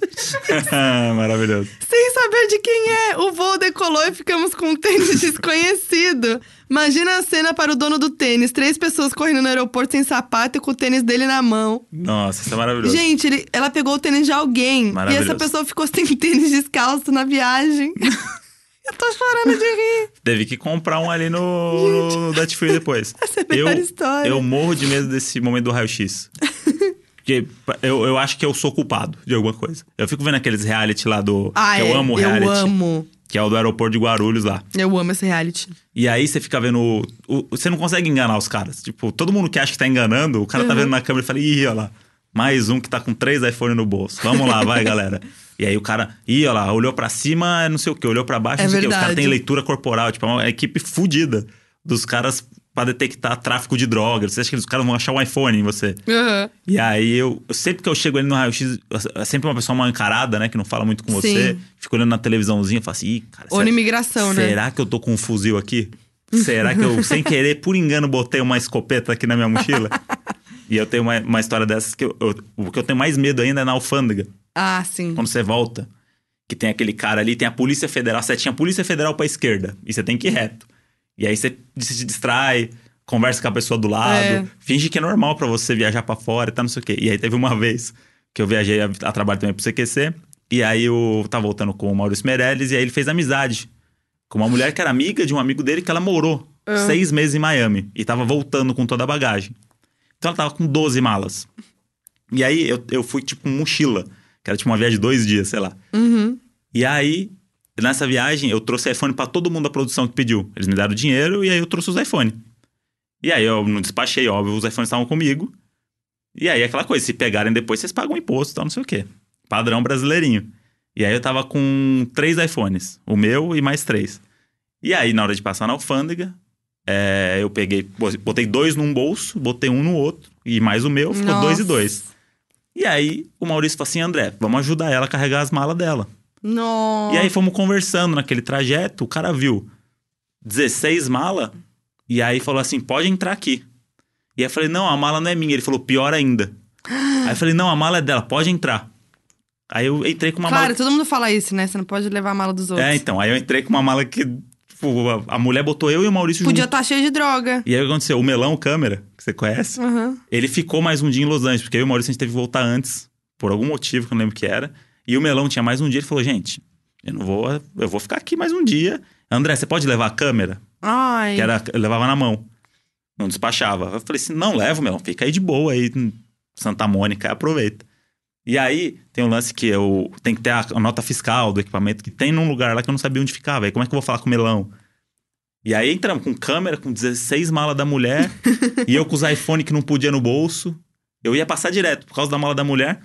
[SPEAKER 1] Maravilhoso.
[SPEAKER 2] Sem saber de quem é, o voo decolou e ficamos com um tênis desconhecido. Imagina a cena para o dono do tênis: três pessoas correndo no aeroporto sem sapato e com o tênis dele na mão.
[SPEAKER 1] Nossa, isso é maravilhoso.
[SPEAKER 2] Gente, ele- ela pegou o tênis de alguém e
[SPEAKER 1] Maravilhoso.
[SPEAKER 2] essa pessoa ficou sem tênis descalço na viagem. Eu tô chorando de rir.
[SPEAKER 1] Teve que comprar um ali no, no Duty Free depois.
[SPEAKER 2] Essa é a melhor história.
[SPEAKER 1] Eu morro de medo desse momento do raio-x. Porque eu, eu acho que eu sou culpado de alguma coisa. Eu fico vendo aqueles reality lá do.
[SPEAKER 2] Ah,
[SPEAKER 1] que eu
[SPEAKER 2] é,
[SPEAKER 1] amo o
[SPEAKER 2] eu
[SPEAKER 1] reality.
[SPEAKER 2] amo.
[SPEAKER 1] Que é o do aeroporto de Guarulhos lá.
[SPEAKER 2] Eu amo esse reality.
[SPEAKER 1] E aí você fica vendo. o- o- você não consegue enganar os caras. Tipo, todo mundo que acha que tá enganando, o cara
[SPEAKER 2] Uhum.
[SPEAKER 1] tá vendo na câmera e fala: ih, olha lá. Mais um que tá com três iPhone no bolso. Vamos lá, vai, galera. E aí o cara, ih, olha lá, olhou pra cima, é não sei o quê, olhou pra baixo,
[SPEAKER 2] É
[SPEAKER 1] não sei o quê. Os caras
[SPEAKER 2] verdade.
[SPEAKER 1] têm leitura corporal, tipo, é uma equipe fudida dos caras pra detectar tráfico de drogas. Você acha que os caras vão achar um iPhone em você?
[SPEAKER 2] Aham.
[SPEAKER 1] E aí eu, eu- sempre que eu chego ali no raio-x, é sempre uma pessoa mal encarada, né, que não fala muito com você,
[SPEAKER 2] Sim.
[SPEAKER 1] fica olhando na televisãozinha e fala assim, ih, cara,
[SPEAKER 2] Ou
[SPEAKER 1] será-
[SPEAKER 2] na imigração, né?
[SPEAKER 1] Será que eu tô com um fuzil aqui? Será que eu, sem querer, por engano, botei uma escopeta aqui na minha mochila? e eu tenho uma, uma história dessas que eu, eu- o que eu tenho mais medo ainda é na alfândega,
[SPEAKER 2] Ah, sim.
[SPEAKER 1] quando você volta. Que tem aquele cara ali, tem a Polícia Federal. Você tinha a Polícia Federal pra esquerda. E você tem que ir reto. E aí você se distrai, conversa com a pessoa do lado,
[SPEAKER 2] É.
[SPEAKER 1] finge que é normal pra você viajar pra fora e tá, não sei o quê. E aí teve uma vez que eu viajei a, a trabalho também pro CQC. E aí eu tava voltando com o Maurício Meirelles e aí ele fez amizade com uma mulher que era amiga de um amigo dele que ela morou seis meses em Miami e tava voltando com toda a bagagem. Então ela tava com 12 malas. E aí eu, eu fui tipo com mochila, que era tipo uma viagem de dois dias, sei lá.
[SPEAKER 2] Uhum.
[SPEAKER 1] E aí, nessa viagem, eu trouxe iPhone pra todo mundo da produção que pediu. Eles me deram dinheiro e aí eu trouxe os iPhone. E aí eu não despachei, óbvio, os iPhones estavam comigo. E aí aquela coisa, se pegarem depois, vocês pagam imposto, tal, não sei o quê. Padrão brasileirinho. E aí eu tava com três iPhones, o meu e mais três. E aí, na hora de passar na alfândega, é, eu peguei, botei dois num bolso, botei um no outro, e mais o meu, ficou dois e
[SPEAKER 2] Nossa.
[SPEAKER 1] dois. E aí o Maurício falou assim: André, vamos ajudar ela a carregar as malas dela.
[SPEAKER 2] Nossa.
[SPEAKER 1] E aí fomos conversando naquele trajeto, o cara viu 16 malas e aí falou assim: pode entrar aqui. E aí eu falei: não, a mala não é minha. Ele falou: pior ainda. aí eu falei: não, a mala é dela, pode entrar. Aí eu entrei com uma
[SPEAKER 2] claro,
[SPEAKER 1] mala.
[SPEAKER 2] todo mundo fala isso, né? Você não pode levar a mala dos outros.
[SPEAKER 1] É, então, aí eu entrei com uma mala que. tipo, a- a mulher botou eu e o Maurício
[SPEAKER 2] Podia
[SPEAKER 1] junto.
[SPEAKER 2] estar cheio de droga.
[SPEAKER 1] E aí o que aconteceu? O Melão Câmera, que você conhece,
[SPEAKER 2] Aham.
[SPEAKER 1] ele ficou mais um dia em Los Angeles, porque eu e o Maurício a gente teve que voltar antes, por algum motivo que eu não lembro o que era. E o Melão tinha mais um dia, ele falou: gente, eu não vou. Eu vou ficar aqui mais um dia. André, você pode levar a câmera?
[SPEAKER 2] Ai.
[SPEAKER 1] Que era, eu levava na mão. Não despachava. Eu falei assim: não, leva, meu, fica aí de boa aí, em Santa Mônica, aproveita. E aí tem um lance que eu tem que ter a, a nota fiscal do equipamento que tem num lugar lá que eu não sabia onde ficava. Aí como é que eu vou falar com o melão? E aí entramos com câmera, com 16 malas da mulher, e eu com os iPhone que não podia no bolso. Eu ia passar direto por causa da mala da mulher.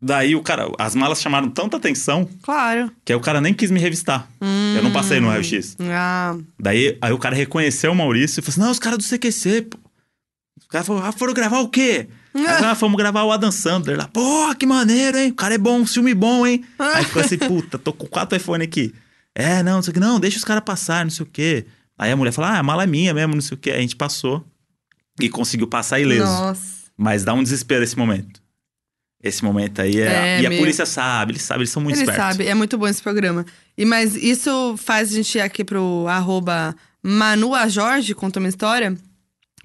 [SPEAKER 1] Daí o cara, as malas chamaram tanta atenção
[SPEAKER 2] Claro.
[SPEAKER 1] que aí o cara nem quis me revistar. Eu não passei no
[SPEAKER 2] Hum.
[SPEAKER 1] raio-x.
[SPEAKER 2] Ah.
[SPEAKER 1] Daí aí o cara reconheceu o Maurício e falou assim: não, os caras do CQC, pô. Os caras falaram, ah, foram gravar o quê?
[SPEAKER 2] É.
[SPEAKER 1] Aí, ah, fomos gravar o Adam Sandler lá. Porra, que maneiro, hein? O cara é bom, um filme bom, hein? Aí ficou assim, puta, tô com quatro iPhone aqui. É, não, não sei o que. Não, deixa os caras passar, não sei o quê. Aí a mulher falou, ah, a mala é minha mesmo, não sei o quê. Aí a gente passou e conseguiu passar ileso.
[SPEAKER 2] Nossa.
[SPEAKER 1] Mas dá um desespero esse momento. Esse momento aí é...
[SPEAKER 2] É,
[SPEAKER 1] e a
[SPEAKER 2] meio-
[SPEAKER 1] polícia sabe, eles sabem, eles são muito
[SPEAKER 2] Ele
[SPEAKER 1] espertos.
[SPEAKER 2] sabe, é muito bom esse programa. E mas isso faz a gente ir aqui pro arroba ManuaJorge, conta uma história.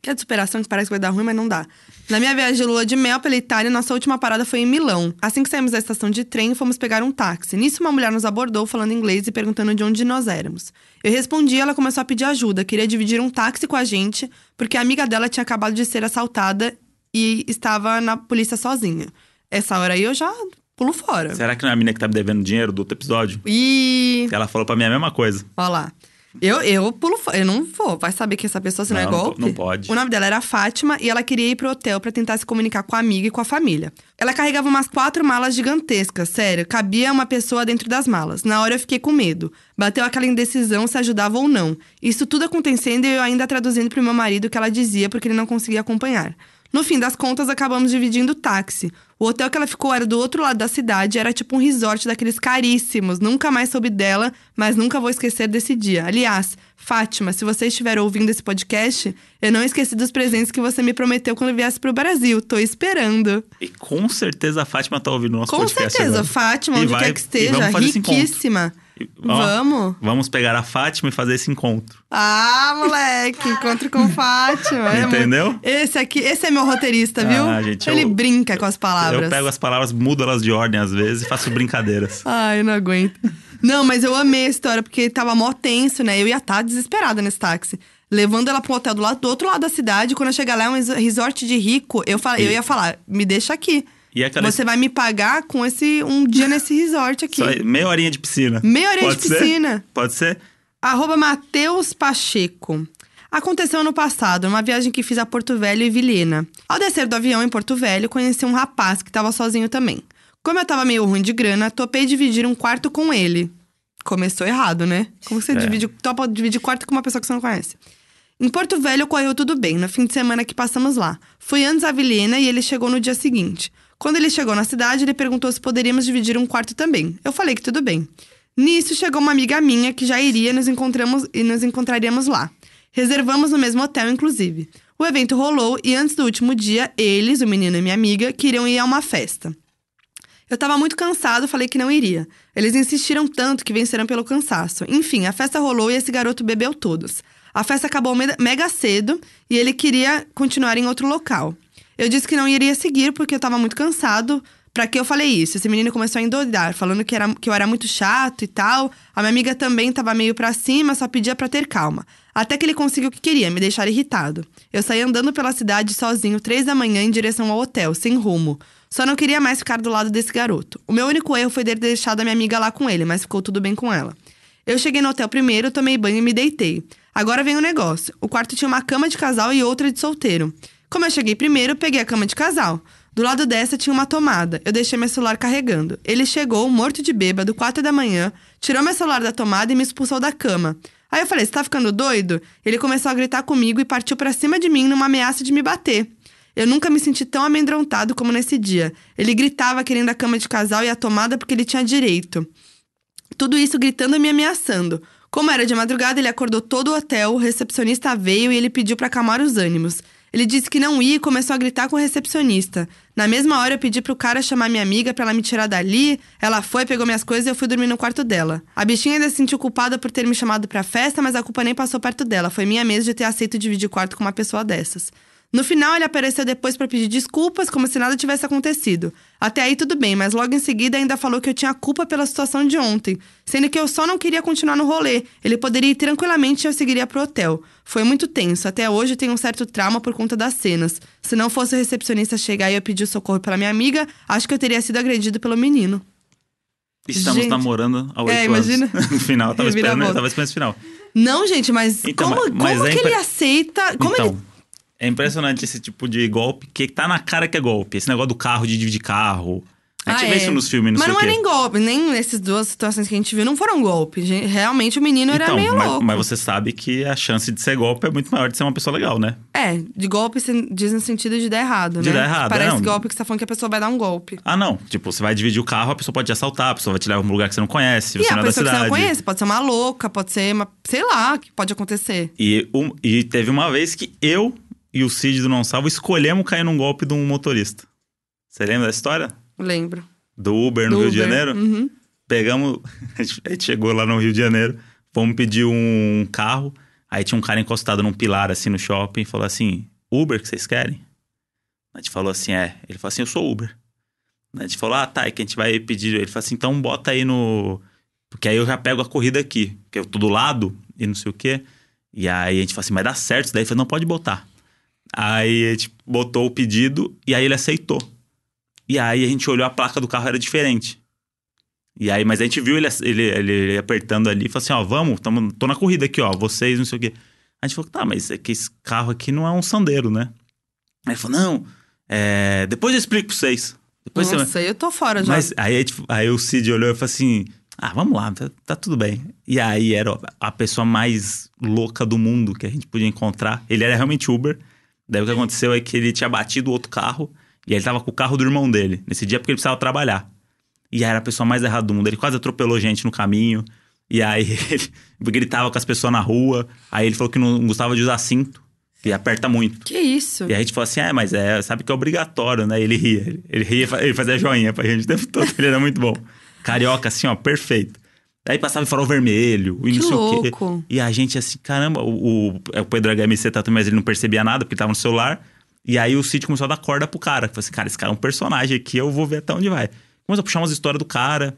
[SPEAKER 2] Que é de superação, que parece que vai dar ruim, mas não dá. Na minha viagem de lua de mel pela Itália, nossa última parada foi em Milão. Assim que saímos da estação de trem, fomos pegar um táxi. Nisso, uma mulher nos abordou, falando inglês e perguntando de onde nós éramos. Eu respondi e ela começou a pedir ajuda. Queria dividir um táxi com a gente, porque a amiga dela tinha acabado de ser assaltada e estava na polícia sozinha. Essa hora aí eu já pulo fora.
[SPEAKER 1] Será que não é a menina que tá me devendo dinheiro do outro episódio?
[SPEAKER 2] E
[SPEAKER 1] Ela falou pra mim a mesma coisa.
[SPEAKER 2] Ó lá. Eu, eu pulo fora. Eu não vou. Vai saber que essa pessoa, se não,
[SPEAKER 1] Não,
[SPEAKER 2] é
[SPEAKER 1] não
[SPEAKER 2] golpe?
[SPEAKER 1] po- não pode.
[SPEAKER 2] O nome dela era Fátima e ela queria ir pro hotel pra tentar se comunicar com a amiga e com a família. Ela carregava umas quatro malas gigantescas, sério. Cabia uma pessoa dentro das malas. Na hora eu fiquei com medo. Bateu aquela indecisão se ajudava ou não. Isso tudo acontecendo e eu ainda traduzindo pro meu marido o que ela dizia porque ele não conseguia acompanhar. No fim das contas, acabamos dividindo o táxi. O hotel que ela ficou era do outro lado da cidade, era tipo um resort daqueles caríssimos. Nunca mais soube dela, mas nunca vou esquecer desse dia. Aliás, Fátima, se você estiver ouvindo esse podcast, eu não esqueci dos presentes que você me prometeu quando viesse pro Brasil. Tô esperando.
[SPEAKER 1] E com certeza a Fátima tá ouvindo o nosso
[SPEAKER 2] Com
[SPEAKER 1] podcast.
[SPEAKER 2] certeza,
[SPEAKER 1] agora.
[SPEAKER 2] Fátima,
[SPEAKER 1] E
[SPEAKER 2] onde
[SPEAKER 1] vai-
[SPEAKER 2] quer que
[SPEAKER 1] e vamos
[SPEAKER 2] esteja,
[SPEAKER 1] fazer esse encontro.
[SPEAKER 2] riquíssima.
[SPEAKER 1] E- ó,
[SPEAKER 2] Vamos?
[SPEAKER 1] Vamos pegar a Fátima e fazer esse encontro.
[SPEAKER 2] Ah, moleque, encontro com Fátima. É muito-
[SPEAKER 1] Entendeu?
[SPEAKER 2] Esse aqui, esse é meu roteirista, viu?
[SPEAKER 1] Ah, gente,
[SPEAKER 2] Ele
[SPEAKER 1] eu-
[SPEAKER 2] brinca com as palavras.
[SPEAKER 1] Eu pego as palavras, mudo elas de ordem às vezes e faço brincadeiras.
[SPEAKER 2] Ai, eu não aguento. Não, mas eu amei a história, porque tava mó tenso, né? Eu ia estar desesperada nesse táxi. Levando ela pro hotel do, lado, do outro lado da cidade, quando eu chegar lá, é um res- resort de rico, eu, fal- eu ia falar, me deixa aqui.
[SPEAKER 1] E é aquela
[SPEAKER 2] Você vai me pagar com esse um dia nesse resort aqui.
[SPEAKER 1] né?" só meia horinha de piscina.
[SPEAKER 2] Meia horinha
[SPEAKER 1] Pode
[SPEAKER 2] de
[SPEAKER 1] ser?
[SPEAKER 2] piscina.
[SPEAKER 1] Pode ser?
[SPEAKER 2] Arroba Matheus Pacheco. Aconteceu ano passado, numa viagem que fiz a Porto Velho e Vilhena. Ao descer do avião em Porto Velho, conheci um rapaz que estava sozinho também. Como eu tava meio ruim de grana, topei dividir um quarto com ele. Começou errado, né? Como você
[SPEAKER 1] É.
[SPEAKER 2] divide, topa dividir quarto com uma pessoa que você não conhece? Em Porto Velho ocorreu tudo bem, no fim de semana que passamos lá. Fui antes à Vilhena e ele chegou no dia seguinte. Quando ele chegou na cidade, ele perguntou se poderíamos dividir um quarto também. Eu falei que tudo bem. Nisso chegou uma amiga minha que já iria nos encontramos e nos encontraríamos lá. Reservamos no mesmo hotel, inclusive. O evento rolou e antes do último dia, eles, o menino e minha amiga, queriam ir a uma festa. Eu tava muito cansado, falei que não iria. Eles insistiram tanto que venceram pelo cansaço. Enfim, a festa rolou e esse garoto bebeu todos. A festa acabou me- mega cedo e ele queria continuar em outro local. Eu disse que não iria seguir porque eu tava muito cansado. Pra que eu falei isso? Esse menino começou a endoidar, falando que, era, que eu era muito chato e tal. A minha amiga também tava meio pra cima, só pedia pra ter calma. Até que ele conseguiu o que queria, me deixar irritado. Eu saí andando pela cidade sozinho, três da manhã, em direção ao hotel, sem rumo. Só não queria mais ficar do lado desse garoto. O meu único erro foi ter deixado a minha amiga lá com ele, mas ficou tudo bem com ela. Eu cheguei no hotel primeiro, tomei banho e me deitei. Agora vem o negócio. O quarto tinha uma cama de casal e outra de solteiro. Como eu cheguei primeiro, peguei a cama de casal. Do lado dessa tinha uma tomada. Eu deixei meu celular carregando. Ele chegou, morto de bêbado, quatro da manhã, tirou meu celular da tomada e me expulsou da cama. Aí eu falei: Você tá ficando doido? Ele começou a gritar comigo e partiu pra cima de mim numa ameaça de me bater. Eu nunca me senti tão amedrontado como nesse dia. Ele gritava querendo a cama de casal e a tomada porque ele tinha direito. Tudo isso gritando e me ameaçando. Como era de madrugada, ele acordou todo o hotel, o recepcionista veio e ele pediu para acalmar os ânimos. Ele disse que não ia e começou a gritar com o recepcionista. Na mesma hora, eu pedi pro cara chamar minha amiga pra ela me tirar dali. Ela foi, pegou minhas coisas e eu fui dormir no quarto dela. A bichinha ainda se sentiu culpada por ter me chamado pra festa, mas a culpa nem passou perto dela. Foi minha mesmo de ter aceito dividir quarto com uma pessoa dessas. No final, ele apareceu depois para pedir desculpas, como se nada tivesse acontecido. Até aí tudo bem, mas logo em seguida ainda falou que eu tinha culpa pela situação de ontem, sendo que eu só não queria continuar no rolê. Ele poderia ir tranquilamente e eu seguiria pro hotel. Foi muito tenso, até hoje eu tenho um certo trauma por conta das cenas. Se não fosse o recepcionista chegar e eu pedir socorro pela minha amiga, acho que eu teria sido agredido pelo menino.
[SPEAKER 1] Estamos
[SPEAKER 2] Gente.
[SPEAKER 1] namorando há oito
[SPEAKER 2] É,
[SPEAKER 1] anos.
[SPEAKER 2] imagina.
[SPEAKER 1] no final, tava
[SPEAKER 2] Revira a
[SPEAKER 1] esperando,
[SPEAKER 2] volta.
[SPEAKER 1] tava esperando esse final.
[SPEAKER 2] Não, gente, mas
[SPEAKER 1] Então,
[SPEAKER 2] como,
[SPEAKER 1] mas-
[SPEAKER 2] como
[SPEAKER 1] mas é
[SPEAKER 2] que ele
[SPEAKER 1] impre-
[SPEAKER 2] aceita? Como
[SPEAKER 1] então,
[SPEAKER 2] ele...
[SPEAKER 1] é impressionante esse tipo de golpe, que tá na cara que é golpe. Esse negócio do carro, de dividir carro. A gente
[SPEAKER 2] Ah,
[SPEAKER 1] vê
[SPEAKER 2] é.
[SPEAKER 1] isso nos filmes, não
[SPEAKER 2] mas
[SPEAKER 1] sei o
[SPEAKER 2] não é
[SPEAKER 1] quê.
[SPEAKER 2] nem golpe, nem essas duas situações que a gente viu não foram golpe. gente. Realmente o menino era
[SPEAKER 1] então,
[SPEAKER 2] meio
[SPEAKER 1] mas,
[SPEAKER 2] louco.
[SPEAKER 1] mas você sabe que a chance de ser golpe é muito maior de ser uma pessoa legal, né?
[SPEAKER 2] É, de golpe se- diz no sentido de dar errado,
[SPEAKER 1] De
[SPEAKER 2] né?
[SPEAKER 1] dar errado, é,
[SPEAKER 2] Parece
[SPEAKER 1] não.
[SPEAKER 2] golpe que você tá falando que a pessoa vai dar um golpe.
[SPEAKER 1] Ah, não. Tipo, você vai dividir o carro, a pessoa pode te assaltar, a pessoa vai te levar pra um lugar que você não conhece,
[SPEAKER 2] e
[SPEAKER 1] você
[SPEAKER 2] a
[SPEAKER 1] não é da
[SPEAKER 2] pessoa que você
[SPEAKER 1] cidade.
[SPEAKER 2] não conhece, pode ser uma louca, pode ser uma. sei lá, que pode acontecer.
[SPEAKER 1] E, um- e teve uma vez que eu e o Cid do Não Salvo escolhemos cair num golpe de um motorista. Você lembra da história?
[SPEAKER 2] Lembro.
[SPEAKER 1] Do Uber no
[SPEAKER 2] Do
[SPEAKER 1] Rio de
[SPEAKER 2] Uber.
[SPEAKER 1] Janeiro?
[SPEAKER 2] Uhum.
[SPEAKER 1] Pegamos. A gente a gente chegou lá no Rio de Janeiro, fomos pedir um carro. Aí tinha um cara encostado num pilar assim no shopping e falou assim: Uber que vocês querem? A gente falou assim: é. Ele falou assim: eu sou Uber. A gente falou: ah, tá, é que a gente vai pedir. Ele falou assim: então bota aí no. Porque aí eu já pego a corrida aqui, porque eu tô do lado e não sei o quê. E aí a gente falou assim: mas dá certo isso daí? Ele falou: não, pode botar. Aí a gente botou o pedido e aí ele aceitou. E aí a gente olhou a placa do carro, era diferente. E aí, mas a gente viu ele, ele, ele apertando ali e falou assim: ó, vamos, tamo, tô na corrida aqui, ó, vocês, não sei o quê. A gente falou: tá, mas é que esse carro aqui não é um sandeiro, né? Aí ele falou: não, é, depois eu explico pra vocês. Depois você-
[SPEAKER 2] Nossa, eu tô fora já.
[SPEAKER 1] é, Mas aí, a gente- aí o Cid olhou e falou assim: ah, vamos lá, tá, tá tudo bem. E aí era a pessoa mais louca do mundo que a gente podia encontrar. Ele era realmente Uber. Daí o que aconteceu é que ele tinha batido outro carro e aí ele tava com o carro do irmão dele nesse dia porque ele precisava trabalhar. E aí era a pessoa mais errada do mundo. Ele quase atropelou gente no caminho. E aí ele gritava com as pessoas na rua. Aí ele falou que não gostava de usar cinto, que aperta muito.
[SPEAKER 2] Que isso?
[SPEAKER 1] E a gente falou assim, é, mas é, sabe que é obrigatório, né? Ele ria, ele- ele ria, fa- ele fazia joinha pra gente o tempo todo, ele era muito bom. Carioca, assim, ó, perfeito. Aí passava em farol vermelho, e
[SPEAKER 2] Que
[SPEAKER 1] não sei o quê.
[SPEAKER 2] louco.
[SPEAKER 1] E a gente assim, caramba, o, o, é, o Pedro HMC tá também, mas ele não percebia nada, porque ele tava no celular. E aí o Cid começou a dar corda pro cara. Falou assim, cara, esse cara é um personagem aqui, eu vou ver até onde vai. Começou a puxar umas histórias do cara.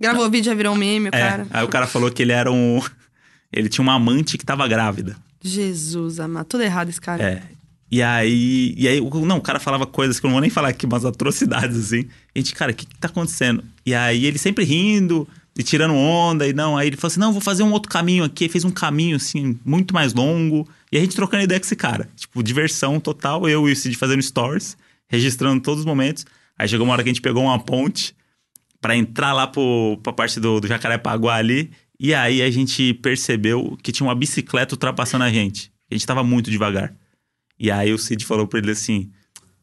[SPEAKER 2] Gravou o vídeo, já virou um meme, o
[SPEAKER 1] É,
[SPEAKER 2] cara.
[SPEAKER 1] Aí o cara falou que ele era um... Ele tinha uma amante que tava grávida.
[SPEAKER 2] Jesus, amado. Tudo errado esse cara.
[SPEAKER 1] É. E aí, e aí, o- não, o cara falava coisas que eu não vou nem falar aqui, umas atrocidades, assim. A gente, cara, o que, que tá acontecendo? E aí ele sempre rindo e tirando onda, e não, aí ele falou assim: não, vou fazer um outro caminho aqui. Aí fez um caminho, assim, muito mais longo. E a gente trocando ideia com esse cara. Tipo, diversão total, eu e o Cid fazendo stories, registrando todos os momentos. Aí chegou uma hora que a gente pegou uma ponte pra entrar lá pro, pra parte do, do Jacarepaguá ali. E aí a gente percebeu que tinha uma bicicleta ultrapassando a gente. A gente tava muito devagar. E aí o Cid falou pra ele assim: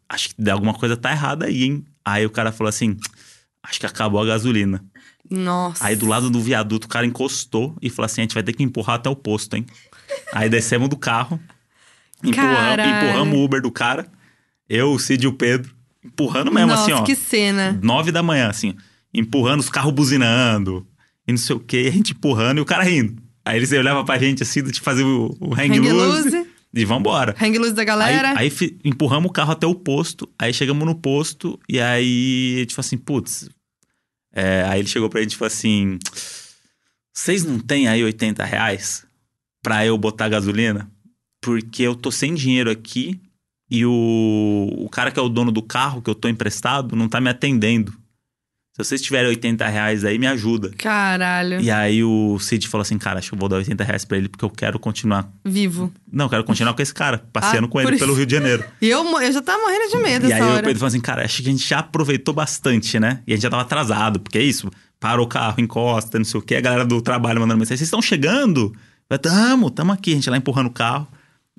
[SPEAKER 1] Acho que alguma coisa tá errada aí, hein? Aí o cara falou assim: Acho que acabou a gasolina.
[SPEAKER 2] Nossa.
[SPEAKER 1] Aí do lado do viaduto o cara encostou e falou assim: A gente vai ter que empurrar até o posto, hein? Aí descemos do carro, empurramos,
[SPEAKER 2] Caralho.
[SPEAKER 1] empurramos o Uber do cara, eu, o Cid e o Pedro, empurrando mesmo
[SPEAKER 2] Nossa,
[SPEAKER 1] assim, ó.
[SPEAKER 2] que cena.
[SPEAKER 1] Nove da manhã, assim, empurrando os carros buzinando e não sei o quê, e a gente empurrando e o cara rindo. Aí eles olhavam pra gente assim, de fazer o, o hang,
[SPEAKER 2] Hang
[SPEAKER 1] loose,
[SPEAKER 2] loose.
[SPEAKER 1] e vambora.
[SPEAKER 2] Hang loose da galera.
[SPEAKER 1] Aí, aí fi- empurramos o carro até o posto, aí chegamos no posto, e aí, tipo assim, putz. é, aí ele chegou pra gente e falou assim: Vocês não têm aí 80 reais pra eu botar gasolina? Porque eu tô sem dinheiro aqui e o, o cara que é o dono do carro que eu tô emprestado não tá me atendendo. Se vocês tiverem 80 reais aí, me ajuda.
[SPEAKER 2] Caralho.
[SPEAKER 1] E aí o Cid falou assim: Cara, acho que eu vou dar 80 reais pra ele porque eu quero continuar.
[SPEAKER 2] Vivo.
[SPEAKER 1] Não, eu quero continuar com esse cara, passeando
[SPEAKER 2] Ah,
[SPEAKER 1] com ele
[SPEAKER 2] por isso.
[SPEAKER 1] pelo Rio de Janeiro.
[SPEAKER 2] E eu, mo- eu já tava morrendo de medo
[SPEAKER 1] E aí
[SPEAKER 2] essa
[SPEAKER 1] o
[SPEAKER 2] É hora.
[SPEAKER 1] Pedro falou assim, cara, acho que a gente já aproveitou bastante, né? E a gente já tava atrasado, porque é isso. Para o carro, encosta, não sei o quê. A galera do trabalho mandando mensagem, vocês estão chegando? Eu, tamo, tamo aqui. A gente lá empurrando o carro.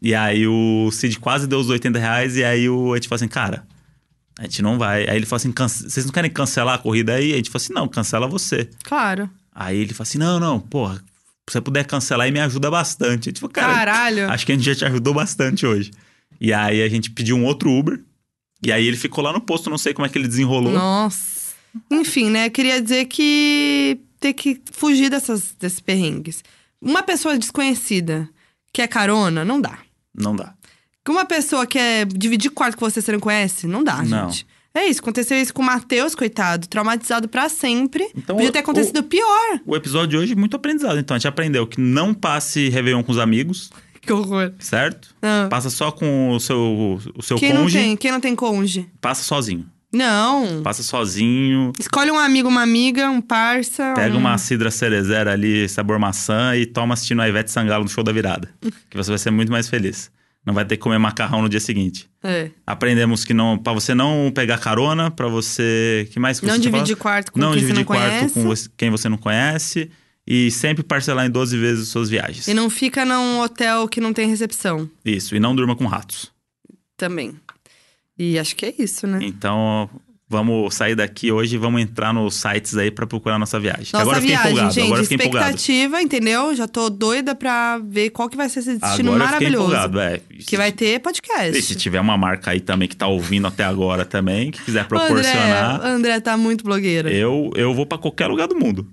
[SPEAKER 1] E aí o Cid quase deu os 80 reais e aí o, a gente falou assim, cara, a gente não vai. Aí ele falou assim, "Cance- vocês não querem cancelar a corrida aí? A gente falou assim, não, cancela você.
[SPEAKER 2] Claro.
[SPEAKER 1] Aí ele falou assim, não, não, porra, se você puder cancelar aí me ajuda bastante. A gente falou, cara,
[SPEAKER 2] Caralho.
[SPEAKER 1] Acho que a gente já te ajudou bastante hoje. E aí a gente pediu um outro Uber. E aí ele ficou lá no posto, não sei como é que ele desenrolou.
[SPEAKER 2] Nossa. Enfim, né? Queria dizer que ter que fugir dessas, desses perrengues. Uma pessoa desconhecida que é carona, não dá.
[SPEAKER 1] Não dá.
[SPEAKER 2] Que uma pessoa quer dividir quarto com você, você não conhece, não dá,
[SPEAKER 1] Não.
[SPEAKER 2] gente. É isso, aconteceu isso com o Matheus, coitado, traumatizado pra sempre.
[SPEAKER 1] Então,
[SPEAKER 2] Podia ter
[SPEAKER 1] o-
[SPEAKER 2] acontecido pior.
[SPEAKER 1] O episódio de hoje é muito aprendizado. Então a gente aprendeu que não passe Réveillon com os amigos,
[SPEAKER 2] Que horror.
[SPEAKER 1] certo?
[SPEAKER 2] Ah.
[SPEAKER 1] Passa só com o seu, o seu
[SPEAKER 2] Quem não
[SPEAKER 1] cônjuge.
[SPEAKER 2] tem, quem não tem conge?
[SPEAKER 1] Passa sozinho.
[SPEAKER 2] Não.
[SPEAKER 1] Passa sozinho.
[SPEAKER 2] Escolhe um amigo, uma amiga, um parça.
[SPEAKER 1] Pega
[SPEAKER 2] um-
[SPEAKER 1] uma cidra cerezera ali, sabor maçã, e toma assistindo a Ivete Sangalo no show da virada. que você vai ser muito mais feliz. Não vai ter que comer macarrão no dia seguinte.
[SPEAKER 2] É.
[SPEAKER 1] Aprendemos que não, para você não pegar carona, para você, que mais que
[SPEAKER 2] Não
[SPEAKER 1] você tinha
[SPEAKER 2] dividir
[SPEAKER 1] falado?
[SPEAKER 2] quarto com
[SPEAKER 1] não
[SPEAKER 2] quem
[SPEAKER 1] dividir
[SPEAKER 2] você não
[SPEAKER 1] quarto
[SPEAKER 2] conhece.
[SPEAKER 1] com você- quem você não conhece e sempre parcelar em 12 vezes suas viagens.
[SPEAKER 2] E não fica num hotel que não tem recepção
[SPEAKER 1] Isso, e não durma com ratos.
[SPEAKER 2] também. E acho que é isso, né?
[SPEAKER 1] Então, vamos sair daqui hoje e vamos entrar nos sites aí para procurar nossa viagem.
[SPEAKER 2] Nossa
[SPEAKER 1] agora eu fiquei
[SPEAKER 2] viagem,
[SPEAKER 1] empolgado,
[SPEAKER 2] gente.
[SPEAKER 1] agora eu fiquei empolgado.
[SPEAKER 2] expectativa, entendeu? Já tô doida pra ver qual que vai ser esse destino
[SPEAKER 1] Agora eu fiquei
[SPEAKER 2] maravilhoso.
[SPEAKER 1] empolgado, é. E
[SPEAKER 2] Que
[SPEAKER 1] se-
[SPEAKER 2] vai ter podcast.
[SPEAKER 1] E se tiver uma marca aí também que tá ouvindo até agora também, que quiser proporcionar,
[SPEAKER 2] André, André tá muito blogueira.
[SPEAKER 1] eu eu vou para qualquer lugar do mundo.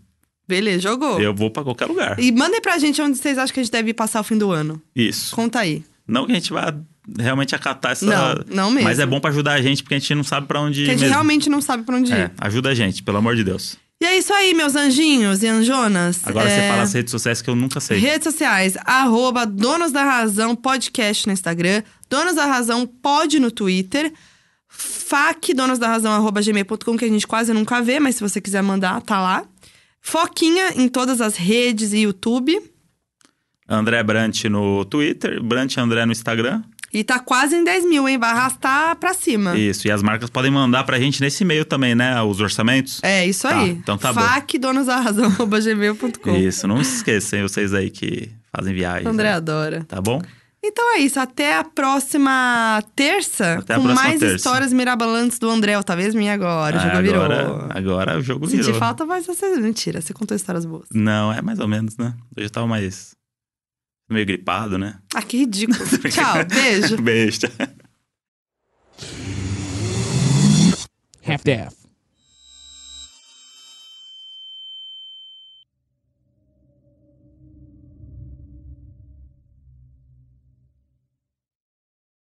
[SPEAKER 2] Beleza, jogou.
[SPEAKER 1] Eu vou para qualquer lugar.
[SPEAKER 2] E mandem pra gente onde vocês acham que a gente deve passar o fim do ano.
[SPEAKER 1] Isso.
[SPEAKER 2] Conta aí.
[SPEAKER 1] Não que a gente vá realmente acatar essa.
[SPEAKER 2] Não, não mesmo.
[SPEAKER 1] Mas é bom pra ajudar a gente, porque a gente não sabe pra onde.
[SPEAKER 2] Que a gente
[SPEAKER 1] mesmo.
[SPEAKER 2] realmente não sabe pra onde
[SPEAKER 1] É,
[SPEAKER 2] ir.
[SPEAKER 1] ajuda a gente, pelo amor de Deus.
[SPEAKER 2] E é isso aí, meus anjinhos e anjonas.
[SPEAKER 1] Agora
[SPEAKER 2] É,
[SPEAKER 1] você fala as redes sociais que eu nunca sei.
[SPEAKER 2] Redes sociais, arroba Donos da Razão Podcast no Instagram, Donos da Razão Pod no Twitter, fac Donos da Razão arroba gmail.com, que a gente quase nunca vê, mas se você quiser mandar, tá lá. Foquinha em todas as redes e YouTube.
[SPEAKER 1] André Brant no Twitter, Brant André no Instagram.
[SPEAKER 2] E tá quase em 10 mil, hein? Vai arrastar pra cima.
[SPEAKER 1] Isso. E as marcas podem mandar pra gente nesse e-mail também, né? Os orçamentos.
[SPEAKER 2] É, isso
[SPEAKER 1] Tá,
[SPEAKER 2] aí.
[SPEAKER 1] então tá bom.
[SPEAKER 2] fac Donos da Razão arroba gmail.com.
[SPEAKER 1] Isso. Não se esqueçam, vocês aí que fazem viagens.
[SPEAKER 2] André
[SPEAKER 1] né?
[SPEAKER 2] adora.
[SPEAKER 1] Tá bom?
[SPEAKER 2] Então é isso, até a próxima terça
[SPEAKER 1] Até a
[SPEAKER 2] com
[SPEAKER 1] próxima
[SPEAKER 2] mais
[SPEAKER 1] terça. É,
[SPEAKER 2] histórias mirabolantes do André, ou talvez minha agora, o jogo virou.
[SPEAKER 1] agora, agora o jogo
[SPEAKER 2] Senti
[SPEAKER 1] virou. né?
[SPEAKER 2] falta, mas você... mentira, você contou histórias boas.
[SPEAKER 1] Não, é mais ou menos, né? Hoje eu tava mais. meio gripado, né?
[SPEAKER 2] Ah, que ridículo. Tchau, beijo.
[SPEAKER 1] Beijo.
[SPEAKER 4] half-daff.